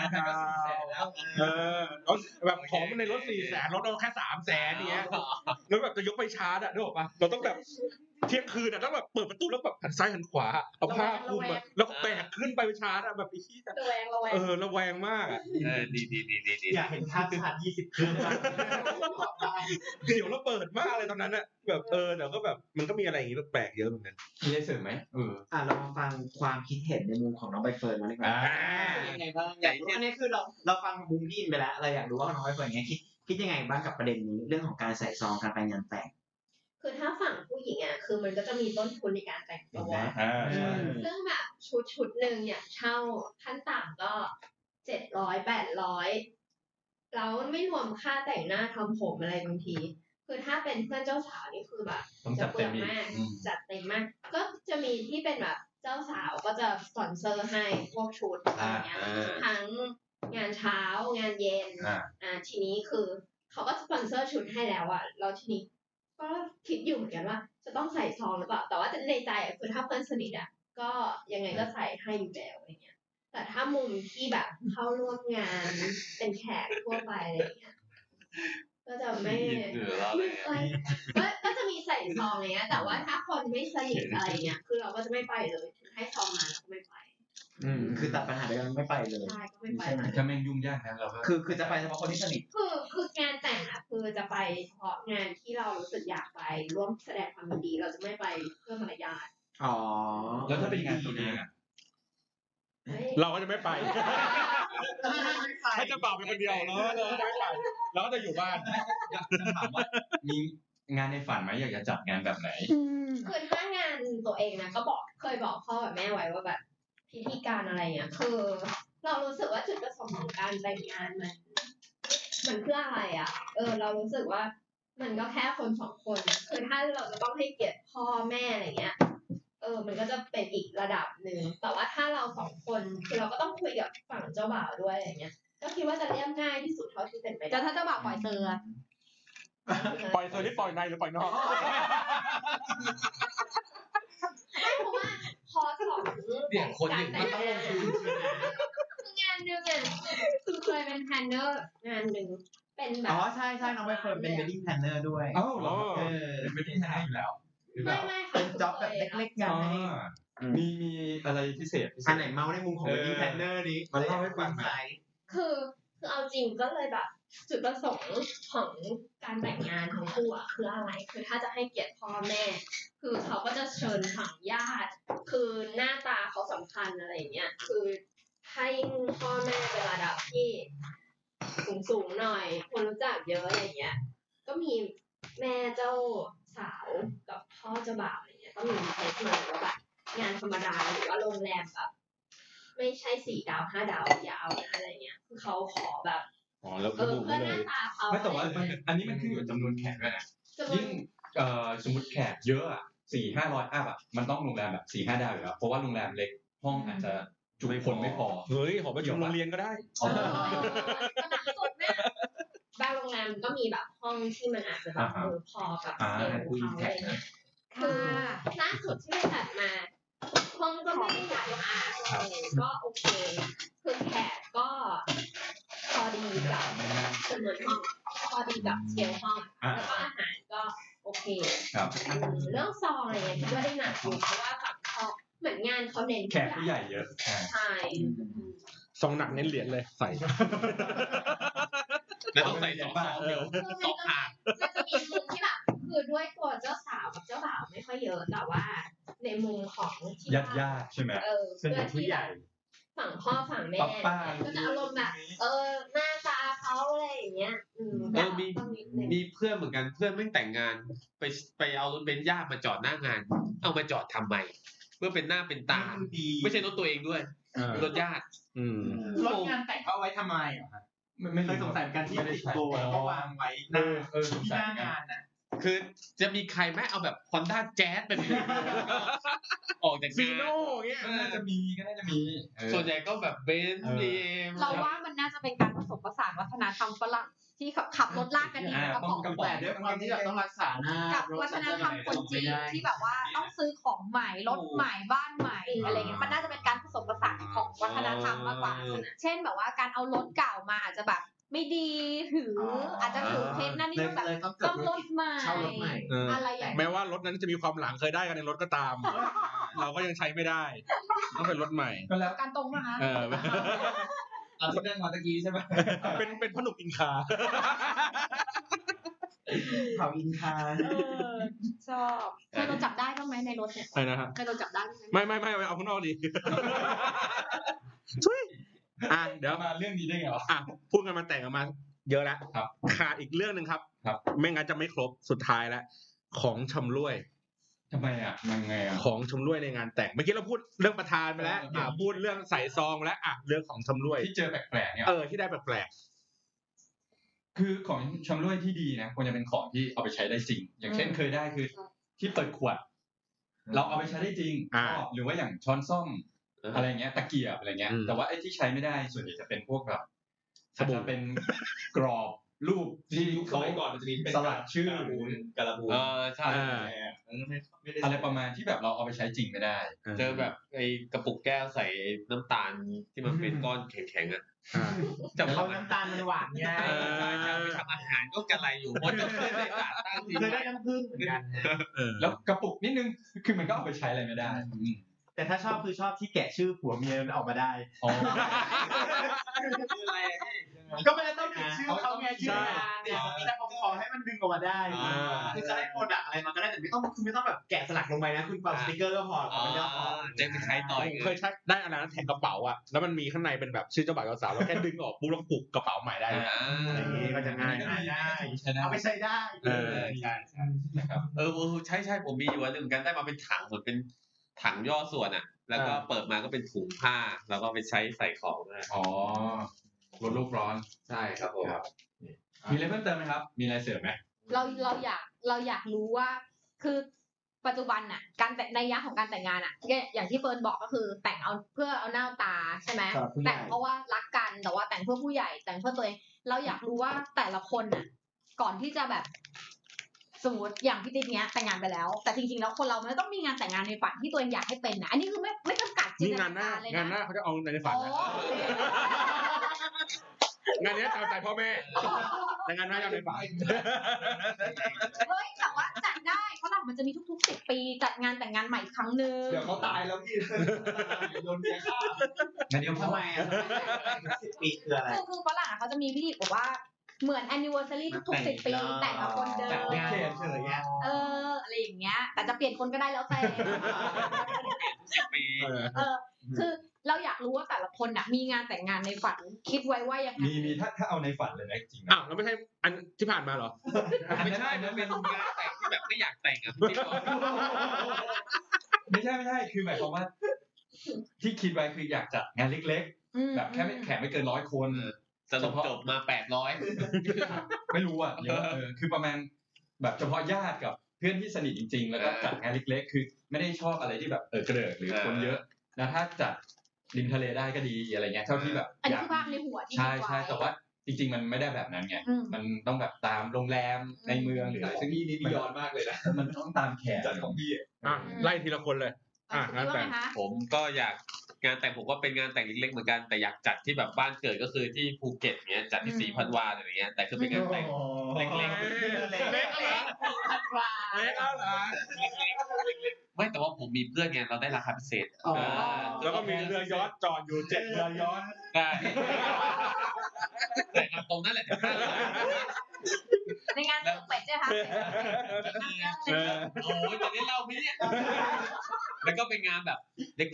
Speaker 4: เออรถแบบของมันในรถสี่แสนรถเอาแค่สามแสนเนี้ยแล้วแบบจะยกไปชาร์จอ่ะนึกออกปะเราต้องแบบเที่ยงคืนอ่ะต้องแบบเปิดประตูแล้วแบบหันซ้ายหันขวาอะเอาผ้าคลุมอะแล้วก็แบกขึ้นไปไปชาร์จอ่ะแบบไอ้ที่
Speaker 8: ระแวงระแวง
Speaker 4: เออระแวงมากอ่ะ
Speaker 3: เออดีดีดีดีดี
Speaker 7: อยากเห็นภาพชาร์จยี่สิบเครื่องบ้าง
Speaker 4: เดี๋ยวเราเปิดมากเลยตอนนั้นอ่ะแบบเออเดี๋ยวก็แบบมันก็มีอะไรอย่างงี้แปลกๆเยอะเหมือนกัน
Speaker 2: มีอะไรเสริมไหมเออ
Speaker 7: อ่ะเรามาฟังความคิดเห็นในมุมของน้องใบเฟิร์นมาดีกว่ายังไงบ้างอยากรู้อันนี้คือเราเราฟังมุมพี่อินไปแล้วเราอยากรู้ว่าน้องใบเฟิร์นเนี้ยคิดคิดยังไงบ้างกับประเด็นนี้เรื่องของการใส่ซองการไปงานแต่ง
Speaker 10: คือถ้าฝั่งผู้หญิงอ่ะคือมันก็จะมีต้นทุนในการแต่ง
Speaker 7: ถู
Speaker 10: ตั
Speaker 7: ก
Speaker 10: ว
Speaker 7: ไหม
Speaker 5: อ่าใช่
Speaker 10: ซึ่งแบบชุดชุดหนึ่งเนี่ยเช่าขั้นต่ำก็เจ็ดร้อยแปดร้อยแล้วไม่รวมค่าแต่งหน้าทำผมอะไรบางที คือถ้าเป็นเพื่อนเจ้าสาวนี่คือแบบ
Speaker 2: ต้องจั
Speaker 10: จะ
Speaker 2: ด
Speaker 10: เปลื
Speaker 2: เต็
Speaker 10: อ
Speaker 2: ม
Speaker 10: ง
Speaker 2: อีก
Speaker 10: มาก
Speaker 2: อืม
Speaker 10: จัดเต็มมาก ก็จะมีที่เป็นแบบเจ้าสาวก็จะสปอนเซอร์ให้พวกชุดอะไรเงี้ย
Speaker 3: อ่า
Speaker 10: ทั้งงานเช้างานเย็น
Speaker 2: อ่า
Speaker 10: อ่าทีนี้คือเขาก็สปอนเซอร์ชุดให้แล้วอะแล้วทีนี้ ก็คิดอยู่เหมือนกันว่า จะต้องใส่ซองหรือเปล่า แต่ว่าในใจอะคือถ้าเพื่อนสนิทอะก็ยังไงก็ใส่ให้อยู่แล้วอะไรเงี้ย แต่ถ้ามุมที่แบบเข้าร่วมงานเป็นแขกทั่วไปอะไรเงี้ย ก็จะไม่
Speaker 3: เออแล้วอะไรอ่ะ
Speaker 10: ก็ก็จะมีใส่ซองอะไรเงี้ยแต่ว่าถ้าคนไม่สนิทอะไรเงี้ยคือเราก็จะไม่ไปเลยให้ซองมาเราก็ไม่ไป
Speaker 7: อืมคือตัดปัญหาไปแล้วไม่ไปเลย
Speaker 10: ใช่ก็ไม่ไป
Speaker 7: ใช่ไหม
Speaker 2: ถ้าแม่งยุ่งยากนะเราก็
Speaker 7: คือคือจะไปเฉพาะคนที่สนิท
Speaker 10: คือคืองานแต่งอะคือจะไปเฉพาะงานที่เรารู้สึกอยากไปร่วมแสดงความยินดีเราจะไม่ไปเพื่อมารยาท
Speaker 7: อ๋อ
Speaker 2: แล้วถ้าเป็นงานตัวเองอะ
Speaker 10: เฮ้ย
Speaker 4: เราก็จะไม่ไป ให้จะเป่าไปคนเดียวแล้วเราก็จะไม่ไปเราก็จะอยู่บ้าน
Speaker 2: อยากจะถามว่ามีงานในฝันไหมอยากจะจัดงานแบบไหน
Speaker 10: คือถ้างานตัวเองนะก็บอกเคยบอกพ่อกับแม่ไว้ว่าแบบพิธีการอะไรเงี้ยคือเรารู้สึกว่าจุดประสงค์ของการแต่งงานมันมันเพื่ออะไรอะเออ เรารู้สึกว่า มันก็แค่คนสองคนคือถ้าเราจะต้องให้เกียรติพ่อแม่อะไรเงี้ย เออ มันก็จะเป็นอีกระดับหนึ่ง แต่ว่าถ้าเราสองคนคือเราก็ต้องคุยกับฝั่งเจ้าบ่าวด้วยอะไรเงี้ย ก็คิดว่าจะเรียบง่ายที่สุดเท่าที่เป็นไป
Speaker 8: แต่
Speaker 10: ได้
Speaker 8: ถ้าเจ้าบ่าวปล่อยเซอร์อะ
Speaker 4: ปล่อยเซอร์ที่ปล่อยในหรือปล่อยนอก
Speaker 10: ไม่เพราะว่าพอสลอง
Speaker 3: เนี่ยคนอย่าง
Speaker 10: กา
Speaker 3: นี้
Speaker 10: รแต่
Speaker 3: ต้องล
Speaker 10: งงาง น
Speaker 3: ทุนใช่ไหม
Speaker 10: คืองานหนึ่งอ่ะคือเคยเป็นแพลนเนอ ร์งานหนึ่งเป็นแบ
Speaker 7: อ๋
Speaker 10: บ
Speaker 7: อใช่ใช่น้องใบเฟิร์นเป็น wedding planner ด้วย
Speaker 2: เอ้าเหรอ
Speaker 7: เออ
Speaker 2: เป็นไปที่ไหนอยู่แล้วหรือเป
Speaker 10: ไม่
Speaker 2: ล่า
Speaker 10: ไม่ค่ะ
Speaker 7: เป็นจ็อบแบบเล็กๆงาน
Speaker 2: อ๋อ
Speaker 7: ให้ อืม
Speaker 2: มีมีอะไรพิเศษพิเศ
Speaker 7: อัน
Speaker 2: ษ
Speaker 7: ไหนเมาส์ในมุมของ wedding planner นี้
Speaker 2: เออ
Speaker 7: มาเล่าให้ฟังหน่อย
Speaker 10: คือคือเอาจริงก็เลยแบบ จุดประสงค์ของการแต่งงานของคู่อะคืออะไร คือถ้าจะให้เกียรติพ่อแม่ คือเขาก็จะเชิญฝั่งญาติ คือหน้าตาเขาสำคัญอะไรอย่างเงี้ย คือให้พ่อแม่เป็นระดับที่สูงสูงๆหน่อย คนรู้จักเยอะอะไรอย่างเงี้ย ก็มีแม่เจ้าสาวกับพ่อเจ้าบ่าวอะไรเงี้ย ก็มีเทคมาว่าแบบงานธรรมดาหรือว่าโรงแรมแบบไม่ใช่สี่ดาวห้าดาวอยาวนะอะไรเงี้ย คือเขาขอแบบ
Speaker 4: อ๋อแล้ว
Speaker 10: เอ
Speaker 4: ระ
Speaker 10: อ
Speaker 4: บุ
Speaker 10: เพื่
Speaker 4: ไว้
Speaker 10: อห
Speaker 4: เล
Speaker 10: น้าย ตาเขา
Speaker 2: ไม่แต่ว่ามันอันนี้มันขึ้นอยู่กับจำนวนแขกด้วยนะ
Speaker 10: จะ
Speaker 2: ยิ่งเอ่อสมมติแขกเยอะอะสี่ห้าร้อยอัพอะมันต้องโรงแรมแบบสี่ห้าดาวอยู่แล้วเพราะว่าโรงแรมเล็กห้องอาจจะจุคนไม่พอ
Speaker 4: เฮ้ยหอประชุมโรงเรียนก็ได้
Speaker 10: เออ สนามสดเนี่ยบางโรงแรมก็มีแบบห้องที่มันอาจจะแบบ
Speaker 2: อ่าฮะ
Speaker 10: เออพอกับ
Speaker 2: อ่า
Speaker 10: เกณฑ์ข
Speaker 2: คุ
Speaker 10: อย งเขา
Speaker 2: แข
Speaker 10: อะไร
Speaker 2: ก
Speaker 10: เงี้ย
Speaker 2: นะ
Speaker 8: ค่ะ
Speaker 10: ล่าสุดที่ไปจัดมาห้องก็ไม่ได้ใหญ่มากอะไรอย่างเงี้ยก็โอเคคือแขกก็พอดีกับจำนวนห้องพอดีกับสเกลห้อง
Speaker 2: อ่า
Speaker 10: แล้วก็อาหารก็โอเค
Speaker 2: ครับ
Speaker 10: อืมเรื่องซองอะไรเงี้ยคิดว่าได้หนักอยู่เพราะว่าฝั่งเขาเหมือนงานเขาเน้น
Speaker 2: แขกผู้ใหญ่เยอะอ่า
Speaker 10: ใช่
Speaker 4: ซองหนักเน้นเหรียญเลยใส่
Speaker 3: แล้วต้องใส่สองซองเดียว
Speaker 10: คือมัน
Speaker 3: ซอง
Speaker 10: จะ
Speaker 3: อ่าง
Speaker 10: มันจะมีมุมที่แบบคือด้วยตัวเจ้าสาวกับเจ้าบ่าวไม่ค่อยเยอะแต่ว่า ในมุมของที่
Speaker 2: ญาติญาติใช่ไหม
Speaker 10: เออเพื่อที่แบบ ฝั่งพ่อฝั่งแม่
Speaker 2: ป้าป้า
Speaker 10: ก็จะอารมณ์แบบ เออหน้าตาเขาอะไรอย่างเงี้ย อืม
Speaker 3: เออมี
Speaker 10: ต้องนิดนึง
Speaker 3: มีเพื่อนเหมือนกันเพื่อนไม่งแต่งงาน ไปไปเอารถเบนซ์ญาติมาจอดหน้างาน เอามาจอดทำไมเพื่อเป็นหน้าเป็นตา
Speaker 5: ดี
Speaker 3: ไม่ใช่รถตัวเองด้วย
Speaker 4: อ่า
Speaker 3: รถญาติ
Speaker 4: อืม
Speaker 7: รถงานแต่งเขาเอาไว้ทำไมเหรอฮะ
Speaker 2: ไม่ไม่
Speaker 7: เคยสงสัยเหมือนกันที่ติดโบแล้วก็วางไว้ห
Speaker 2: เอ
Speaker 7: น้า
Speaker 2: อเออสง
Speaker 7: ที่ห
Speaker 2: สัย
Speaker 7: น้างานน่ะ
Speaker 3: คือจะมีใครไหมเอาแบบคอนด้าแจ๊สไป เลยแล้วก็ออกจากงาน
Speaker 4: ฟีโน่เงี้ย
Speaker 2: ก็น่าจะมีก็น่าจะมีเออ
Speaker 3: ส่วนใหญ่ก็แบบเบนซ์
Speaker 2: เออ
Speaker 3: ดี
Speaker 8: เราว่ามันน่าจะเป็นการผสมผสานวัฒนธรรมฝรั่งที่ขับขับรถลากกันเอง
Speaker 2: อ่า
Speaker 8: กับ
Speaker 2: ป้
Speaker 8: ข
Speaker 2: อ
Speaker 8: อง ง
Speaker 2: กระป๋อ
Speaker 7: แต่
Speaker 2: ง
Speaker 7: ด้วยความที่แบบต้องรักษาหน้า
Speaker 8: กับ
Speaker 7: ร
Speaker 8: วั
Speaker 7: ถ
Speaker 8: ฒนธรรมคนจีนที่แบบว่าต้องซื้อของใหม่รถใหม่บ้านใหม่อะไรเงี้ยมันน่าจะเป็นการผสมผสานของวัฒนธรรมมากกว่า เช่นแบบว่าการเอารถเก่ามาอาจจะแบบ ไม่ดีถืออาจจะถือเพชรนั่นนี่
Speaker 7: เลยเลยต้
Speaker 8: ต้องแบบ
Speaker 7: องเกิ
Speaker 8: ต้
Speaker 7: ด
Speaker 8: อง
Speaker 7: ธุร
Speaker 8: รถ
Speaker 7: กิจ
Speaker 8: ใหม่
Speaker 7: เช่ารถใหม่
Speaker 2: เออ
Speaker 8: อะไรอย่างเงี้ย
Speaker 4: แม้ว่ารถนั้นจะมีความหลังเคยได้กันในรถก็ตาม เราก็ยังใช้ไม่ได้ ต้องเป็นรถใหม่
Speaker 2: ก็แล้ว
Speaker 8: การตรงนะคะ
Speaker 4: เออ
Speaker 2: เอาที่นั่งมาตะกี้ใช่ไหม
Speaker 4: เป็นเป็นพนุกอินคา
Speaker 7: เขาอินคา
Speaker 8: เออชอบเคยโดนจับได้บ้างไหมในรถเนี่ย
Speaker 4: อะไรนะครับ
Speaker 8: เคยโดนจับได้บ้างไหม
Speaker 4: ไม่ไม่ไม่เอาข้างน อกดี ช่วยอ่ะเดี๋ยว
Speaker 2: มาเรื่องนี้ได้ไงวะ
Speaker 4: อ่ะพูดกันมาแต่งกันมา เยอะแล้ว
Speaker 2: ครับ
Speaker 4: ขาดอีกเรื่องหนึ่งครับ
Speaker 2: ครับ
Speaker 4: ไม่งั้นจะไม่ครบสุดท้ายแล้วของชำารวย
Speaker 2: ทำไมอ่ะยังไงอ่ะ
Speaker 4: ของชำารวยในงานแต่งเมื่อกี้เราพูดเรื่องประธานไปแล้ว
Speaker 2: เออ
Speaker 4: อ่ะพูดเรื่องใส่ซองไปแล้วอ่ะเรื่องของชำารวย
Speaker 2: ที่เจอแปลกๆเนี่ย
Speaker 4: เออที่ได้แปลก
Speaker 2: คือของชำร่วยที่ดีนะควรจะเป็นของที่เอาไปใช้ได้จริง อย่างเช่นเคยได้คือ ที่เปิดขวด เราเอาไปใช้ได้จริงก็หรือว่าอย่างช้อนส้อมอะไรเงี้ย ตะเกียบอะไรเงี้ย แต่ว่าไอ้ที่ใช้ไม่ได้ส่วนใหญ่จะเป็นพวกแบบอาจจะเป็นกรอบรูปที่เขาก่อนมันจะมีสลักชื่อ
Speaker 5: การะบูน
Speaker 3: เออใช่
Speaker 4: ๆอ่า
Speaker 2: อะไรประมาณที่แบบเราเอาไปใช้จริงไม่ได้
Speaker 3: เจอแบบไอ้กระปุกแก้วใส่น้ำตาลที่มันเป็นก้อนแข็งๆอ่ะ
Speaker 4: อ่า
Speaker 3: จะ
Speaker 7: เขา
Speaker 3: ทำอาหาร
Speaker 7: น้ำตาลมันหวานไง
Speaker 4: เออ
Speaker 3: จะไปทำอาหารก็กระไรอยู่มดก็ขึ้นในตาตั้งที
Speaker 7: เคยได้น้ำผึ้งเหมือนกัน
Speaker 4: เออ
Speaker 2: แล้วกระปุกนิดนึงคือมันก็เอาไปใช้อะไรไม่ได้อืม
Speaker 7: แต่ถ้าชอบคือชอบที่แกะชื่อผัวเมียมันออกมาได้
Speaker 2: อ๋อ
Speaker 7: ก็ไม่ได้ต้องติดชื่อเขาไงชื่อร้านเนี่ยแต่ผมขอให้มันดึงออกมาได้
Speaker 4: อ่า
Speaker 7: คือจะได้โปรดักต์อะไรมาก็ได้แต่ไม่ต้องคุณไม่ต้องแบบแกะสลักลงไปนะ คุณเป่าสติกเกอร์ก็พอ
Speaker 3: อ๋อ
Speaker 7: มันจะออก
Speaker 3: จะไปใช้ต่อ
Speaker 4: ผ
Speaker 3: อีก
Speaker 4: มเคยใช้ได้อะไรนะแทงกระเป๋าอ่ะแล้วมันมีข้างในเป็นแบบชื่อเจ้าบ่าวเจ้าสาวเราแค่ดึงออกปุ๊บแล้วก็ผูกกระเป๋าใหม่ได้
Speaker 3: อ่า
Speaker 4: เลย
Speaker 7: อะไรอย่างงี้ก็จะง่ายง่ายได้
Speaker 2: ใช้ได้
Speaker 7: เอาไปใช้ได้
Speaker 4: เออ
Speaker 2: นะครับ
Speaker 3: เออเออใช่ใช่ผมมีอยู่วันหนึ่งเหมือนกันได้มาเป็นถังเหมือนเป็นถังย่อส่วนอ่ะ แล้วก็เปิดมาก็เป็นถุงผ้าแล้วก็ไปใช้ใส่ของนะ
Speaker 2: อ๋อลดโลกร้อน
Speaker 3: ใช่ครับผม
Speaker 2: ครับ มีอะไรเพิ่มเติมไหมครับ มีอะไรเสริมไหม
Speaker 8: เราเราอยากเราอยากรู้ว่าคือปัจจุบันน่ะ การแต่งในยะของการแต่งงานอ่ะอย่างอย่างที่เฟิร์นบอกก็คือแต่งเอาเพื่อเอาหน้าเอาตาใช่ไหม
Speaker 7: สำหรับผู้ให
Speaker 8: แต่
Speaker 7: ญ่
Speaker 8: งเพราะว่ารักกันแต่ว่าแต่งเพื่อผู้ใหญ่ แต่งเพื่อตัวเอง เราอยากรู้ว่าแต่ละคนน่ะ ก่อนที่จะแบบ สมมติอย่างพี่ติ๊กเนี้ยแต่งงานไปแล้ว แต่จริงๆแล้วคนเรามันต้องมีงานแต่งงานในฝันที่ตัวเองอยากให้เป็นนะอันนี้คือไม่ไม่จำกัดจิน
Speaker 4: นี่งาน
Speaker 8: ตาน
Speaker 4: หน้า
Speaker 8: การเลย
Speaker 4: งานห
Speaker 8: นะ
Speaker 4: น้าเขาจะเอาในฝัน
Speaker 8: โอ้
Speaker 4: นะงานเนี้ยตามใจพ่อ แม่แต่งานหน้าจะเอาในฝัน
Speaker 8: เฮ้ยแต่ว่าจัดได้เพราะเรามันจะมีทุกๆสิบปีจัดงานแต่งงานใหม่อีกครั้งหนึ่ง
Speaker 5: เดี๋ยวเขาตายแล้วพี่โดนเมียฆ่า
Speaker 2: งั้นเดี๋ยวผม
Speaker 7: ทำไมอ่ะทำไมอ่ะสิบปีคืออะไร
Speaker 8: คือคือฝรั่งอะเขาจะมีวิธีแบบว่า เหมือน anniversary ทุกๆสิบปีแต่งกับคนเดิม
Speaker 6: จัดงานเฉยๆอะ
Speaker 8: เอออะไรอย่างเงี้ย แต่จะเปลี่ยนคนก็ได้แล้วแต่
Speaker 3: ปี
Speaker 4: เออ
Speaker 8: เออ คือเราอยากรู้ว่าแต่ละคนน่ะมีงานแต่งงานในฝันคิดไว้ว่ายังไง
Speaker 2: มีมีถ้าถ้าเอาในฝันเลยนะจริงๆ
Speaker 4: อ้า
Speaker 2: นะ
Speaker 4: วแล้วไม่ใช่อันที่ผ่านมาเหรอ
Speaker 3: ไม่ใช่มันเป็นงานแต่งที่แบบไม่อยากแต่งอ่ะพี่บอก
Speaker 2: ไม่ใช่ไม่ใช่คือหมายความว่า ที่คิดไว้คืออยากจัดงานเล็ก
Speaker 8: อืม
Speaker 2: ๆ แบบแค่ไม่แขกไม่เกินร้อยคน
Speaker 3: สรุปจบมาแปดร้อย
Speaker 2: ไม่รู้อ่ะเยอะเออคือประมาณแบบเฉพาะญาติกับเพื่อนที่สนิทจริง ๆ แล้วก็
Speaker 3: เออ
Speaker 2: จัดงานเล็กๆ คือ ไม่ได้ชอบอะไรที่แบบเออเกระเดิกหรือ
Speaker 3: เออ
Speaker 2: คนเยอะนะถ้าจัดริมทะเลได้ก็ดีอะไรเงี้ยเท่าที่แบบ
Speaker 8: อัน
Speaker 2: อยาก
Speaker 8: นี้คือภาพในหัวที่
Speaker 2: ใช่
Speaker 8: คิดไว้
Speaker 2: ใช่แต่ว่าจริง ๆ มันไม่ได้แบบนั้นไง
Speaker 8: อืม
Speaker 2: มันต้องแบบตามโรงแรมในเมืองหรืออะไรซึ่งนี่นี่ย้อนมากเลยนะมันต้องตามแขกจัดของพี่
Speaker 4: อ่ะ
Speaker 8: อืม
Speaker 4: ไล่ทีละคนเลย อ่ะ
Speaker 8: คุณ
Speaker 4: งั้น
Speaker 8: คิดว่า
Speaker 4: แต่
Speaker 8: ไงคะ
Speaker 3: ผมก็อยากงานแต่งผมก็เป็นงานแต่งเล็กๆเหมือนกันแต่อยากจัดที่แบบบ้านเกิดก็คือที่ภูเก็ตเงี้ยจัดที่สีพันวาอะไรเงี้ยแต่คือเป็นงานแต่ง เล็กๆ
Speaker 8: เล็กๆธันวา
Speaker 4: เล็กแล้วเหรอ
Speaker 3: ไม่แต่ว่าผมมีเพื่อนไงเราได้ราคาพิเศษ
Speaker 6: อ๋อ
Speaker 3: เออ
Speaker 4: แล้วก็มีเรือยอชจอดอยู่เจ็ดเรือยอช
Speaker 3: ได้ แต่ตรงนั้นแหละ
Speaker 8: ในงานเป็ดใช่ไหมคะ
Speaker 4: เออ
Speaker 3: โอ้ยจะได้เล่าไหมเนี่ยแล้วก็เป็นงานแบบ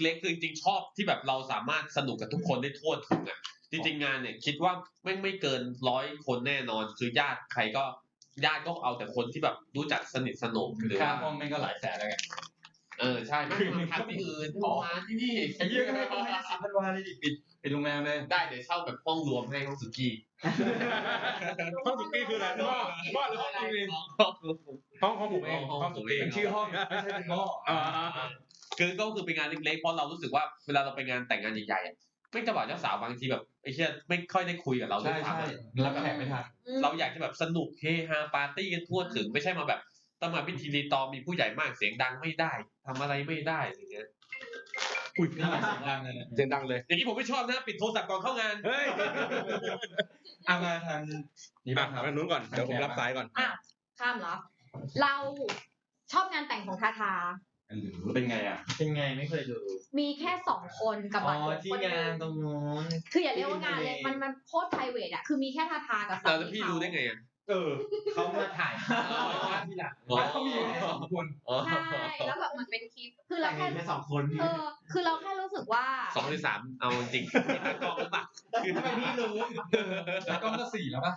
Speaker 3: เล็กๆคือจริงๆชอบที่แบบเราสามารถสนุกกับทุกคนได้ทั่วถึงอ่ะจริงๆงานเนี่ยคิดว่าไม่ไม่เกินร้อยคนแน่นอนคือญาติใครก็ญาติก็เอาแต่คนที่แบบรู้จักสนิทสนมหรือ
Speaker 2: ค่า
Speaker 3: ว่า
Speaker 2: ห้องแม่งก็หลายแสนแล้วไง
Speaker 3: เออใช่ไม่มันทำที่ อื่นเมื่อวานที่นี่
Speaker 2: ไอ้เยี่ยก็ได้ร้อยสิบพันวาเลยดิปิดปิดโรงแรมเลย
Speaker 3: ได้เดี๋ยวเช่าแบบห้องรวมให้ห้องสุกี้
Speaker 4: ห้องสุกี้คืออะไรหม้อหม้อหรือห้องกินเองห้องห้องผมเองห้องสุกี้
Speaker 2: เป็นชื่อห้องนะไม่ใช่เป็นห้อง
Speaker 4: อ่า
Speaker 3: คือก็คือเป็นงานเล็กๆเพราะเรารู้สึกว่าเวลาเราไปงานแต่งงานใหญ่ๆอะไม่งเจ้าบ่าวเจ้าสาวบางทีแบบไอ้เชี่ยไม่ค่อยได้คุยกับเราด้ว
Speaker 2: ใช่
Speaker 3: ย
Speaker 2: ใช่
Speaker 3: ซ้ำอะ
Speaker 2: รับแขกไม่ทัน
Speaker 3: เราอยากจะแบบสนุกเฮฮาปาร์ตี้กันทั่วถึงไม่ใช่มาแบบต้องมาพิธีรีตองมีผู้ใหญ่มากเสียงดังไม่ได้ทำอะไรไม่ได้อย่างเงี้ย
Speaker 4: อุ้ย
Speaker 2: นี่มันเสียงดังเลยนะ
Speaker 4: เสียงดังเลย
Speaker 3: อย่างนี้ผมไม่ชอบนะปิดโทรศัพท์ก่อนเข้างาน
Speaker 4: เฮ้ย
Speaker 2: เอามาทางนี้
Speaker 4: อ่ะ
Speaker 2: บ้างครับ
Speaker 4: ทางนู้นก่อน เดี๋ยวผมรับสายก่อน
Speaker 8: ข้ามเหรอ เราชอบงานแต่งของทาทา
Speaker 2: อันหนึ่งเป็นไงอ่ะ
Speaker 6: เป็นไงไม่เคยดู
Speaker 8: มีแค่สองคนกับ
Speaker 6: อ๋อ
Speaker 8: บัตรคน
Speaker 6: ที่
Speaker 8: หนึ่
Speaker 6: งานตรงนู้น
Speaker 8: คืออย่าเรียกว่างาน
Speaker 6: ที่
Speaker 8: เล
Speaker 6: ใน
Speaker 8: ยมันมันโคตรไพรเวทอะคือมีแค่ทาทากับสา
Speaker 3: เอา
Speaker 8: มี
Speaker 3: แล้วพี่
Speaker 8: เขา
Speaker 3: รู้ได้ไงอ่ะ
Speaker 2: เออ
Speaker 6: เขามาถ่าย
Speaker 3: อ๋อ
Speaker 2: เขามีแค่สองคน
Speaker 3: อ๋อ
Speaker 8: ใช่แล้วแบบมันเป็นคลิปคือเรา
Speaker 6: แต่งงาน
Speaker 8: แค่
Speaker 6: แค่สองคน
Speaker 8: เออคือเราแค่รู้สึกว่า
Speaker 3: สองหรือสามเอาจริงๆมีตากล้องหรือเปล่า
Speaker 6: ทำไมพี่รู้
Speaker 2: แล้วกล้องก็สี่แล้วป่ะ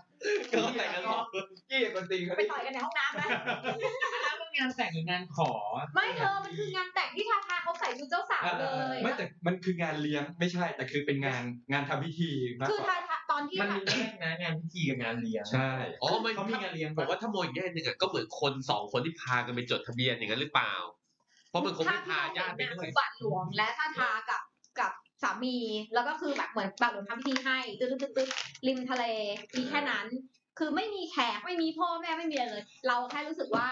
Speaker 3: ก็แต่งกันรอบ
Speaker 2: กี้คนตีเขา
Speaker 8: ไปต่อยกันในห้องน้ำนะ
Speaker 6: งานแต่งหรืองานขอ
Speaker 8: ไม่เธอมันคืองานแต่งที่ทาทาเขาใส่ชุดเจ้าสาวเลย
Speaker 2: ไม่แต่มันคืองานเลี้ยงไม่ใช่ แต่คือเป็นงานงานทำพิธีมาก
Speaker 8: คือก
Speaker 2: ว่า
Speaker 8: ทาทาตอนที่
Speaker 6: มัน
Speaker 8: แบ
Speaker 6: มี
Speaker 8: บ
Speaker 6: แยกนะงานพิธีกับงานเลี้ยง
Speaker 2: ใช่
Speaker 3: อ๋อไม่
Speaker 6: เขามีงานเลี้ยง
Speaker 3: ผม
Speaker 6: ปะ
Speaker 3: ว่าถ้ามองอีกแง่หนึ่งอะก็เหมือนคนสองคนที่พากันไปจดทะเบียนอย่างนั้นหรือเปล่า เพราะมันคงไม่พาญาติไปด้วย
Speaker 8: บัตรหลวงและทาทากับกับสามีแล้วก็คือแบบเหมือนบัตรหลวงทำพิธีให้ตึ๊ดตึ๊ดตึ๊ดริมทะเลมีแค่นั้น คือไม่มีแขกไม่มีพ่อแม่ไม่มีอะไรเลย เราแค่รู้สึกว่า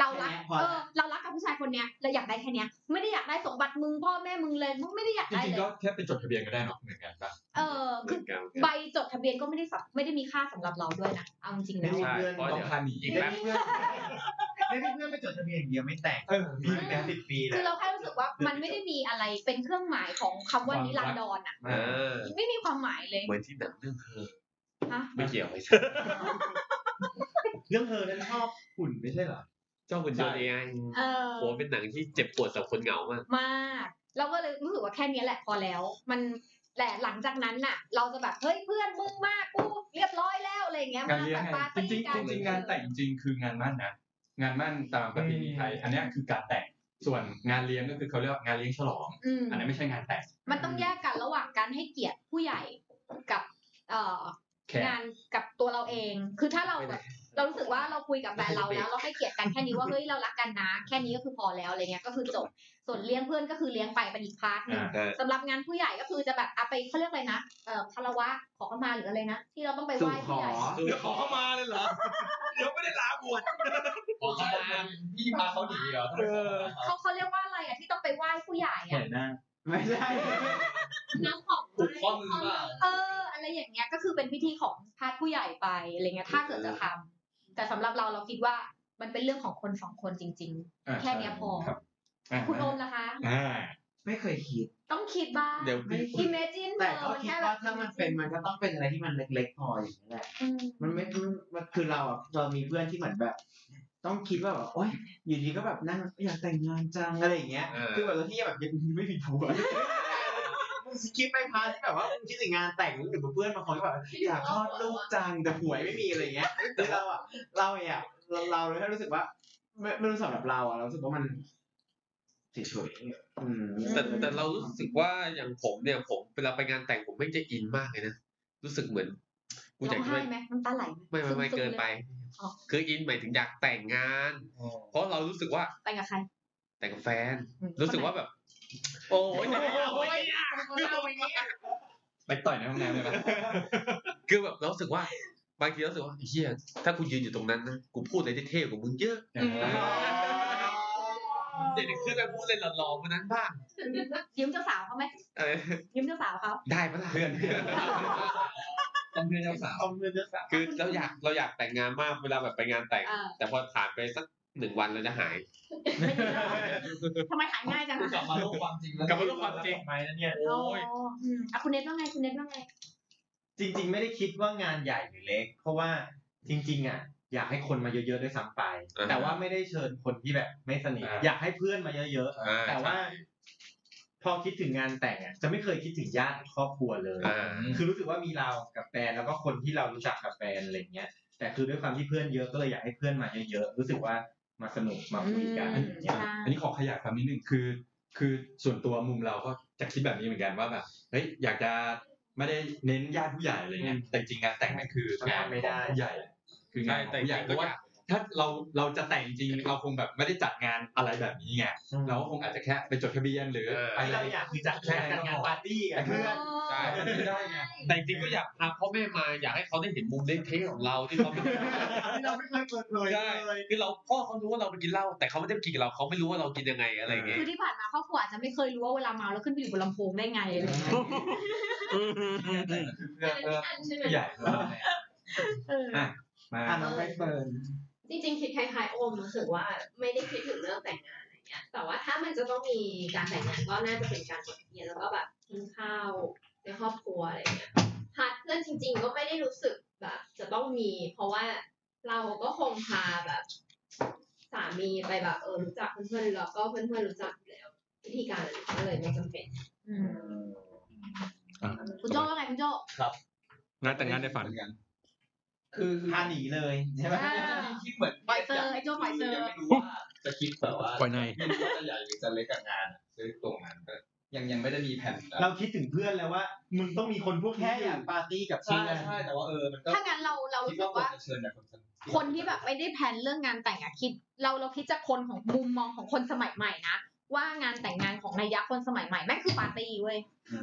Speaker 8: เรารัก
Speaker 6: แค่เนี้ยพอละ
Speaker 8: เออเรารักกับผู้ชายคนเนี้ยเราอยากได้แค่เนี้ยไม่ได้อยากได้สมบัติมึงพ่อแม่มึงเลยมึงไม่ได้อยาก
Speaker 2: จ
Speaker 8: ได้
Speaker 2: ริงๆ
Speaker 8: เล
Speaker 2: ก็
Speaker 8: ย
Speaker 2: แค่เป็นจดทะเบียนก็ได้เนอะเหมือนกันป่ะ
Speaker 8: เออ
Speaker 3: เห
Speaker 8: คื
Speaker 3: มื
Speaker 8: อ
Speaker 3: อนกัน
Speaker 8: ใบจดทะเบียนก็ไม่ได้สำไม่ได้มีค่าสำหรับเราด้วยนะเอาจริงๆ
Speaker 6: ไม่
Speaker 8: แล้ว
Speaker 6: มี
Speaker 3: ใช่
Speaker 6: เพื่อน
Speaker 3: เพราะ
Speaker 2: ต้อ
Speaker 3: เดี๋
Speaker 2: ง
Speaker 3: ยว
Speaker 2: พาหนี
Speaker 3: อีก
Speaker 6: ไม่
Speaker 3: แป๊บ
Speaker 6: มีเพื่อนไม่มีเพื่อนไปจดทะเบียนอย่างเดียวไม่แต่ง
Speaker 2: เออมี
Speaker 6: มี
Speaker 2: เหมือน
Speaker 6: แค่
Speaker 2: กัน
Speaker 6: สิบปี
Speaker 8: คือ
Speaker 6: แล้ว
Speaker 8: เราแค่รู้สึกว่ามันไม่ได้มีอะไรเป็นเครื่องหมายของคำว่านิรันดรอ่ะ
Speaker 3: เออ
Speaker 8: ไม่มีความหมายเลย
Speaker 3: เหมือนที่หนังเรื่องเธอ
Speaker 8: ฮะ
Speaker 3: ไม่เกี่ยวไอ้
Speaker 6: เรื่องเธอนั้นชอบหุ่นไม่ใช่เหรอ
Speaker 3: เจ้าเป็นโดนเอง
Speaker 8: เออ
Speaker 3: ผมเป็นหนังที่เจ็บปวดสำหรับคนเหงามาก
Speaker 8: มากเราก็เลยรู้สึกว่าแค่เนี้ยแหละพอแล้ว มันแต่หลังจากนั้นน่ะ เราจะแบบเฮ้ยเพื่อนมึงมากกูเรียบร้อยแล้วอะไรอย่างเงี้ย
Speaker 2: งานเลี้ยงไง
Speaker 8: จัดปาร์
Speaker 2: จ
Speaker 8: ตี้
Speaker 2: ริง
Speaker 8: กัน
Speaker 2: ๆจริงๆงานแต่งจริงๆคืองานมั่นนะงานมั่นตามประเพณีไทย อันเนี้ยคือการแต่งส่วนงานเลี้ยงก็คือเขาเรียกว่างานเลี้ยงฉลอง
Speaker 8: อืม
Speaker 2: อันนี้นไม่ใช่งานแต่ง
Speaker 8: มันต้องแยกกันระหว่างการให้เกียรติผู้ใหญ่กับ เอ่อ
Speaker 2: แขก
Speaker 8: งานกับตัวเราเอง คือถ้าเราแบบเรารู้สึกว่าเราคุยกับแฟนเราแล้วเราให้เกียรติกันแค่นี้ว่าเฮ้ยเรารักกันนะ แค่นี้ก็คือพอแล้วอะไรเงี้ยก็คือจบ ส่วนเลี้ยงเพื่อนก็คือเลี้ยงไปเป็นอีกพาร์ทหนึง
Speaker 2: อ่า
Speaker 3: ใช่
Speaker 8: สำหรับงานผู้ใหญ่ก็คือจะแบบเอาไปเขาเรียกอะไรนะเอ่อคารวะขอเข้ามาหรืออะไรนะที่เราต้องไปไหว้ผู้ใหญ่
Speaker 6: สู่ขอ
Speaker 4: เดี๋ยวขอเข้ามาเลยเหรอ เดี๋ยวไม่ได้ลาบวช
Speaker 3: ผมเข้ามา
Speaker 2: พี่พาเขาหนีเหรอ
Speaker 8: เขาเขาเรียกว่าอะไรอ่ะที่ต้องไปไหว้ผู้ใหญ่
Speaker 6: แข
Speaker 8: อ่ะ
Speaker 6: นหน้าไม่ใช่
Speaker 8: น้ำของ
Speaker 3: ผูกข้อมือเปล่า
Speaker 8: เออ อะไรอย่างเงี้ยก็คือเป็นพิธีของพาร์ทผู้ใหญ่ไปอะไรเงี้ยถ้าเกิดจะทำแต่สำหรับเราเราคิดว่ามันเป็นเรื่องของคนสองคนจริง ๆ แค่เนี้ยพอ
Speaker 2: ครับ
Speaker 8: คุณโอมนะคะ
Speaker 2: อ่า
Speaker 6: ไม่เคยคิด
Speaker 8: ต้องคิดบ้าง
Speaker 4: เดี๋ยว
Speaker 6: ไม่
Speaker 8: imagine
Speaker 6: แต่
Speaker 8: เธ
Speaker 6: ก็
Speaker 8: อมัน
Speaker 6: คิด
Speaker 8: แค่แบ
Speaker 6: ว่า
Speaker 8: บ
Speaker 6: ถ้ามันเป็นมันก็ต้องเป็นอะไรที่มันเล็กๆพออย่างนี้แหละ
Speaker 8: อืม
Speaker 6: มันไม่มันมันคือเราอ่ะเรามีเพื่อนที่เหมือนแบบ ต้องคิดว่าแบบโอ๊ยอยู่ดีก็แบบนั่งอยากแต่งงานจังอะไรอย่างเงี้ย
Speaker 4: เออ
Speaker 6: คือแบบเราที่แบบยังไม่มีผัวมึงคิดไปพาร์ทที่แบบว่ามึงคิดถึงงานแต่งหรือเพื่อนบางคนก็แบบอยากคลอดลูกจังแต่ผัวไม่มีอะไรเงี้ยคือเราอ่ะเราอ่ะเราเราเลยแค่รู้สึกว่าไม่ไม่รู้สำหรับเราอ่ะเรารู้สึกว่ามันเฉยๆอืม
Speaker 4: แต่แต่เรารู้สึกว่าอย่างผมเนี่ยผมเวลาไปงานแต่งผมไม่งจะอินมากเลยนะรู้สึกเหมือนกูอยากจะไป
Speaker 8: ร้องไห้ไหมน้ำตาไหลห
Speaker 4: ไม่ไม่ไม่
Speaker 8: ซึๆ
Speaker 4: เกินไป
Speaker 8: ลย อ๋อ
Speaker 4: คืออินหมายถึงอยากแต่งงาน เพราะเรารู้สึกว่า
Speaker 8: ไปกับใคร
Speaker 4: แต่งกับแฟน รู้สึกว่าแบบ โอ้ยแต่ไม่เอาเว้ย
Speaker 2: ไปต่อยในห้องน้ำเลยปะ
Speaker 4: คือแบบเรารู้สึกว่าบางทีเรารู้สึกว่าเฮียถ้ากูยืนอยู่ตรงนั้นนะกูพูดอะไรที่เท่กว่ามึงเยอะ
Speaker 8: อืม
Speaker 4: เดี๋ยวขึ้นไปพูดอะไรหล่อๆคนนั้นบ้าง
Speaker 8: ยืมเจ้าสาวเขาไหม
Speaker 4: อะไร
Speaker 8: ยืมเจ้าสาวเขา
Speaker 4: ได้ปะล่ะ
Speaker 2: เพื่อน ต้องเพื่อนเจ้าสาว
Speaker 4: คือเราอยากเราอยากแต่งงานมากเวลาแบบไปงานแต่ง
Speaker 8: เออ
Speaker 4: แต่พอผ่านไปสักหนึ่งวันเราจะหาย
Speaker 8: ไม่ยืมเจ้าสาวทำไมหายง่ายจัง
Speaker 5: กลั
Speaker 8: อะ
Speaker 5: บมาโลกความจริงแล้ว
Speaker 4: กลับมาโลกความจริง
Speaker 5: ไหมนะเนี่ย
Speaker 4: โอ้ย
Speaker 8: อ๋ออืมอ่ะคุณเน็ตว่าไงคุณเน็ตว่าไง
Speaker 5: จริง ๆ ไม่ได้คิดว่างานใหญ่หรือเล็ก เพราะว่าจริง ๆ อ่ะ อยากให้คนมาเยอะๆด้วยซ้ำไป
Speaker 4: อ่าฮะ
Speaker 5: แต่ว่าไม่ได้เชิญคนที่แบบไม่สนิท
Speaker 2: อ่า
Speaker 5: อยากให้เพื่อนมาเยอะ
Speaker 4: อ่า
Speaker 5: ๆแต่ว่า พอคิดถึงงานแต่งอ่ะจะไม่เคยคิดถึงญาติครอบครัวเลย
Speaker 4: อ่า
Speaker 5: คือรู้สึกว่ามีเรากับแฟนแล้วก็คนที่เรารู้จักกับแฟนอะไรเงี้ยแต่คือด้วยความที่เพื่อนเยอะก็เลยอยากให้เพื่อนมาเยอะๆรู้สึกว่ามาสนุกมาคุยกัน
Speaker 8: อืม
Speaker 5: อย่างเงี้ย
Speaker 8: ใช่
Speaker 2: อันนี้ขอขยายความนิดนึงคือ คือส่วนตัวมุมเราก็จะคิดแบบนี้เหมือนกันว่าแบบเฮ้ยอยากจะไม่ได้เน้นญาติผู้ใหญ่อะไรเงี้ยแต่จริงงานแต่งนั่นคืองาน
Speaker 5: ไม่
Speaker 2: ข
Speaker 5: ได้
Speaker 2: องผู้ใหญ่ คืองานของผู้ใหญ่
Speaker 4: แต่จริงๆ
Speaker 2: เพราะ
Speaker 4: ก็อ
Speaker 2: ว่า
Speaker 4: ยาก
Speaker 2: ถ้าเราเราจะแต่งจริงเราคงแบบไม่ได้จัดงานอะไรแบบนี้ไงเราก็คงอาจจะแค่ไปจดทะเบียนหรือไป
Speaker 5: ที่
Speaker 2: อะไร
Speaker 5: เราอยากคือจัดแค่จัดงานปาร์ตี้กับเพื่อน
Speaker 4: ใช่
Speaker 5: ได้ไง
Speaker 4: แต่จริงๆก็อยากพาพ่อแม่มาอยากให้เขาได้เห็นมุมเล่นเทะของเราที่เขา ไม่
Speaker 5: เราไม่เคยเปิดเผย
Speaker 4: ใช่คือเราพ่อเขารู้ว่าเราไปกินเหล้าแต่เขาไม่ได้ไปกินกับเราเขาไม่รู้ว่าเรากินยังไงอะไรอย่างเงี้ย
Speaker 8: คือที่ผ่านมาครอบครัวอาจจะไม่เคยรู้ว่าเวลาเมาแล้วขึ้นไปอยู่บนลำโพงได้ไงอะไรอย่างเงี้ย
Speaker 10: แต่อันนี้อันใช่ไหม
Speaker 2: ผู้ใหญ่เออ
Speaker 8: เออ
Speaker 2: มา
Speaker 6: อ่ะน้องใบเฟิร์น
Speaker 10: จริงๆคิดคล้ายๆโอมรู้สึกว่าไม่ได้คิดถึงเรื่องแต่งงานอะไรเงี้ย แต่ว่าถ้ามันจะต้องมีการแต่งงานก็น่าจะเป็นการจดทะเบียนแล้วก็แบบกินข้าวในครอบครัวอะไรเงี้ยพาร์ทเพื่อนจริง ๆ ก็ไม่ได้รู้สึกแบบ จะต้องมี เพราะว่าเราก็คงพาแบบสามีไปแบบเออรู้จักเพื่อนๆแล้วก็เพื่อนๆรู้จักอยู่แล้ววิธีการก็เลยไม่จำเป็น
Speaker 8: อืมคุณโจ้ว่าไงคุณโจ้
Speaker 3: งานแต่งงานในฝัน
Speaker 5: คือคือ
Speaker 6: พาหนีเลยใช่ไหม
Speaker 8: อ่า
Speaker 5: คิดเหมือน
Speaker 8: ปล่อยเซอร์ไอ้โจ้ปล่อยเซอร์
Speaker 5: ยังไม่รู้ว่าจะคิดแบบว่า
Speaker 3: ปล่อยใน
Speaker 5: ไม่รู้ว่าจะใหญ่หรือจะเล็กกับงานอะ
Speaker 2: ซื้อตรงนั้นก็ยังยังไม่ได้มีแผน
Speaker 6: เราคิดถึงเพื่อนแล้วว่า มึงต้องมีคนพวกแค่อยากปาร์ตี้กับเพื่
Speaker 5: ใช่
Speaker 6: อน
Speaker 5: ใช่แต่ว่าเออมันก็
Speaker 8: ถ้างั้นเราเรา
Speaker 5: คิด
Speaker 8: รู้สึ
Speaker 5: ว่าก ควร
Speaker 8: ว่า
Speaker 5: จะเชิญแต่คนสนิท
Speaker 8: คนที่แบบไม่ได้แพลนเรื่องงานแต่งอะคิด เราเราคิดจากคนของมุมมองของคนสมัยใหม่นะว่างานแต่งงานของนายยักษ์คนสมัยใหม่แม่งคือปาร์ตี้เว้ย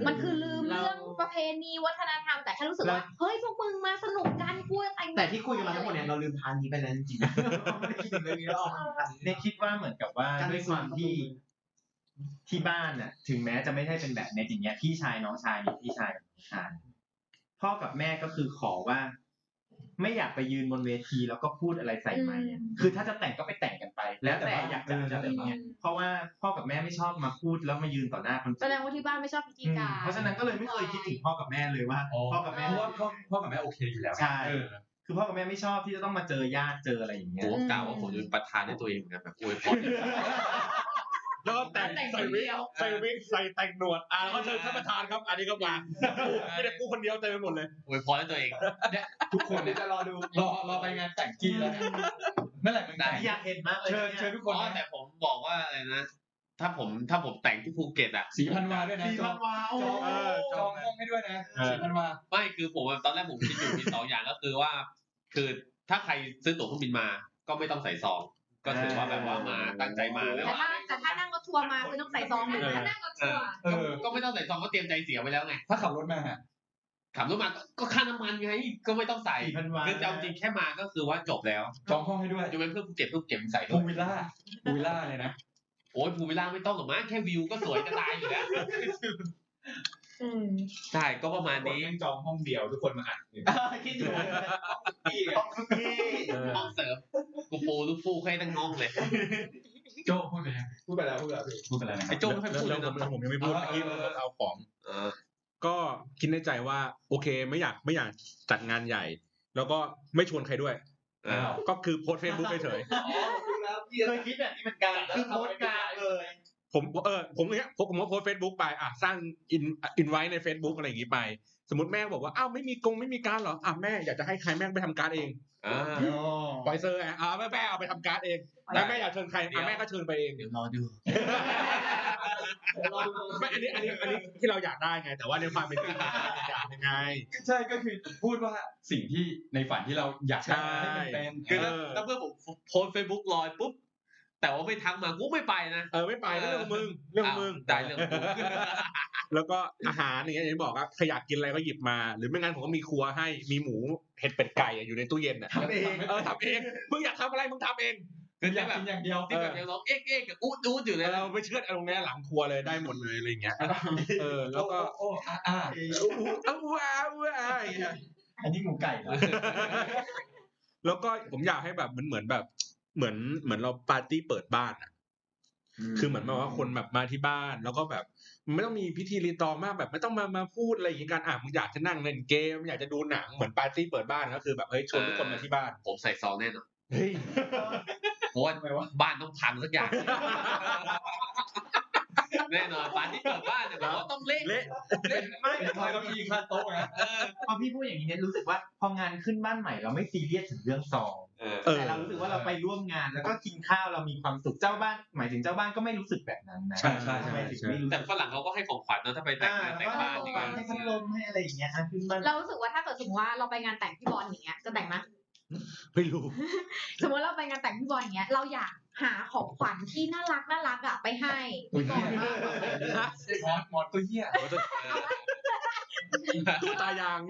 Speaker 8: มันคือลืมเรื่องประเพณีวัฒนธรรมแต่แค่รู้สึกว่าเฮ้ยพวกมึงมาสนุกกันกูจะแต่งงาน
Speaker 6: แต่ที่คุยกันมาทั้งหมดเนี่ยเราลืมพาร์ทนี้ไปแล้วจริงๆเราไม่ได้คิดถึงเรื่องนี้เราเอามาพาร์ทนี้
Speaker 5: เนี่ยคิดว่าเหมือนกับว่า
Speaker 6: การ
Speaker 5: ด้วยความที่
Speaker 6: ประตู
Speaker 5: ที่บ้านน่ะ ถึงแม้จะไม่ได้เป็นแบบในตอย่างเงี้ยพี่ชายน้องชายมีพี่ชายกับน้องชายพ่อกับแม่ก็คือขอว่า ไม่อยากไปยืนบนเวทีแล้วก็พูดอะไรใส่ไมค์อะ
Speaker 8: อืม
Speaker 5: คือถ้าจะแต่งก็ไปแต่งกันไป แล้วแต่ว่าอยากจะจะแบบเนี้ยเพราะว่าพ่อกับแม่ไม่ชอบมาพูดแล้วมายืนต่อหน้าคนอื่น
Speaker 8: แสดงว่าที่บ้านไม่ชอบพิธี
Speaker 5: อืม
Speaker 8: การ
Speaker 5: เพราะฉะนั้นก็เลยไม่เคยคิดถึงพ่อกับแม่เลยว่าพ่อกับแม่
Speaker 2: เพราะว่าพ่อพ่อกับแม่โอเคอยู่แล้ว
Speaker 5: ใช่
Speaker 2: เออ
Speaker 5: คือพ่อกับแม่ไม่ชอบที่จะต้องมาเจอญาติเจออะไรอย่างเงี้
Speaker 4: ผ
Speaker 5: ย
Speaker 4: มกล่าวว่าผมจะเป็นประธานในตัวเองเหมือนกันแบบอวยพร
Speaker 3: แล้วก็แต่งใส่วิกใส่วิกใส่แต่งหนวด อ่าแล้วก็เชิญท่านประธานครับ อันนี้ก็มากูไม่ได้กูคนเดียวเต็มไปหมดเลย
Speaker 4: อวยพรในตัวเอง
Speaker 2: ทุกคนจะรอดูรอรอไปงานแต่งกีแล้วนะเมื่อไหร่มึงแต่ง
Speaker 5: อยากเห็นมากเลย
Speaker 2: เชิญเชิญทุกคน
Speaker 4: อ๋อ
Speaker 2: นะ
Speaker 4: แต่ ผมบอกว่าอะไรนะ ถ้าผมถ้าผมแต่งที่ภูเก็ตอ่ะ
Speaker 2: สีพันวาด้วยนะ
Speaker 5: ดี
Speaker 2: จอ
Speaker 5: มางกว้าว
Speaker 2: จอง
Speaker 3: เออจ
Speaker 2: จ
Speaker 3: อ
Speaker 2: อง งห้องให้ด้วยนะสีพันวา
Speaker 4: ไม่คือผมอะตอนแรกผมคิดอยู่มีสองอย่างก็คือว่า คือถ้าใครซื้อตั๋วเครื่องบินมา ก็ไม่ต้องใส่ซอง ก็ถือว่าแบบว่ามาตั้งใจมาแล้ว
Speaker 8: แต่ถ้าแต่ถ้านั่งรถทัวร์มาคือต้องใส่ซอง
Speaker 10: นั่ง
Speaker 8: นะ
Speaker 10: นั่งรถทัวร์
Speaker 2: เออ
Speaker 4: ก็ไม่ต้องใส่ซองก็เตรียมใจเสียไว้แล้วไง
Speaker 2: ถ้าขับรถมา
Speaker 4: ขับรถมาก็ก็ค่าน้ำมันไงก็ไม่ต้องใส่
Speaker 5: สี่พันวา
Speaker 4: คือจะเอาจริงแค่มาก็คือว่าจบแล้ว
Speaker 2: จองห้องให้ด้วย
Speaker 4: ยกเว้นเพื่อนภูเก็ตเพื่อนภูเก็ตมันใส่ด้
Speaker 2: ภู
Speaker 4: วย
Speaker 2: วิลล่าภูวิลล่าเลยนะ
Speaker 4: โอ้ยภูวิลล่าไม่ต้องหรอกมั้งแค่วิวก็สวยจะตายอยู่แล้ว
Speaker 8: อืม
Speaker 4: ใช่ก็ประมาณ
Speaker 5: คน
Speaker 4: นี้
Speaker 5: แม่งจองห้องเดียวทุกคนมาอัดอยู่
Speaker 6: คิดอยู่
Speaker 5: ที่อะ
Speaker 4: ห้องเสริมกูปูลูกฟูกให้ตั้งงงเลย
Speaker 2: โจ้พูดไปยัง
Speaker 5: พูดไปแล้วพูดไปแล้ว
Speaker 2: พูดไปแล้วนะค
Speaker 3: ไอ้
Speaker 2: รับ
Speaker 3: โจ้ไม่ค่อยพูดเล
Speaker 4: แล้ว
Speaker 3: ย
Speaker 4: ผ
Speaker 3: นะ
Speaker 4: มผมยังไม่พูด
Speaker 5: เอา
Speaker 4: เมื่อกี้
Speaker 5: เอาเอา
Speaker 4: เอาของ
Speaker 3: เออ
Speaker 4: ก็คิดในใจว่า โอเคไม่อยากไม่อยากจัดงานใหญ่ แล้วก็ไม่ชวนใครด้วย
Speaker 3: อ้าว
Speaker 4: ก็คือโพสเฟซบุ๊กเฉย
Speaker 7: เคยคิดแบบนี้เหมือนกันคือโพสต์กลางเลย
Speaker 4: ๆผมเออผมเนี้ยผมก็โพสเฟซบุ๊กไปอ่ะสร้างอินอินไว้ใน Facebook อะไรอย่างงี้ไป สมมติแม่บอกว่าอ้าวไม่มีกงไม่มีการดเหรออ่ะแม่อยากจะให้ใครแม่ก็ไปทำการดเอง
Speaker 3: อ่า
Speaker 4: ปล่อยเซอร์ไงอ่ะแม่แม่เอาไปทำการดเองแล้วแม่อยากเชิญใคร
Speaker 3: เดี๋ย
Speaker 4: อ่ะ
Speaker 3: ว
Speaker 4: แม่ก็เชิญไปเอง
Speaker 3: เดี๋ยวรอดู
Speaker 4: ไม่อันนี้อันนี้อันนี้ที่เราอยากได้ไง แต่ว่าในความเป็นจริงมันอยากยังไง
Speaker 2: ใช่ก็คือพูดว่าสิ่งที่ในฝันที่เราอยากได้ให้มันเป็น
Speaker 3: คือถ้า
Speaker 4: เออ
Speaker 3: ถ้าเพื่อนผมโพสเฟซบุ๊กลอยปุ๊บ แต่ว่าไม่ทักมากูไม่ไปนะ
Speaker 4: เออไม่ไปก็เรื่องของมึงเรื่องของมึง
Speaker 3: ได้เรื่องกู
Speaker 4: แล้วก็อาหารอย่างเงี้ยอย่างที่บอกครับใครอยากกินอะไรก็หยิบมา หรือไม่งั้นผมก็มีครัวให้มีหมูเห็ดเป็ดไก่อะอยู่ในตู้เย็นอ่ะ
Speaker 5: ทำเอง
Speaker 4: เออทำเองมึงอยากทำอะไรมึงทำเอง
Speaker 2: คืออยากกินอย่างเดียว
Speaker 3: ที่แบบยังร้องเอ๊กเอ๊กกับอูดอูดอยู่เลย
Speaker 4: เราไปเชือดเอาตรงเนี้ยหลังครัวเลยได้หมดเลยอะไรอย่างเงี้ยเออแล้วก็
Speaker 2: โอ้โอ้อ่ะอ่ะ
Speaker 4: อู้หูอ้าวว้าวว้าวอย่างเงี้ย
Speaker 2: อันนี้หมูไก่เหรอ
Speaker 4: แล้วก็ผมอยากให้แบบมันเหมือนแบบ เหมือนเหมือนเราปาร์ตี้เปิดบ้านอะ คือเหมือนแบบว่าคนแบบมาที่บ้านแล้วก็แบบไม่ต้องมีพิธีรีตองมากแบบไม่ต้องมามาพูดอะไรอย่างนี้กันอ่ะมึงอยากจะนั่งเล่นเกมอยากจะดูหนังเหมือนปาร์ตี้เปิดบ้านก็คือแบบเฮ้ยชวนทุกคนมาที่บ้าน
Speaker 3: ผมใส่ซองแน่นอน
Speaker 4: เฮ้ย
Speaker 3: เพราะว่า
Speaker 5: ทำไมวะ
Speaker 3: บ้านต้องพังสัก อย่าง แน่นอนบ้านที่เปิดบ้านเนี่ยผมว่าต้องเละ
Speaker 4: เละ
Speaker 5: ไม่ทำไมเรามีคันโต๊ะนะ
Speaker 7: พอพี่พูดอย่างนี้เนี่ยรู้สึกว่าพองานขึ้นบ้านใหม่เราไม่ซีเรียสถึงเรื่องซอง
Speaker 3: เออ
Speaker 4: เออ
Speaker 7: แต่เรารู้สึกว่าเราไปร่วมงานแล้วก็กินข้าวเรามีความสุขเจ้าบ้าน หมายถึงเจ้าบ้านก็ไม่รู้สึกแบบนั้นนะ
Speaker 2: ใช่ใช่
Speaker 7: ทำ
Speaker 2: ใช่
Speaker 7: ไมถึงไม่รู้
Speaker 3: แต่ฝรั่งเขาก็ให้ของขวัญนะถ้าไปแต่
Speaker 7: อ่าง
Speaker 3: งาน
Speaker 7: แล้ว
Speaker 3: แต่ง
Speaker 7: ก็
Speaker 3: บ้านนี่ก็
Speaker 7: ให้พัดลมให้อะไรอย่างเงี้ยอ่ะขึ้นบ้าน
Speaker 8: เรารู้สึกว่าถ้าเกิดสมมติว่าเราไปงานแต่งพี่บอลอย่างเงี้ยจะแต่งไหม
Speaker 4: ไม่รู้
Speaker 8: สมมติเราไปงานแต่งพี่บอลอย่างเงี้ยเราอยากหาของขวัญที่น่ารักน่ารักอ่ะไปให้พี่บอลมากก
Speaker 2: หมอ
Speaker 8: ว่า
Speaker 2: นหมอนตัวเหี้ย
Speaker 4: ตู้ตายาง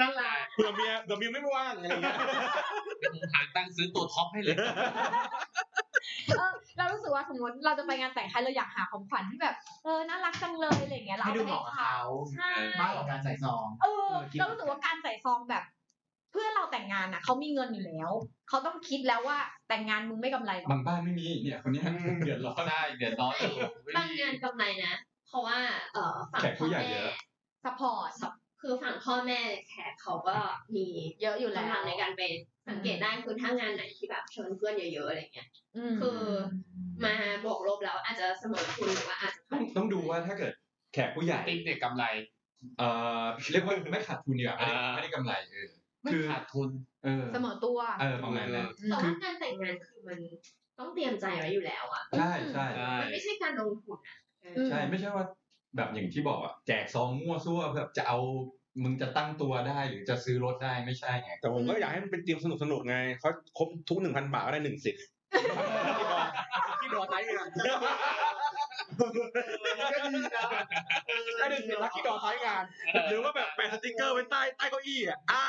Speaker 8: น่ารัก
Speaker 4: เผื่อเมียเดี๋ยวเมียไม่ว่างอะไรอย่างเงี้ย
Speaker 3: เดี๋ยวผมหาตังค์ซื้อตัวท็อปให้เลย
Speaker 8: เออเรารู้สึกว่าสมมติเราจะไปงานแต่งใครเราอยากหาของขวัญที่แบบเออน่ารักจังเลยอะไรอย่างเงี้ยเรา
Speaker 7: ให้
Speaker 8: เอา
Speaker 7: ดู
Speaker 8: ไป
Speaker 7: เห
Speaker 8: ให้
Speaker 7: มาะกับเขา
Speaker 8: เขาใช่
Speaker 7: มากกว่าการใส่ซอง
Speaker 8: เออ
Speaker 7: เออคิด
Speaker 8: เรารู้สึกว่าการใส่ซองแบบ เพื่อนเราแต่งงานอ่ะเขามีเงินอยู่แล้วเขาต้องคิดแล้วว่าแต่งงานมึงไม่กำไรหรอก
Speaker 2: บางบ้านไม่มีเนี่ยคนเนี้ยเดือดร้อน
Speaker 3: ใช่เดือดร้อนอยู่
Speaker 10: บางงานกำไรนะ เพราะว่าเออฝั่ง
Speaker 2: แขกผู้
Speaker 10: พ่อ
Speaker 2: ใหญ่
Speaker 10: แม่
Speaker 2: เยอะ
Speaker 8: สปอร์ต
Speaker 10: คือฝั่งพ่อแม่แขกเขาก็มี
Speaker 8: เยอะอยู่แล้
Speaker 10: กำลั
Speaker 8: ว
Speaker 10: งในการไปสังเกตได้คือถ้างานไหนที่แบบชวนเพื่อนเยอะๆอะไรเงี้ย
Speaker 8: ม
Speaker 10: คือ มาบวกลบแล้วอาจจะเสมอคุณหรือว่าอาจจะ
Speaker 2: ต้องต้องดูว่าถ้าเกิดแขกผู้ใหญ่
Speaker 3: ติ๊กเนี่ยกำไร
Speaker 2: เอ่อเรียกว่าไม่ขาดทุนดีกว่าไม่ได้
Speaker 3: อ่า
Speaker 2: ไม่ได้กำไรเออ
Speaker 3: ไม่
Speaker 2: คือ
Speaker 3: ขาดทุน
Speaker 2: เออ
Speaker 8: เสมอตัว
Speaker 2: เออประมาณนั้น
Speaker 8: ม
Speaker 10: แต่ว่างานแต่งงานคือมันต้องเตรียมใจไว้อยู่แล้วอ่ะ
Speaker 2: ใช่ใช่
Speaker 3: ใช่
Speaker 10: มันไม่ใช่การลงทุนอะเออ
Speaker 2: ใช่ไม่ใช่ว่าแบบอย่างที่บอกอะแจกซองมั่วซั่วแบบจะเอามึงจะตั้งตัวได้หรือจะซื้อรถได้ไม่ใช่ไง
Speaker 4: แต่ผมก็อยากให้มันเป็นธีมสนุกสนุกๆไงเขาครบทุกหนึ่งพันบาทก็ได้หนึ่งสิทธิ์ที่ดอไทยงาน
Speaker 7: ก็ดีนะ
Speaker 4: ได้หนึ่งสิทธิ์ลัคกี้ดอไทยงาน หรือว่าแบบแปะสติกเกอร์ไว้ใต้ใต้เก้าอี้อ่ะอ่า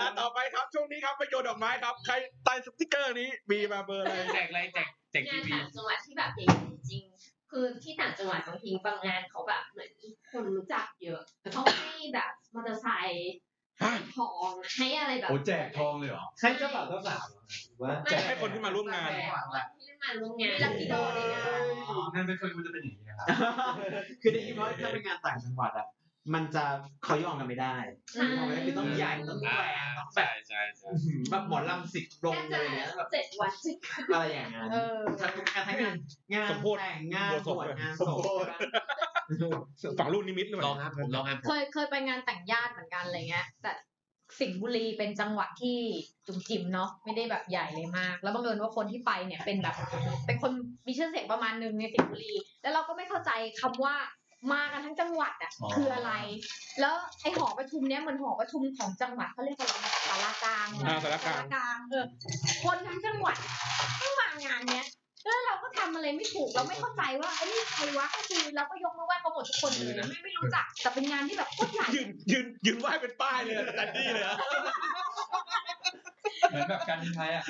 Speaker 4: ร้านต่อไปครับช่วงนี้ครับไปโยนดอกไม้ครับ ใครใต้สติกเกอร์นี้มีมาเบอร์อะไร
Speaker 3: แจกอะไรแจกแจก
Speaker 10: งา
Speaker 3: ที
Speaker 10: น
Speaker 3: วี
Speaker 10: ต่างจังหวัดที่แบบใหญ่ๆจริงๆ คือที่ต่างจังหวัดบางทีบางงานเขาแบบเหมือนคนรู้จักเยอะเขาให้แบบมอเตอร์ไซค์ให้ทองให้อะไรแบบ
Speaker 2: โอ้แจกทองเลยเหรอ
Speaker 7: ให้เจ้าบ่าวเจ้าสาวว่า
Speaker 4: แจกให้คนที่มาร่วมงาน
Speaker 10: แจกที่ได้มาร่วมงาน
Speaker 8: มีลักกี้โดในงาน
Speaker 2: นั่นไม่เคยรู้จะเป็นอย่างนี้นะครับ
Speaker 7: คือได้ยินว่าถ้าเป็นงานต่างจังหวัดอ่ะ มันจะเขายอมกันไม่ได้
Speaker 8: ใช่
Speaker 7: ยอมกันไม่ได้คือต้องใหญ่ต้องแร
Speaker 3: อ่าง
Speaker 7: ต้องแบ
Speaker 3: ใช่
Speaker 7: บ
Speaker 3: ใช่ใช่
Speaker 7: อื้อหือแบบหมอลำสิบลง
Speaker 10: แค่
Speaker 7: เล
Speaker 10: จะ
Speaker 7: ยนะแบบ
Speaker 10: เจ็ดวันสิบ
Speaker 7: อะไรอย่างนั้น
Speaker 8: เออ
Speaker 7: ทั้งงานทั้งงานงาน
Speaker 4: สมโพธิ
Speaker 7: แต่งงานบวชงานศ
Speaker 4: สมโพธิ
Speaker 7: พ
Speaker 4: ฝั่งลูกนิมิตหรือเป
Speaker 3: ลอ
Speaker 4: ล่าง
Speaker 3: ครับผมลองครับผ
Speaker 8: เค
Speaker 3: ม
Speaker 8: ยเคยไปงานแต่งญาติเหมือนกันอะไรเงี้ย แต่สิงห์บุรีเป็นจังหวัดที่จุ๋มจิ๋มเนาะไม่ได้แบบใหญ่เลยมาก แล้วบังเอิญว่าคนที่ไปเนี่ยเป็นแบบ เป็นคนมีชื่อเสียงประมาณหนึงในสิงห์บุรี แล้วเราก็ไม่เข้าใจคำว่ามากันทั้งจังหวัดอ่ะคืออะไร แล้วไอหอประชุมเนี้ยมันหอประชุมของจังหวัดเขาเรียกว่าอะไรนะสารากลาง
Speaker 4: อ่าสารกลาง
Speaker 8: กลางเออคนทั้งจังหวัดต้องมางานเนี้ยแล้วเราก็ทำอะไรไม่ถูกเราไม่เข้าใจว่าไอ้นี่ใครวะก็คือเราก็ยกมือไหว้เขาหมดทุกคนเลยไม่ไม่รู้จักแต่เป็นงานที่แบบโคตรใหญ่
Speaker 4: ยืนยืนยืนไหว้เป็นป้ายเลยอะแต่นี่เลยอะ
Speaker 2: เหมือนแบบการบินไทยอ่ะ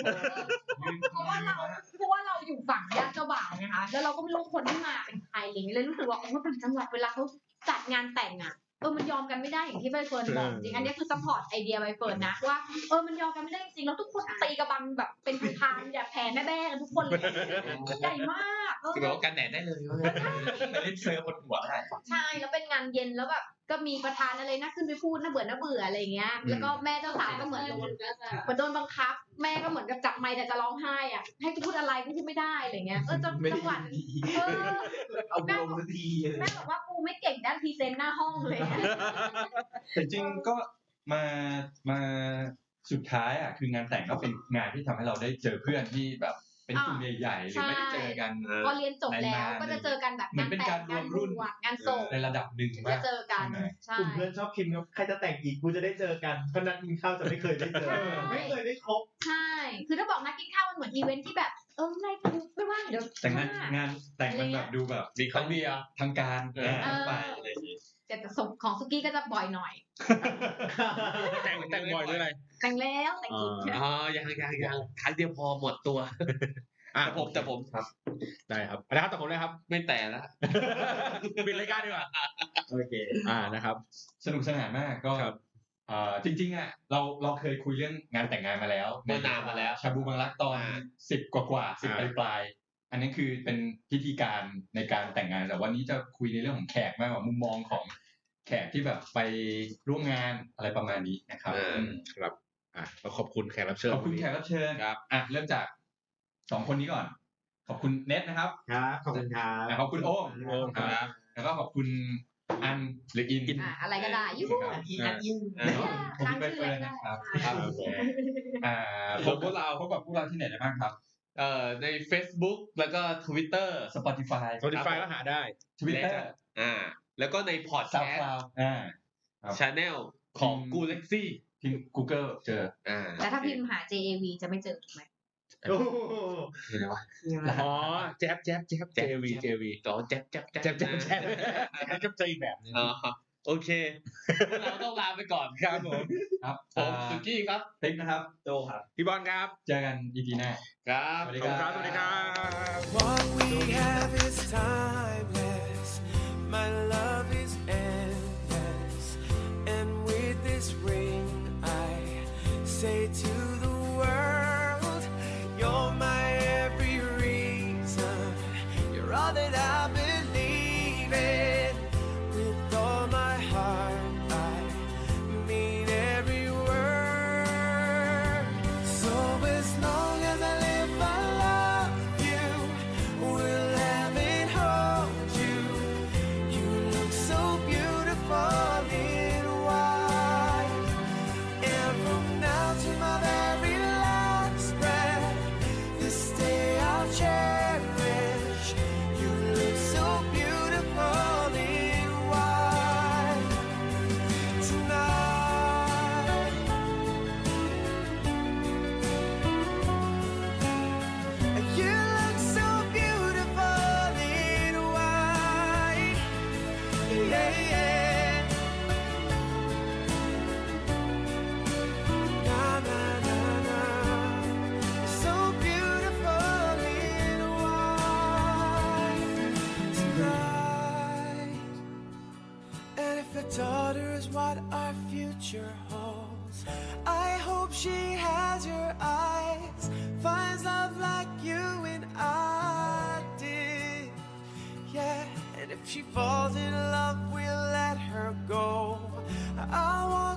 Speaker 8: เพราะว่าเราเพราะว่าเราอยู่ฝั่งญาติเจ้าบ่าวนะคะ แล้วเราก็ไม่รู้คนที่มาเป็นใครอะไรอย่างเงี้ยเลยรู้สึกว่าโอ้ต่างจังหวัดเวลาเขาจัดงานแต่งอ่ะเออมันยอมกันไม่ได้อย่างที่ใบเฟิร์นบอกจริงอันนี้คือซัพพอร์ตไอเดียใบเฟิร์นนะว่าเออมันยอมกันไม่ได้จริงแล้วทุกคนตีกระบังแบบเป็นพันๆอย่าแผ่ แม่แม่ๆกันทุกคนเลยใหญ่มากเออ
Speaker 3: คือแบบว่ากันแดดได้เลยว่างั้นไปเล่นเซิร์ฟบนหัวได้
Speaker 8: ใช่แล้วเป็นงานเย็นแล้วแบบก็มีประธานอะไรนะขึ้นไปพูดนะเบื่อนะเบื่ออะไรอย่างเงี้ย
Speaker 3: อืม
Speaker 8: แล้วก็แม่เจ้าสาวก็
Speaker 10: เห
Speaker 8: เหมื
Speaker 10: มือ
Speaker 8: อนน
Speaker 10: โด
Speaker 8: โด
Speaker 10: น
Speaker 8: น
Speaker 10: ก็จะ
Speaker 8: เหมือนโดนบังคับ แม่ก็เหมือนกับจับไมค์แต่จะร้องไห้อ่ะให้กูพูดอะไรกูพูดไม่ได้อะไรเงี้ยเออจนจังหวะเออ
Speaker 7: เอาลงสักทีเลย
Speaker 8: แม่บอกว่ากูไม่เก่งด้านพรีเซนต์หน้าห้องเลย
Speaker 2: แต่จริงก็มามาสุดท้ายอ่ะคืองานแต่งก็เป็นงานที่ทำให้เราได้เจอเพื่อนที่แบบเป็นกลุ่ม
Speaker 8: อ่า
Speaker 2: ใหญ่ๆหรือไม่ได้
Speaker 8: ใช่
Speaker 2: เจอกัน
Speaker 8: พอเรียนจบแล้ว
Speaker 2: นานๆ
Speaker 8: ก็จะเจอกันแบบ
Speaker 2: เหมือนเป็นการรวมรุ่น
Speaker 8: งานบวชงานศพ
Speaker 2: ในระดับหนึ่ง
Speaker 8: จะ
Speaker 2: ว่า
Speaker 8: เจอกัน
Speaker 2: ใช่ไหม
Speaker 8: ใช่
Speaker 7: กลุ่มเพื่อนชอบพิมพ์ว่าใครจะแต่งอีกกูจะได้เจอกันก็นัดกินข้าวจะไม่เคยได้เจอ ไม่เคยได้คบ
Speaker 8: ใช่คือถ้าบอกนัดกินข้าวมันเหมือนอีเวนท์ที่แบบเออไม่เป็นไรกูไม่ว่างเดี๋ยว
Speaker 2: แต่งาน
Speaker 8: ว่
Speaker 2: งานแต่งมันแบบดูแบบ
Speaker 3: มีครั้งเดียว
Speaker 2: ทางการ
Speaker 3: เออ
Speaker 2: เออไปอะไรอย่างงี้
Speaker 8: แต่ส่งของสุกี้ก็จะบ่อยหน่อย
Speaker 4: แต่งแต่งบ่อยหรืออะไร
Speaker 8: แต่งแล้วแต่งอีก
Speaker 4: อ่า
Speaker 3: อ๋อยังยังยังครั้งเดียวพอหมดตัว
Speaker 4: อ่ะ
Speaker 3: แต่ผมแต่ผมครับ
Speaker 4: ได้ครับอันนะครับแต่ผมเลยครับ
Speaker 3: ไม่แต่ละ
Speaker 4: ปิดรายการดีกว่า
Speaker 7: โอเค
Speaker 4: อ่านะครับ
Speaker 2: สนุกสนานมากก็
Speaker 4: ครับ
Speaker 2: เอ่อจริง ๆอ่ะเราเราเคยคุยเรื่องงานแต่งงานมาแล้ว
Speaker 3: เมื่อนานมาแล้ว
Speaker 2: ชาบูบางรักตอน
Speaker 3: อ่า
Speaker 2: สิบกว่าๆสิบป
Speaker 4: อ่า
Speaker 2: ลายปลายๆอันนี้คือเป็นพิธีการในการแต่งงานแต่วันนี้จะคุยในเรื่องของแขกมากกว่ามุมมองของแขกที่แบบไปร่วมงานอะไรประมาณนี้นะครับ
Speaker 3: เอออื
Speaker 2: ม
Speaker 4: ครับอ่ะเราขอบคุณแขกรับเชิญ
Speaker 2: ขอบคุณแขกรับเชิญครับอ่ะเริ่มจากสองคนนี้ก่อน ขอบคุณเน็ตนะครับ
Speaker 7: ครับ ขอบคุณครั
Speaker 2: อ่ะ
Speaker 7: บ
Speaker 2: ขอบคุณโอ้ม
Speaker 4: โอมครับ
Speaker 2: แล้วก็ขอบคุณอันหรืออิน
Speaker 8: อ่ะอะไรก็ได้ยุ่ง
Speaker 2: ค
Speaker 7: อั
Speaker 2: รับ
Speaker 7: นอินอันอิน
Speaker 2: แล้วก็ขอบคุณใบเฟิร์นนะครับ
Speaker 3: ครับ
Speaker 2: อ่าพบพวกเราพบกับพวกเราที่ไหนได้บ้างครับ
Speaker 3: เอ่อใน Facebook แล้วก็ Twitter
Speaker 2: Spotify
Speaker 4: Spotify ก็หาได้
Speaker 2: Twitter
Speaker 3: อ่า แล้วก็ในพอดแคสต์
Speaker 2: SoundCloud อ่า ครับ
Speaker 3: ชาแนลของกูเล็กซี่
Speaker 2: พิมพ์ Google เจอ
Speaker 3: อ่า
Speaker 8: แต่ถ้าพิมพ์หา JAV จะไม่เจอถูกไหม
Speaker 7: โอ้โห
Speaker 3: เห็นไหมวะ
Speaker 4: อ๋อแจ๊บแจ๊บแจ๊บ
Speaker 3: แจ๊บ
Speaker 4: JV JV
Speaker 3: อ๋อแจ๊บแจ๊บ
Speaker 4: แจ๊บแจ๊บแจ๊บแจ๊บแจ๊บเจออีกแบบหนึง
Speaker 3: อ๋อโอเค พวกเราต้องลาไปก่อน
Speaker 4: ครับผม
Speaker 2: ครับ
Speaker 3: ผม
Speaker 2: อ่า
Speaker 3: สุกี้ครับ
Speaker 2: ติ๊กนะครับโตครับ
Speaker 4: พี่บอลครับ
Speaker 2: เจอกัน EP หน้า
Speaker 3: ครับ
Speaker 2: สวัส
Speaker 4: ส
Speaker 2: ดี
Speaker 4: วัสดีครับสวัสดีครับ
Speaker 1: What we have is timeless. My love is endless. And with this ring, I say to the world, You're my every reason. You're all that I believe in. With all my heart, I mean every word. So as long as I live, I love you. Will have and hold you. You look so beautiful in white. And from now to my very last breath, this day I'll cherish. You look so beautiful in white tonight. You look so beautiful in white. Yeah, yeah. Na, na, na, na. So beautiful in white tonight. And if the daughter is what our future holds, I hope she has your eyes, finds love like you and I did. Yeah, and if she falls in love, we'll let her go. I want